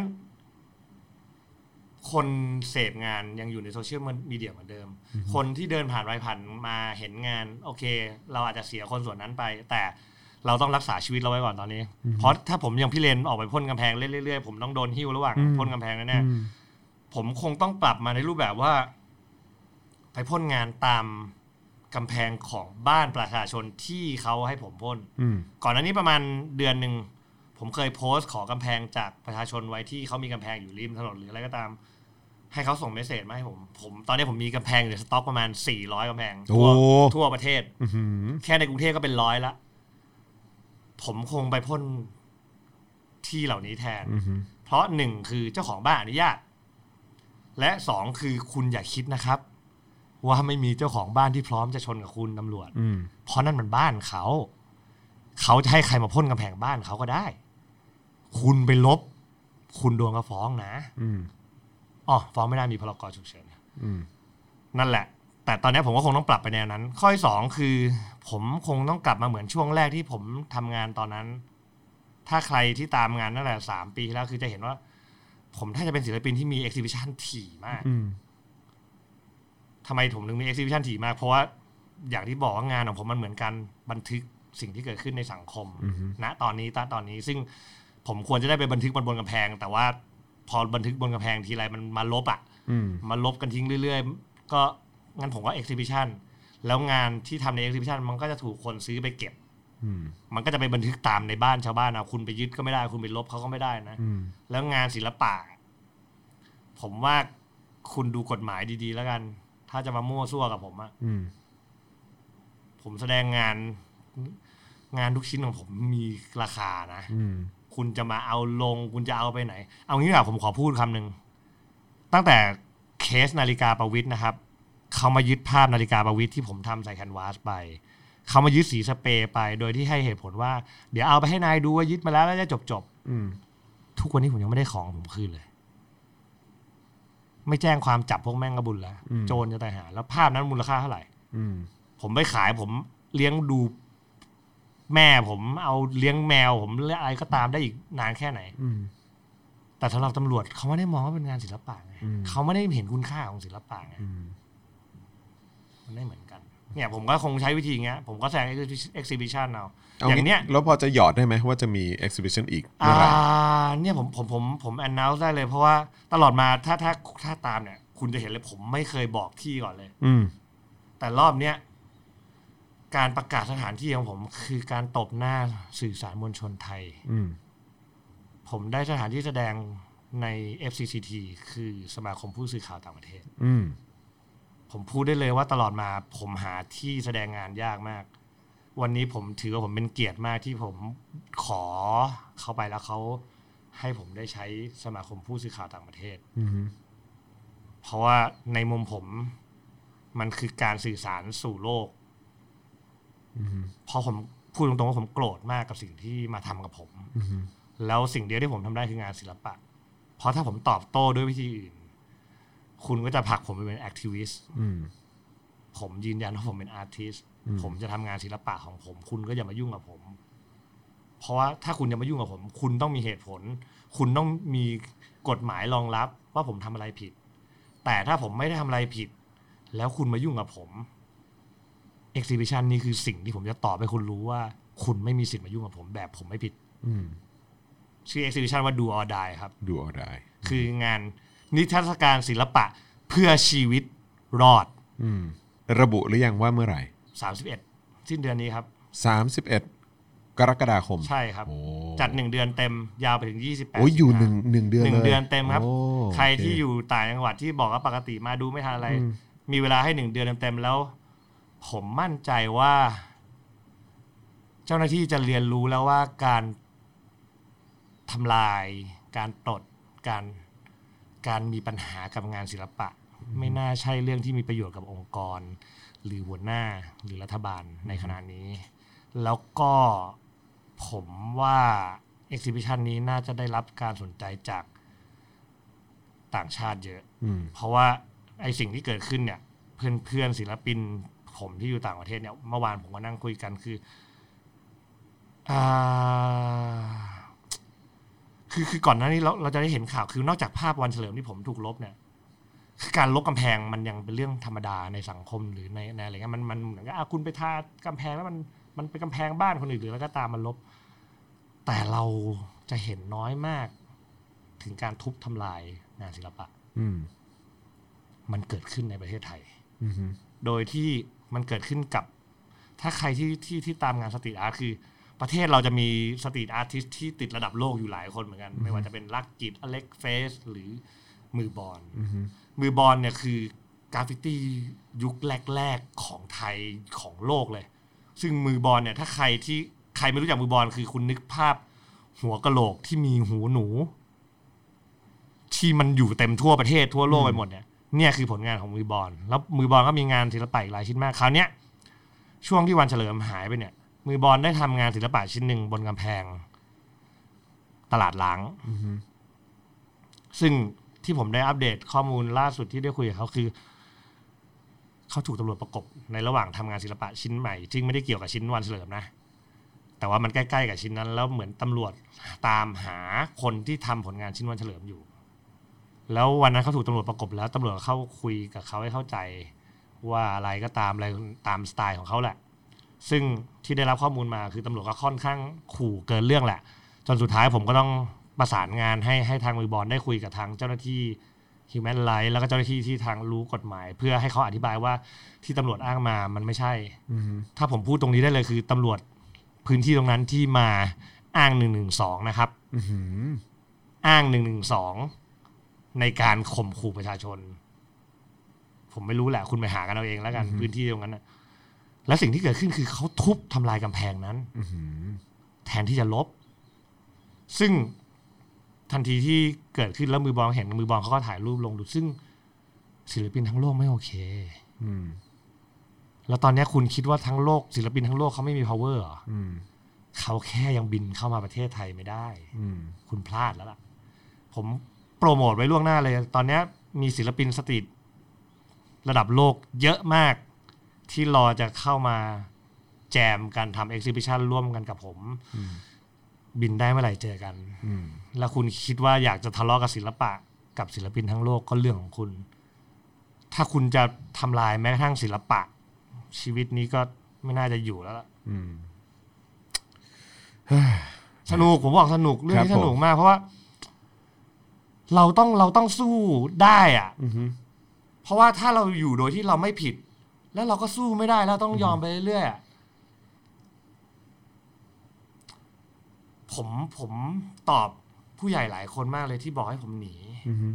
C: คนเสพงานยังอยู่ในโซเชียลมีเดียเหมือนเดิม คนที่เดินผ่านไปผ่านมาเห็นงาน โอเค เราอาจจะเสียคนส่วนนั้นไป แต่เราต้องรักษาชีวิตเราไว้ก่อนตอนนี้ เพราะถ้าผมยังพี่เลนออกไปพ่นกำแพงเล่นเรื่อยๆผมต้องโดนหิ้วระหว่างพ่นกำแพงแน่
B: อืม
C: ๆผมคงต้องปรับมาในรูปแบบว่า ไปพ่นงานตามกำแพงของบ้านประชาชนที่เขาให้ผมพ่น
B: อืม
C: ก่อนหน้านี้ประมาณเดือนหนึ่ง ผมเคยโพสต์ขอกำแพงจากประชาชนไว้ที่เขามีกำแพงอยู่ริมถนนหรืออะไรก็ตาม ให้เขาส่งเมสเซจมาให้ผม ผมตอนนี้ผมมีกำแพงอยู่ในสต็อกประมาณ 400กำแพงทั่วทั่วประเทศ
B: อื้อหือ
C: แค่ในกรุงเทพก็เป็นร้อยละ ผมคงไปพ่นที่เหล่านี้แทน
B: อื้อหือ
C: เพราะหนึ่งคือเจ้าของบ้านอนุญาต และสองคือคุณอย่าคิดนะครับ ว่าไม่มีเจ้าของบ้านที่พร้อมจะชนกับคุณตำรวจ
B: อืม
C: เพราะนั่นมันบ้านเขา เขาจะให้ใครมาพ่นกำแพงบ้านเขาก็ได้ คุณไปลบ คุณโดนกระฟ้องนะ
B: อืม
C: อ๋อฟ้องไม่ได้มีพรกฉุกเฉิน
B: อืม
C: นั่นแหละ แต่ตอนนี้ผมก็คงต้องปรับไปแนวนั้น ข้อที่สองคือ ผมคงต้องกลับมาเหมือนช่วงแรกที่ผมทำงานตอนนั้น ถ้าใครที่ตามงานนั่นแหละสามปีที่แล้วคือจะเห็นว่า ผมถ้าจะเป็นศิลปินที่มีเอ็กซิบิชันถี่มาก
B: อืม
C: ทำไมผมถึงมี exhibition ถี่มาก เพราะว่าอย่างที่บอกว่างานของผมมันเหมือนการบันทึกสิ่งที่เกิดขึ้นในสังคมณตอนนี้ตอนตอนนี้ซึ่งผมควรจะได้ไปบันทึกมันบนกำแพง แต่ว่าพอบันทึกบนกำแพงทีไรมันมาลบอ่ะ
B: อืม
C: มันลบกันทิ้งเรื่อย ๆ ก็งั้นผมก็ exhibition แล้วงานที่ทำใน exhibition มันก็จะถูกคนซื้อไปเก็บ
B: อืม
C: มันก็จะไปบันทึกตามในบ้านชาวบ้านเอาคุณไปยึดก็ไม่ได้ คุณไปลบเขาก็ไม่ได้นะ
B: อืม
C: แล้วงานศิลปะ ผมว่าคุณดูกฎหมายดีๆ แล้วกัน ถ้าจะมามั่วซั่วกับผมอะ
B: อืม
C: ผมแสดงงานงานทุกชิ้นของผมมีราคานะ
B: อืม
C: คุณจะมาเอาลง คุณจะเอาไปไหน เอางี้ดีกว่าผมขอพูดคำหนึ่งตั้งแต่เคสนาฬิกาประวิทย์นะครับ เขามายึดภาพนาฬิกาประวิทย์ที่ผมทำใส่แคนวาสไป เขามายึดสีสเปรย์ไป โดยที่ให้เหตุผลว่า เดี๋ยวเอาไปให้นายดูว่ายึดมาแล้วแล้วจะจบจบ
B: อืม
C: ๆทุกวันนี้ผมยังไม่ได้ของผมคืนเลย ไม่แจ้งความจับพวกแม่งกระบุญแล้วโจรจะตายหา แล้วภาพนั้นมูลค่าเท่าไหร่
B: อืม
C: ผมไปขายผมเลี้ยงดูแม่ผมเอาเลี้ยงแมว ผมเลี้ยงอะไรก็ตามได้อีกนานแค่ไหน
B: อืม
C: แต่สำหรับตำรวจเขาไม่ได้มองว่าเป็นงานศิลปะไง
B: อืม
C: เขาไม่ได้เห็นคุณค่าของศิลปะไง
B: อืม
C: มันไม่เหมือนกันเนี่ยผมก็คงใช้วิธีอย่างเงี้ยผมก็แสดง exhibition เอา
B: เอา
C: อย่างเนี้ย
B: แล้วพอจะหยอดได้ไหมว่าจะมี exhibition อีกเมื่
C: อ่า
B: อไหร่
C: เนี่ยผมผมผมผมแอนนาวได้เลยเพราะว่าตลอดมาถ้าถ้าถ้าตามเนี่ย คุณจะเห็นเลยผมไม่เคยบอกที่ก่อนเลย
B: อืม
C: แต่รอบเนี้ยการประกาศสถานที่ของผมคือการตบหน้าสื่อสารมวลชนไทย
B: อืม
C: ผมได้สถานที่แสดงใน FCCT คือสมาคมผู้สื่อข่าวต่างประเทศ
B: อืม
C: ผมพูดได้เลยว่าตลอดมาผมหาที่แสดงงานยากมาก วันนี้ผมถือว่าผมเป็นเกียรติมากที่ผมขอเข้าไปแล้วเขาให้ผมได้ใช้สมาคมผู้สื่อข่าวต่างประเทศ
B: อืม
C: เพราะว่าในมุมผมมันคือการสื่อสารสู่โลก
B: อืม
C: เพราะผมพูดตรงๆว่าผมโกรธมากกับสิ่งที่มาทำกับผม
B: อืม
C: แล้วสิ่งเดียวที่ผมทำได้คืองานศิลปะ เพราะถ้าผมตอบโต้ด้วยวิธีอื่น คุณก็จะผลักผมไปเป็นแอคทิวิสต์
B: อืม
C: ผมยืนยันว่าผมเป็นอาร์ติสต์
B: อืม
C: ผมจะทำงานศิลปะของผม คุณก็อย่ามายุ่งกับผม พ ราะว่าถ้าคุณจะมายุ่งกับผม คุณต้องมีเหตุผล คุณต้องมีกฎหมายรองรับว่าผมทำอะไรผิด แต่ถ้าผมไม่ได้ทำอะไรผิด แล้วคุณมายุ่งกับผม exhibition นี่คือสิ่งที่ผมจะตอบให้คุณรู้ว่า คุณไม่มีสิทธิ์มายุ่งกับผม แบบผมไม่ผิด
B: อืม
C: ชื่อ exhibition ว่า do or die ครับ
B: ดูเอาได้
C: คืองานนิทรรศการศิลปะเพื่อชีวิตรอด
B: อืมระบุหรือยังว่าเมื่อไหร่
C: 31 สิ้นเดือนนี้ครับ
B: 31 กรกฎาคม
C: ใช่ครับ
B: โอ้
C: จัดหนึ่งเดือนเต็มยาวไปถึง 28
B: โอ้ยอยู่หนึ่งห
C: สิงหา
B: นึ่งเดือน
C: หนึ่ง
B: ลย
C: เดือนเต็มครับ
B: โอ้
C: ใครที่
B: โเค
C: อยู่ต่างจังหวัดที่บอกว่าปกติมาดูไม่ทันอะไร มีเวลาให้หนึ่งเดือนเต็มๆแล้ว ผมมั่นใจว่า เจ้าหน้าที่จะเรียนรู้แล้วว่าการทำลาย การตดการการมีปัญหากับงานศิลปะ ไม่น่าใช่เรื่องที่มีประโยชน์กับองค์กร หรือหัวหน้าหรือรัฐบาลในขณะนี้ แล้วก็ผมว่าเอ็กซิบิชันนี้น่าจะได้รับการสนใจจากต่างชาติเยอะ
B: อืม
C: เพราะว่าไอสิ่งที่เกิดขึ้นเนี่ย เพื่อนเพื่อนศิลปิน ผมที่อยู่ต่างประเทศเนี่ยเมื่อวานผมก็นั่งคุยกันคืออ่าคือคือก่อนหน้านี้เราเราจะได้เห็นข่าวคือนอกจากภาพวันเฉลิมที่ผมถูกลบเนี่ย คือการลบกำแพงมันยังเป็นเรื่องธรรมดาในสังคมหรือในในอะไรเงี้ยมันมันเหมือนกับอ่ะคุณไปทากำแพงแล้วมันมันเป็นกำแพงบ้านคนอื่นหรือแล้วก็ตามมันลบ แต่เราจะเห็นน้อยมาก ถึงการทุบทำลายงานศิลปะ
B: อืม
C: มันเกิดขึ้นในประเทศไทย
B: อืมฮึ
C: โดยที่มันเกิดขึ้นกับ ถ้าใครที่ที่ที่ตามงานสตรีทอาร์ตคือ ประเทศเราจะมีสตรีทอาร์ติสที่ติดระดับโลกอยู่หลายคนเหมือนกัน ไม่ว่าจะเป็นลักกิจอเล็กเฟสหรือมือบอล
B: อืมฮึ
C: มือบอลเนี่ยคือกราฟฟิตี้ยุคแรกๆของไทยของโลกเลย ซึ่งมือบอลเนี่ยถ้าใครที่ใครไม่รู้จักมือบอลคือคุณนึกภาพ หัวกะโหลกที่มีหูหนู ที่มันอยู่เต็มทั่วประเทศทั่วโลกไปหมดเนี่ยเนี่ยคือผลงานของมือบอลแล้วมือบอลก็มีงานศิลปะอีกหลายชิ้นมากคราวเนี้ยช่วงที่วันเฉลิมหายไปเนี่ย มือบอลได้ทำงานศิลปะชิ้นหนึ่งบนกำแพง ตลาดหลัง
B: อืมฮึ
C: ซึ่งที่ผมได้อัปเดตข้อมูลล่าสุดที่ได้คุยกับเขาคือ เขาถูกตำรวจประกบในระหว่างทำงานศิลปะชิ้นใหม่ซึ่งไม่ได้เกี่ยวกับชิ้นวันเฉลิมนะ แต่ว่ามันใกล้ๆกับชิ้นนั้น แล้วเหมือนตำรวจตามหาคนที่ทำผลงานชิ้นวันเฉลิมอยู่ แล้ววันนั้นเขาถูกตำรวจประกบแล้วตำรวจเข้าคุยกับเขาให้เข้าใจว่าอะไรก็ตามอะไรตามสไตล์ของเขาแหละ ซึ่งที่ได้รับข้อมูลมาคือตำรวจก็ค่อนข้างขู่เกินเรื่องแหละ จนสุดท้ายผมก็ต้องประสานงานให้ให้ทางมือบอลได้คุยกับทางเจ้าหน้าที่ Human r i g h t แล้วก็เจ้าหน้าที่ที่ทางรู้กฎหมาย เพื่อให้เขาอธิบายว่าที่ตำรวจอ้างมามันไม่ใช่
B: อืมฮึ
C: ถ้าผมพูดตรงนี้ได้เลยคือตำรวจพื้นที่ตรงนั้นที่มาอ้างหนึ่งหนึ่งสองนะครับ
B: อืมฮึ
C: อ้างหนึ่งหนึ่งสองในการข่มขู่ประชาชน ผมไม่รู้แหละ คุณไปหากันเอาเองแล้วกันพื้นที่ตรงนั้นนะและสิ่งที่เกิดขึ้นคือเขาทุบทำลายกำแพงนั้น
B: อืมฮึ
C: แทนที่จะลบ ซึ่งทันทีที่เกิดขึ้นแล้วมือบอลเห็นมือบอลเขาก็ถ่ายรูปลงดู ซึ่งศิลปินทั้งโลกไม่โอเค
B: อืม
C: แล้วตอนเนี้ยคุณคิดว่าทั้งโลกศิลปินทั้งโลกเขาไม่มี power เหรอ
B: อืม
C: เขาแค่ยังบินเข้ามาประเทศไทยไม่ได้
B: อืม
C: คุณพลาดแล้วล่ะ ผมโปรโมทไว้ล่วงหน้าเลย ตอนเนี้ยมีศิลปินสตรีทระดับโลกเยอะมาก ที่รอจะเข้ามาแจมการทำเอ็กซิบิชันร่วมกันกับผม บินได้เมื่อไหร่เจอกัน
B: อืม
C: แล้วคุณคิดว่าอยากจะทะเลาะกับศิลปะกับศิลปินทั้งโลกก็เรื่องของคุณ ถ้าคุณจะทำลายแม้กระทั่งศิลปะ ชีวิตนี้ก็ไม่น่าจะอยู่แล้วล่ะ
B: อืม
C: สนุกผมบอกสนุกเรื่อง
B: ครับ
C: นี้สนุก
B: ผม
C: มาก เพราะว่า เราต้องเราต้องสู้ได้อะ
B: อืมฮึ
C: เพราะว่าถ้าเราอยู่โดยที่เราไม่ผิด แล้วเราก็สู้ไม่ได้แล้วต้องยอมไปเรื่อยๆอะผมผมตอบผู้ใหญ่หลายคนมากเลยที่บอกให้ผมหนี
B: อืมฮึ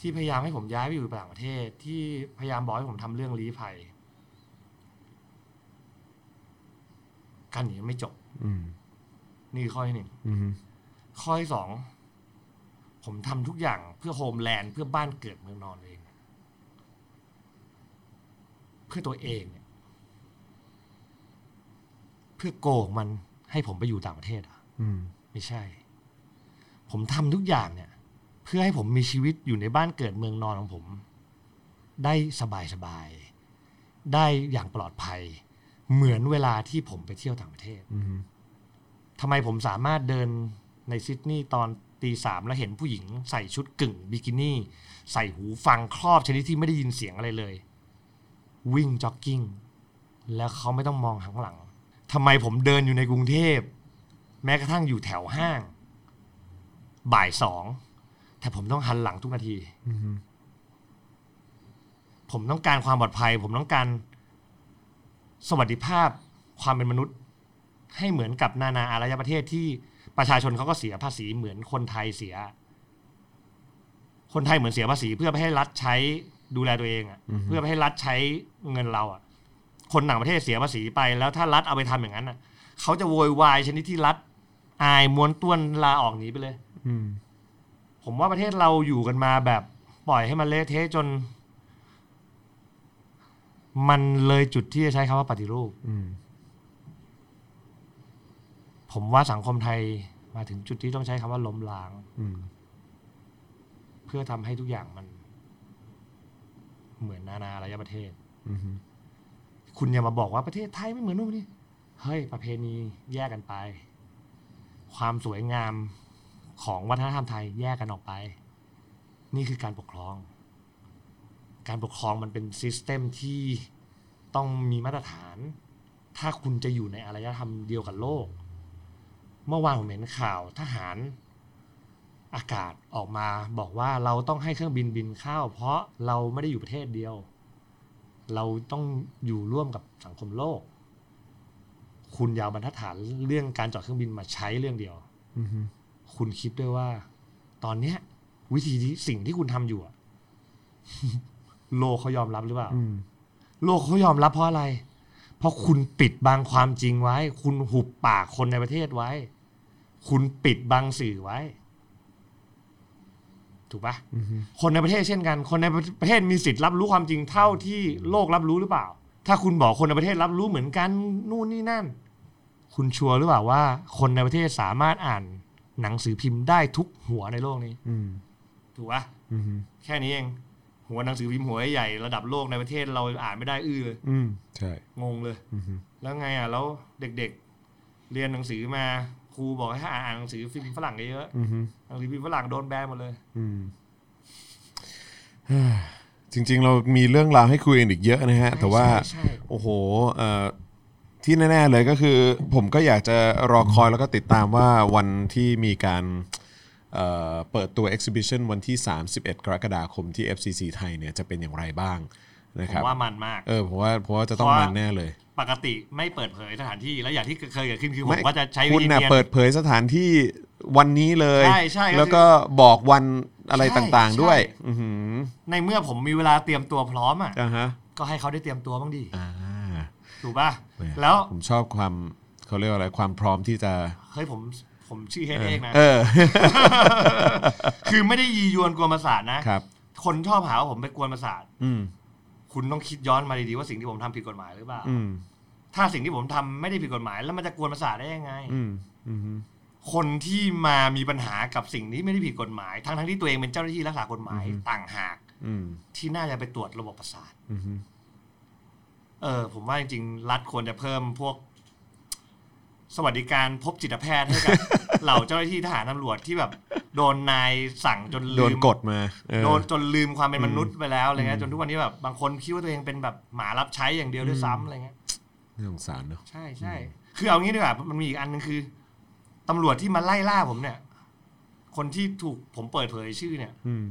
C: ที่พยายามให้ผมย้ายไปอยู่ต่างประเทศ ที่พยายามบอกให้ผมทำเรื่องลี้ภัยการหนีไม่จบ
B: อืม
C: นี่คือข้อที่หนึ่ง
B: อืมฮึ
C: ข้อที่สองผมทำทุกอย่างเพื่อโฮมแลนด์เพื่อบ้านเกิดเมืองนอนเอง เพื่อตัวเองเนี่ย เพื่อโกงมันให้ผมไปอยู่ต่างประเทศเหรอ่ะ
B: อืม
C: ไม่ใช่ ผมทำทุกอย่างเนี่ย เพื่อให้ผมมีชีวิตอยู่ในบ้านเกิดเมืองนอนของผม ได้สบายสบายๆได้อย่างปลอดภัย เหมือนเวลาที่ผมไปเที่ยวต่างประเทศ
B: อืมฮึ
C: ท ทำไมผมสามารถเดินในซิดนีย์ตอนตีสามแล้วเห็นผู้หญิงใส่ชุดกึ่งบิกินี่ ใส่หูฟังครอบชนิดที่ไม่ได้ยินเสียงอะไรเลย วิ่งจ็อกกิ้ง แล้วเขาไม่ต้องมองข้างหลังทำไมผมเดินอยู่ในกรุงเทพ แม้กระทั่งอยู่แถวห้าง บ่ายสองแต่ผมต้องหันหลังทุกนาที
B: อืม
C: ผมต้องการความปลอดภัย ผมต้องการสวัสดิภาพความเป็นมนุษย์ ให้เหมือนกับนานาอารยประเทศที่ประชาชนเขาก็เสียภาษีเหมือนคนไทยเสีย คนไทยเหมือนเสียภาษี เพื่อไม่ให้รัฐใช้ดูแลตัวเองอะเพื่อไม่ให้รัฐใช้เงินเราอะคนต่างประเทศเสียภาษีไป แล้วถ้ารัฐเอาไปทำอย่างนั้นอะเขาจะโวยวายชนิดที่รัฐ อายม้วนต้วนลาออกหนีไปเลย
B: อืม
C: ผมว่าประเทศเราอยู่กันมาแบบปล่อยให้มันเละเทะจน มันเลยจุดที่จะใช้คำว่าปฏิรูป
B: อืม
C: ผมว่าสังคมไทยมาถึงจุดที่ต้องใช้คำว่าล้มล้าง
B: อืม
C: เพื่อทำให้ทุกอย่างมัน เหมือนนานาอารยประเทศ
B: อืม
C: คุณอย่ามาบอกว่าประเทศไทยไม่เหมือนนู่นนี่เฮ้ย ประเพณีแยกกันไป ความสวยงามของวัฒนธรรมไทยแยกกันออกไป นี่คือการปกครอง การปกครองมันเป็นซิสเต็มที่ต้องมีมาตรฐาน ถ้าคุณจะอยู่ในอารยธรรมเดียวกับโลก เมื่อวานผมเห็นข่าวทหารอากาศออกมาบอกว่าเราต้องให้เครื่องบินบินเข้าเพราะเราไม่ได้อยู่ประเทศเดียว เราต้องอยู่ร่วมกับสังคมโลก คุณอยาวบรรทัดฐานเรื่องการจอดเครื่องบินมาใช้เรื่องเดียว
B: อืม
C: คุณคิดด้วยว่า ตอนเนี้ย วิธีที่สิ่งที่คุณทำอยู่อะ [LAUGHS] โลกเขายอมรับหรือเปล่า
B: อืม
C: โลกเขายอมรับเพราะอะไร เพราะคุณปิดบังความจริงไว้ คุณหุบปากคนในประเทศไว้ คุณปิดบังสื่อไว้ ถูกปะ
B: อืม
C: คนในประเทศเช่นกัน คนในประเทศมีสิทธิ์รับรู้ความจริงเท่าที่โลกรับรู้หรือเปล่า ถ้าคุณบอกคนในประเทศรับรู้เหมือนกันนู่นนี่นั่น คุณชัวร์หรือเปล่าว่า คนในประเทศสามารถอ่านหนังสือพิมพ์ได้ทุกหัวในโลกนี้
B: อืม
C: ถูกปะ
B: อืม
C: แค่นี้เอง หัวหนังสือพิมพ์หัวใหญ่ระดับโลกในประเทศเราอ่านไม่ได้อื้อเลย
B: อืมใช่
C: งงเลย
B: อืม
C: แล้วไงอ่ะแล้วเด็กๆ เรียนหนังสือมาครูบอกให้อ่านหนังสือพิมพ์ฝรั่งเยอะ
B: อืม
C: ๆหนังสือพิมพ์ฝรั่งโดนแบนหมดเลย
B: อืมเฮ้ยจริงๆ เรามีเรื่องราวให้คุยกันอีกเยอะนะฮะ แต่ว่า
C: ใช่ใช่
B: โอ้โหเอ่อที่แน่ ๆ เลยก็คือ ผมก็อยากจะรอคอยแล้วก็ติดตามว่าวันที่มีการเอ่อเปิดตัว exhibition วันที่ 31 กรกฎาคมที่ FCC ไทยเนี่ยจะเป็นอย่างไรบ้างนะ
C: ผ
B: ครับ
C: มว่ามันมาก
B: เออผมว่าผมว่าจะต้อง
C: เพราะว่ามั
B: มันแน่เลย
C: ปกติไม่เปิดเผยสถานที่แล้วอย่างที่เคยเกิดขึ้นคือผม
B: ไม่
C: ก็จะใช้
B: คุ
C: วิ
B: ณ
C: ธี
B: น่ะ
C: เนียน
B: เปิดเผยสถานที่วันนี้เลย
C: ใช่ใช่ก็คือ
B: แล้วก็บอกวันอะไร
C: ใช่
B: ต่าง
C: ใช่
B: ๆด้วย อือหือ
C: ในเมื่อผมมีเวลาเตรียมตัวพร้อมอ่ะ
B: อ่าฮะ
C: ก็ให้เขาได้เตรียมตัวบ้างดี
B: อ่า
C: ถูกป่ะ
B: แหม่
C: แล้ว
B: ผมชอบความเขาเรียกว่าอะไรความพร้อมที่จะ
C: เฮ้ยผมผมชื่อเฮดเอกนะ
B: เอ [LAUGHS] อ
C: คือไม่ได้ยียวนกวนประสาทนะครับ คนชอบหาว่าผมไปกวนประสาท
B: อืม
C: คุณต้องคิดย้อนมาดีๆว่าสิ่งที่ผมทำผิดกฎหมายหรือเปล่า
B: อืม
C: ถ้าสิ่งที่ผมทำไม่ได้ผิดกฎหมาย แล้วมันจะกวนประสาทได้ยังไง
B: อืมอืม
C: คนที่มามีปัญหากับสิ่งนี้ไม่ได้ผิดกฎหมาย ทั้งๆที่ตัวเองเป็นเจ้าหน้าที่รักษากฎหมายต่างหาก
B: อืม
C: ที่น่าจะไปตรวจระบบประสาท
B: อืม
C: เออผมว่าจริงๆ รัฐควรจะเพิ่มพวก สวัสดิการพบจิตแพทย์ให้
B: [LAUGHS]
C: กับ เหล่าเจ้าหน้าที่ทหารตำรวจที่แบบ โดนนายสั่งจนลืม
B: โดนกดมาเออ
C: โดนจนลืมความเป็นมนุษย์ไปแล้วอะไรเงี้ยจนทุกวันนี้แบบบางคนคิดว่าตัวเองเป็นแบบหมารับใช้อย่างเดียวด้วยซ้ำอะไรเงี้ย
B: น่าสงสารเนอะ
C: ใช่ใช่คือเอางี้ดีกว่ามันมีอีกอันนึงคือตำรวจที่มาไล่ล่าผมเนี่ย คนที่ถูกผมเปิดเผยชื่อเนี่ย
B: อืม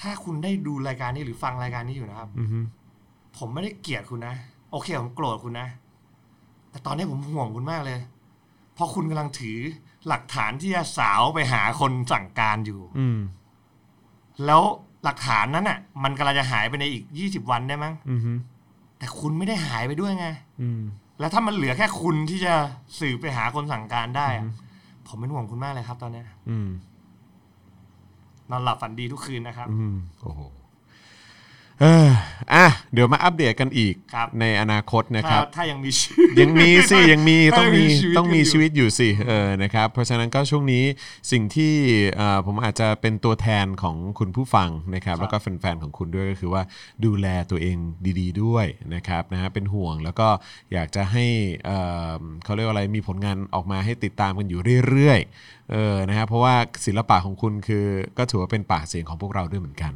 C: ถ้าคุณได้ดูรายการนี้หรือฟังรายการนี้อยู่นะครับ
B: อืม
C: ผมไม่ได้เกลียดคุณนะ โอเค ผมโกรธคุณนะ แต่ตอนนี้ผมห่วงคุณมากเลย เพราะคุณกำลังถือหลักฐานที่จะสาวไปหาคนสั่งการอยู่
B: อืม
C: แล้วหลักฐานนั้นอ่ะ มันกำลังจะหายไปในอีก 20 วันได้มั้ง
B: อืม
C: แต่คุณไม่ได้หายไปด้วยไง
B: อืม
C: แล้วถ้ามันเหลือแค่คุณที่จะสืบไปหาคนสั่งการได้อะผมเป็นห่วงคุณมากเลยครับ ตอนเนี้ย
B: อืม
C: นอนหลับฝันดีทุกคืนนะครับ
B: อืมโอ้โห เอออ่ะเดี๋ยวมาอัปเดตกันอีก
C: ครับ
B: ในอนาคตนะค
C: ถ้า
B: รับ
C: ถ้ายังมีชีวิต
B: ยังมีสิยังมีต้
C: ถ้า
B: อง
C: มี
B: มี
C: ชีวิต
B: ต้องมี
C: กันอยู่
B: ชีวิตอยู่สิเออนะครับเพราะฉะนั้นก็ช่วงนี้สิ่งที่เอ่อผมอาจจะเป็นตัวแทนของคุณผู้ฟังนะครับแล้วก็แฟนๆของคุณด้วยก็คือว่าดูแลตัวเองดีๆด้วยนะครับนะฮะเป็นห่วงแล้วก็อยากจะให้เอ่อเขาเรียกว่าอะไรมีผลงานออกมาให้ติดตามกันอยู่เรื่อยๆเออนะฮะเพราะว่าศิลปะของคุณคือก็ถือว่าเป็นปากเสียงของพวกเราด้วยเหมือนกัน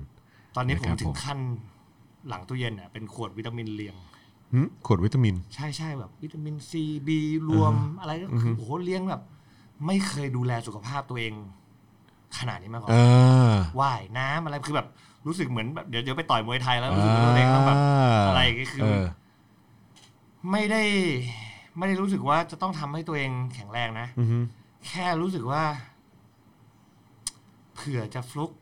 C: ตอนนี้ผม
B: นะครับ
C: ถึ
B: ผ
C: ง
B: ม
C: ขั้นหลังตู้เย็นเนี่ยเป็นขวดวิตามินเรียง
B: หึขวดวิตามิน
C: ใช่ใช่แบบ วิตามินซีบีรวมอะไรก็คือโอ้โหเลี้ยงแบบ ไม่เคยดูแลสุขภาพตัวเอง ขนาดนี้มาก่อน
B: เออ
C: ว่ายน้ำอะไรคือแบบรู้สึกเหมือนแบบเดี๋ยวเดี๋ยวไปต่อยมวยไทยแล้วรู้สึกว่าตัวเองต้องแบบ อะไรก็คือ
B: เ
C: ไม่ได้ ไม่ได้รู้สึกว่าจะต้องทำให้ตัวเองแข็งแรงนะ
B: อือฮึ
C: แค่รู้สึกว่า เผื่อจะฟลุก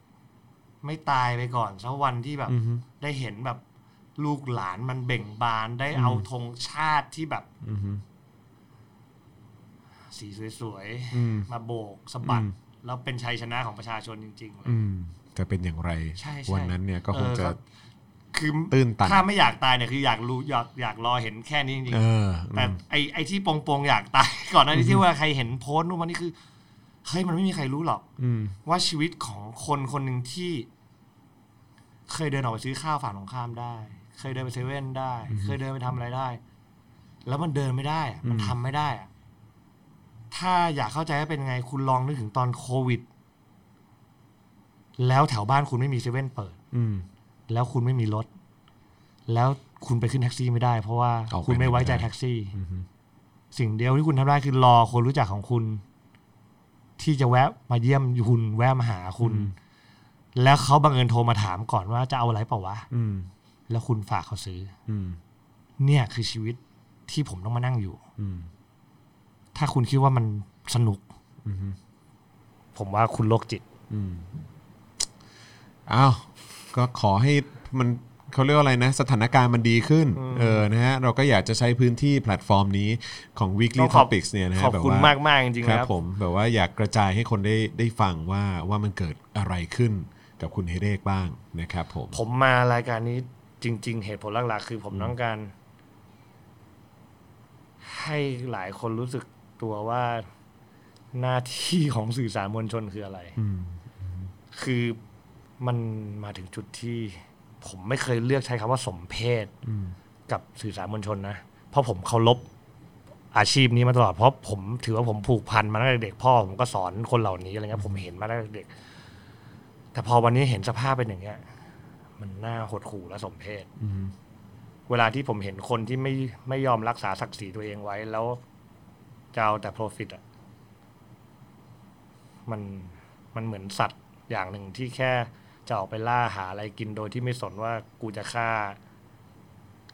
C: ไม่ตายไปก่อนสักวันที่แบบ
B: อือฮึ
C: ได้เห็นแบบลูกหลานมันเบ่งบานได้เอาธงชาติที่แบบ
B: อือฮึ
C: สีสวย
B: อืม
C: มาโบกสะบัดแล้วเป็นชัยชนะของประชาชนจริงๆเลย
B: อืมจะเป็นอย่างไร
C: ใช่ใช่
B: วันนั้นเนี่ยก็คงจะ
C: เออก็คือ
B: ตื้นตัน
C: ถ้าไม่อยากตายเนี่ยคืออยากรู้อยากอยากรอเห็นแค่นี้จริง
B: เอ
C: ๆ
B: อ
C: แต่ไอ้ไอ้ที่ปงปงๆอยากตาย [LAUGHS] ก่อนหน้านี้ที่ว่าใครเห็นโพสต์นู่นวันนี้คือเฮ้ยมันไม่มีใครรู้หรอก
B: อืม
C: ว่าชีวิตของคนคนหนึ่งที่ เคยเดินออกไปซื้อข้าวฝั่งตรงข้ามได้ เคยเดินไปเซเว่นได้ เคยเดินไปทำอะไรได้ แล้วมันเดินไม่ได้อะมันทำไม่ได้อะถ้าอยากเข้าใจว่าเป็นไงคุณลองนึกถึงตอนโควิด แล้วแถวบ้านคุณไม่มีเซเว่นเปิด
B: อืม
C: แล้วคุณไม่มีรถ แล้วคุณไปขึ้นแท็กซี่ไม่ได้ เพราะว่า
B: เอาไป
C: คุณไม่ไว้ใจ
B: ไม่ได้
C: แท็กซี่ สิ่งเดียวที่คุณทำได้คือรอคนรู้จักของคุณ ที่จะแวะมาเยี่ยมคุณแวะมาหาคุณ แล้วเขาบังเอิญโทรมาถามก่อนว่าจะเอาอะไรเปล่าวะ
B: อืม
C: แล้วคุณฝากเขาซื้อ
B: อืม
C: เนี่ยคือชีวิตที่ผมต้องมานั่งอยู่
B: อืม
C: ถ้าคุณคิดว่ามันสนุก
B: อืม
D: ผมว่าคุณโรคจิต
B: อืมอ้าวก็ขอให้มันเขาเรียกว่าอะไรนะ สถานการณ์มันดีขึ้น เออนะฮะเราก็อยากจะใช้พื้นที่แพลตฟอร์มนี้ของ
D: ต้
B: weekly
D: องขอบ
B: topics เนี่ยนะฮะ
D: ขอบ
B: แบบ
D: คุณ
B: ว่
D: มากมากๆจริงๆ
B: ค
D: นะ
B: รับ
D: ครับ
B: ผมแบบว่าอยากกระจายให้คนได้ได้ฟังว่าว่ามันเกิดอะไรขึ้นกับคุณเฮเดกบ้างนะครับผม
D: ผมมารายการนี้จริง ๆ เหตุผลหลักๆ คือผมต้องการ ให้หลายคนรู้สึกตัวว่าหน้าที่ของสื่อสารมวลชนคืออะไร
B: อืม
D: คือมันมาถึงจุดที่ผมไม่เคยเลือกใช้คำว่าสมเพศ
B: อืม
D: กับสื่อสารมวลชนนะ เพราะผมเคารพอาชีพนี้มาตลอดเพราะผมถือว่าผมผูกพันมาตั้งแต่เด็กพ่อผมก็สอนคนเหล่านี้อะไรเงี้ยผมเห็นมาตั้งแต่เด็ก แต่พอวันนี้เห็นสภาพเป็นอย่างเงี้ย มันน่าหดหู่และสมเพศ
B: อืม
D: เวลาที่ผมเห็นคนที่ไม่ไม่ยอมรักษาศักดิ์ศรีตัวเองไว้แล้วจะเอาแต่ profit อ่ะ มันมันเหมือนสัตว์อย่างหนึ่งที่แค่จะออกไปล่าหาอะไรกินโดยที่ไม่สนว่ากูจะฆ่า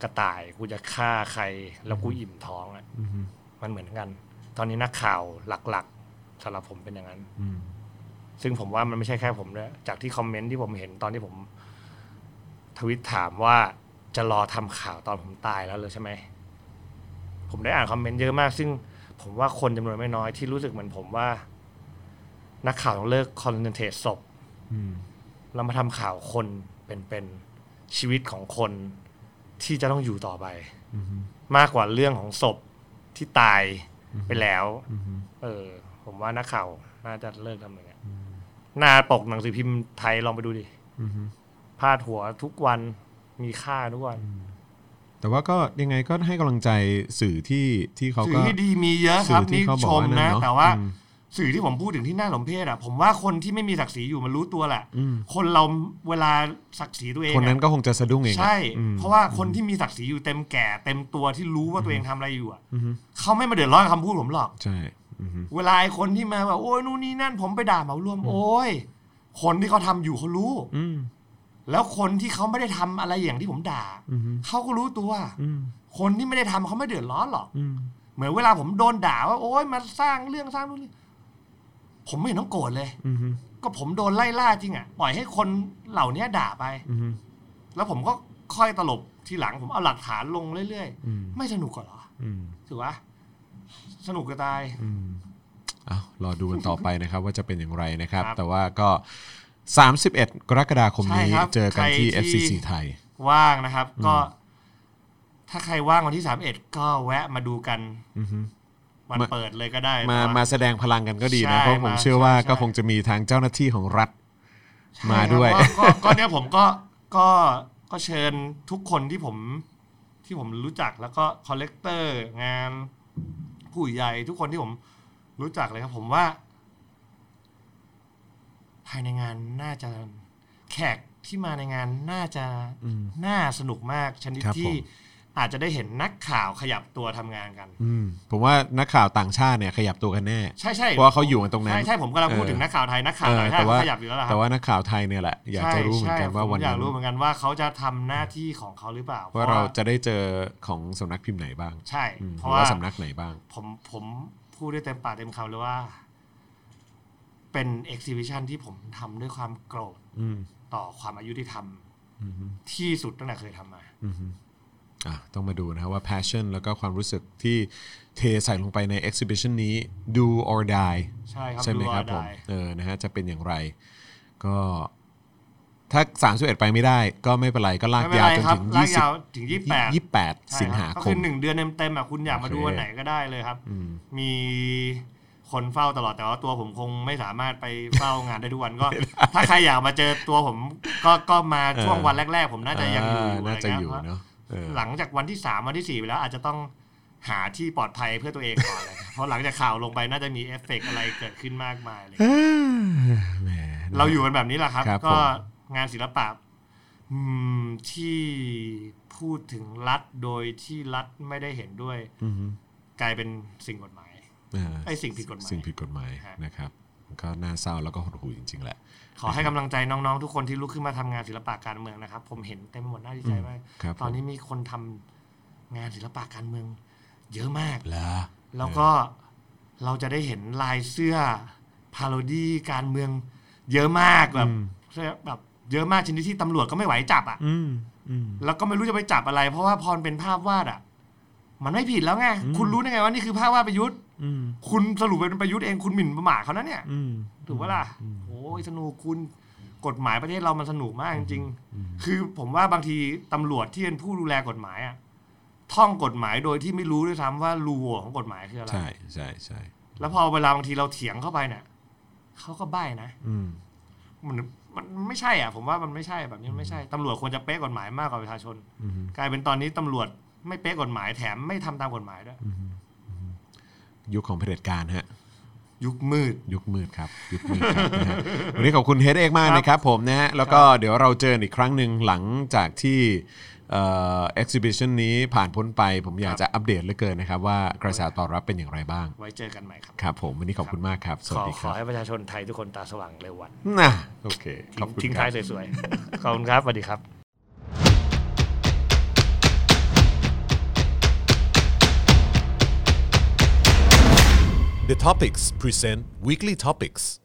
D: กระต่าย กูจะฆ่าใคร แล้วกูอิ่มท้องอ่ะ
B: อืม
D: มันเหมือนกัน ตอนนี้นักข่าวหลักๆสำหรับผมเป็นอย่างนั้น
B: อืม
D: ซึ่งผมว่ามันไม่ใช่แค่ผมด้วยจากที่คอมเมนต์ที่ผมเห็นตอนที่ผม ทวิตถามว่าจะรอทำข่าวตอนผมตายแล้วเลยใช่ไหม ผมได้อ่านคอมเมนต์เยอะมาก ซึ่งผมว่าคนจำนวนไม่น้อยที่รู้สึกเหมือนผมว่า นักข่าวต้องเลิกคอนเทนต์ศพ
B: อืม
D: เรามาทำข่าวคนเป็นๆชีวิตของคนที่จะต้องอยู่ต่อไป
B: อืม
D: มากกว่าเรื่องของศพที่ตายไปแล้ว เออ ผมว่านักข่าวน่าจะเลิกทำอย่างเงี้ยหน้าปกหนังสือพิมพ์ไทยลองไปดูดิ
B: อืม
D: พาดหัวทุกวันมีค่าทุกวัน
B: แต่ว่าก็ยังไงก็ให้กำลังใจสื่อที่ที่เขา
C: สื่
B: ก็
C: อที่ดีมีเยอะครั
B: สื่
C: บ
B: อที่
C: นี่
B: เขาบ
C: ช
B: อก
C: ม
B: ว่านั่น
C: นะ
B: เนอะ
C: แต่ว่า
B: อืม
C: สื่อที่ผมพูดถึงที่น่าสมเพชอ่ะ ผมว่าคนที่ไม่มีศักดิ์ศรีอยู่มันรู้ตัวแหละ
B: อืม
C: คนเราเวลาศักดิ์ศรีตัวเอง
B: คนนั้น
C: อะ
B: ก็คงจะสะดุ้งเองอะ
C: ใช่
B: อืม
C: เพราะว่าคนที่มีศักดิ์ศรีอยู่เต็มแก่ เต็มตัวที่รู้ว่าตัวเองทำอะไรอยู่อ่ะ
B: อืม
C: เขาไม่มาเดือดร้อนกับคำพูดผมหรอก
B: ใช่อืม
C: เวลาไอ้คนที่มาแบบโอ้ยนู่นนี่นั่น ผมไปด่าเหมารวม โอ้ยคนที่เขาทำอยู่เขารู้
B: อืม
C: แล้วคนที่เขาไม่ได้ทำอะไรอย่างที่ผมด่า
B: อืม
C: เขาก็รู้ตัว
B: อืม
C: คนที่ไม่ได้ทำเขาไม่เดือดร้อนหรอก
B: อืม
C: เหมือนเวลาผมโดนด่าว่าโอ๊ยมาสร้างเรื่องสร้างนู่นนี่ผมไม่เห็นต้องโกรธเลย
B: อืม
C: ก็ผมโดนไล่ล่าจริงอะ่ะปล่อยให้คนเหล่านี้ด่าไป
B: อืม
C: แล้วผมก็ค่อยตลบทีหลังผมเอาหลักฐานลงเรื่อย
B: อืม
C: ๆ ไม่สนุกกว่าเหรอ
B: อืม
C: ถือว่า สนุกก็ตาย
B: อืมเอารอดูกันต่อไปนะครับ ว่าจะเป็นอย่างไรนะครับ
C: ครับ
B: แต่ว่าก็ 31 กรกฎาคมนี้
C: ใช่ครับ
B: เจอกันที่
C: ใครที่
B: FCC ไทย
C: ว่างนะครับ ก็ ถ้าใครว่างวันที่สามเอ็ดก็แวะมาดูกัน
B: อือฮึ
C: วัน
B: มา
C: เปิดเลยก็ได้
B: มา
C: แต่ว่
B: มาแสดงพลังกันก็ดีนะ
C: ใช่
B: เพราะผม
C: มา
B: เชื่อว่า
C: ใช่
B: ก็คงจะมีทางเจ้าหน้าที่ของรัฐ
C: ใช่
B: มาด้วย
C: ครับก็ก็ก็เนี่ยผมก็ก็ก็เชิญทุกคนที่ผมที่ผมรู้จักแล้วก็คอลเลกเตอร์งานผู้ใหญ่ทุกคนที่ผมรู้จักเลยครับ ผมว่า ภายในงานน่าจะแขกที่มาในงานน่าจะ
B: อืม
C: น่าสนุกมากชนิด
B: ครับ
C: ที่
B: ผม
C: อาจจะได้เห็นนักข่าวขยับตัวทำงานกัน
B: อืมผมว่านักข่าวต่างชาติเนี่ยขยับตัวกันแน่
C: ใช่ใช่
B: เพราะว่าเขาอยู่กันตรงนั้น
C: ใช่ใช่ผมกำลังพูด
B: เออ
C: ถึงนักข่าวไทยนักข่าว
B: เออ
C: ต่างชา
B: แต่
C: ติ
B: ว่า
C: เขาขยับอยู่แล้วล่ะครับ
B: แต่ว่านักข่าวไทยเนี่ยแหละอยากจะรู้เหมือนกันว่าวัน
C: ใช่ใช่ผมอยา
B: นั้
C: ก
B: น
C: รู้เหมือนกันว่าเขาจะทำหน้าที่ของเขาหรือเปล่า
B: ว่าเราจะได้เจอของสำนักพิมพ์ไหนบ้าง
C: ใช่
B: อืม
C: เพ
B: ห
C: ราะ
B: รือ
C: ว่า
B: ว่าสำนักไหนบ้าง
C: ผมผมพูดได้เต็มปากเต็มคำเลยว่า เป็นเอ็กซิบิชันที่ผมทำด้วยความโกรธ
B: อืม
C: ต่อความอายุที่ท
B: อืม
C: ำที่สุดตั้งแต่เคยทำมา
B: อืมอ่ะต้องมาดูนะครับว่า passion แล้วก็ความรู้สึกที่เทใส่ลงไปใน exhibition นี้ do or die
C: ใช่ครับ
B: ใช่ไหม
C: ดู
B: ครับ
C: ว่า
B: ผม
C: ได้
B: เออนะฮะจะเป็นอย่างไร ก็ถ้า31ไปไม่ได้ ก็ไม่เป็นไรก็ลาก
C: ไม่เป็น
B: ยาว
C: ไร
B: จน
C: ครับ
B: ถึง
C: ลากยาวถึง
B: 20
C: 28
B: 28
C: ใช่
B: สิง
C: ค
B: หา
C: รับก็
B: ค
C: คื
B: ม
C: อหนึ่งเดือนเต็มๆอะคุณอยากมา
B: โอเค
C: ดูวันไหนก็ได้เลยครับ
B: อืม
C: มีคนเฝ้าตลอดแต่ว่าตัวผมคงไม่สามารถไปเฝ้างานได้ทุกวันก็ ถ้าใครอยากมาเจอตัวผมก็ก็มาช่วง
B: เออ
C: วันแรก ๆ ผมน่าจะยังอยู่อยู่
B: น่า
C: อะไร
B: จะ
C: เงี้
B: อย ยู่
C: เพราะ
B: เนาะเออ
C: หลังจากวันที่สามวันที่สี่ไปแล้ว อาจจะต้องหาที่ปลอดภัยเพื่อตัวเองก่อนเลยเพราะหลังจากข่าวลงไปน่าจะมีเอฟเฟกต์อะไรเกิดขึ้นมากมายเลย
B: แหม
C: เราอยู่กันแบบนี้แหละครับ
B: ครับ
C: ก็
B: ผม
C: งานศิลปะอืมที่พูดถึงรัฐโดยที่รัฐไม่ได้เห็นด้วย
B: อือฮึ
C: กลายเป็นสิ่งกฎหมาย
B: อ่า
C: ไอ้ยสิ่งผิดกฎหมาย
B: สิ่งผิดกฎหมาย
C: ฮะ
B: นะครับมันก็น่าเศร้าแล้วก็หดหู่จริงๆแหละ
C: ขอให้กำลังใจน้องๆ ทุกคนที่ลุกขึ้นมาทำงานศิลปะการเมืองนะครับ ผมเห็นเต็มไปหมดน่าดีใจมาก
B: ครับ
C: ตอนนี้มีคนทำงานศิลปะการเมือง เยอะมาก
B: แล้ว
C: แล้วก็เราจะได้เห็นลายเสื้อพาโรดี้การเมือง เยอะมากแบบเสื้อแบบเยอะมากชนิดที่ตำรวจก็ไม่ไหวจับอ่ะ
B: อืมอืม
C: แล้วก็ไม่รู้จะไปจับอะไร เพราะว่าพรเป็นภาพวาดอ่ะ มันไม่ผิดแล้วไงคุณรู้ได้ไงว่านี่คือภาพวาดประยุทธ์
B: อืม
C: คุณสรุปเป็นประยุทธ์เองคุณหมิ่นประมาทเขานะเนี่ย
B: อืม
C: ถูกปะล่ะโอ้ยสนุกคุณกฎหมายประเทศเรามันสนุกมากจริงๆ คือผมว่าบางทีตำรวจที่เป็นผู้ดูแลกฎหมายอะท่องกฎหมายโดยที่ไม่รู้ด้วยซ้ำว่ารูโหว่ของกฎหมายคืออะไร
B: ใช่ใช่ใช่
C: แล้วพอเวลาบางทีเราเถียงเข้าไปเนี่ยเขาก็ใบ้นะ
B: อืม
C: มันมันไม่ใช่อ่ะ ผมว่ามันไม่ใช่แบบนี้มันไม่ใช่ตำรวจควรจะเป๊ะกฎหมายมากกว่าประชาชน
B: อืม
C: กลายเป็นตอนนี้ตำรวจไม่เป๊ะกฎหมายแถมไม่ทำตามกฎหมายด้วย
B: ยุคของเผด็จการฮะ
C: ยุคมืด
B: ยุคมืดครับ ยุคมืดครับ [LAUGHS] นะฮะวันนี้ขอบคุณเฮดเอกมากนะครับผมนะฮะแล้วก็เดี๋ยวเราเจอกันอีกครั้งหนึ่งหลังจากที่เอ็กซิบิชันนี้ผ่านพ้นไป ผมอยากจะอัปเดตเหลือเกินนะครับ ว่ากระแสตอบรับเป็นอย่างไรบ้าง
C: ไว้เจอกันใหม่ครับ
B: ครับผมวันนี้ขอบคุณมากครับ
D: ข
B: สวัส
D: อ
B: ดี
D: ข
B: ค
D: อ
B: รับ
D: ให้ประชาชนไทยทุกคนตาสว่างเร็ววัน
B: นะโอเค
D: ทิ้ง
B: ขอบคุณ
D: ทิ้ง
B: ค
D: ท้า
B: รั
D: ย
B: บ
D: สวยๆ ขอบคุณครับสวัสดีครับ
A: The Topics present weekly topics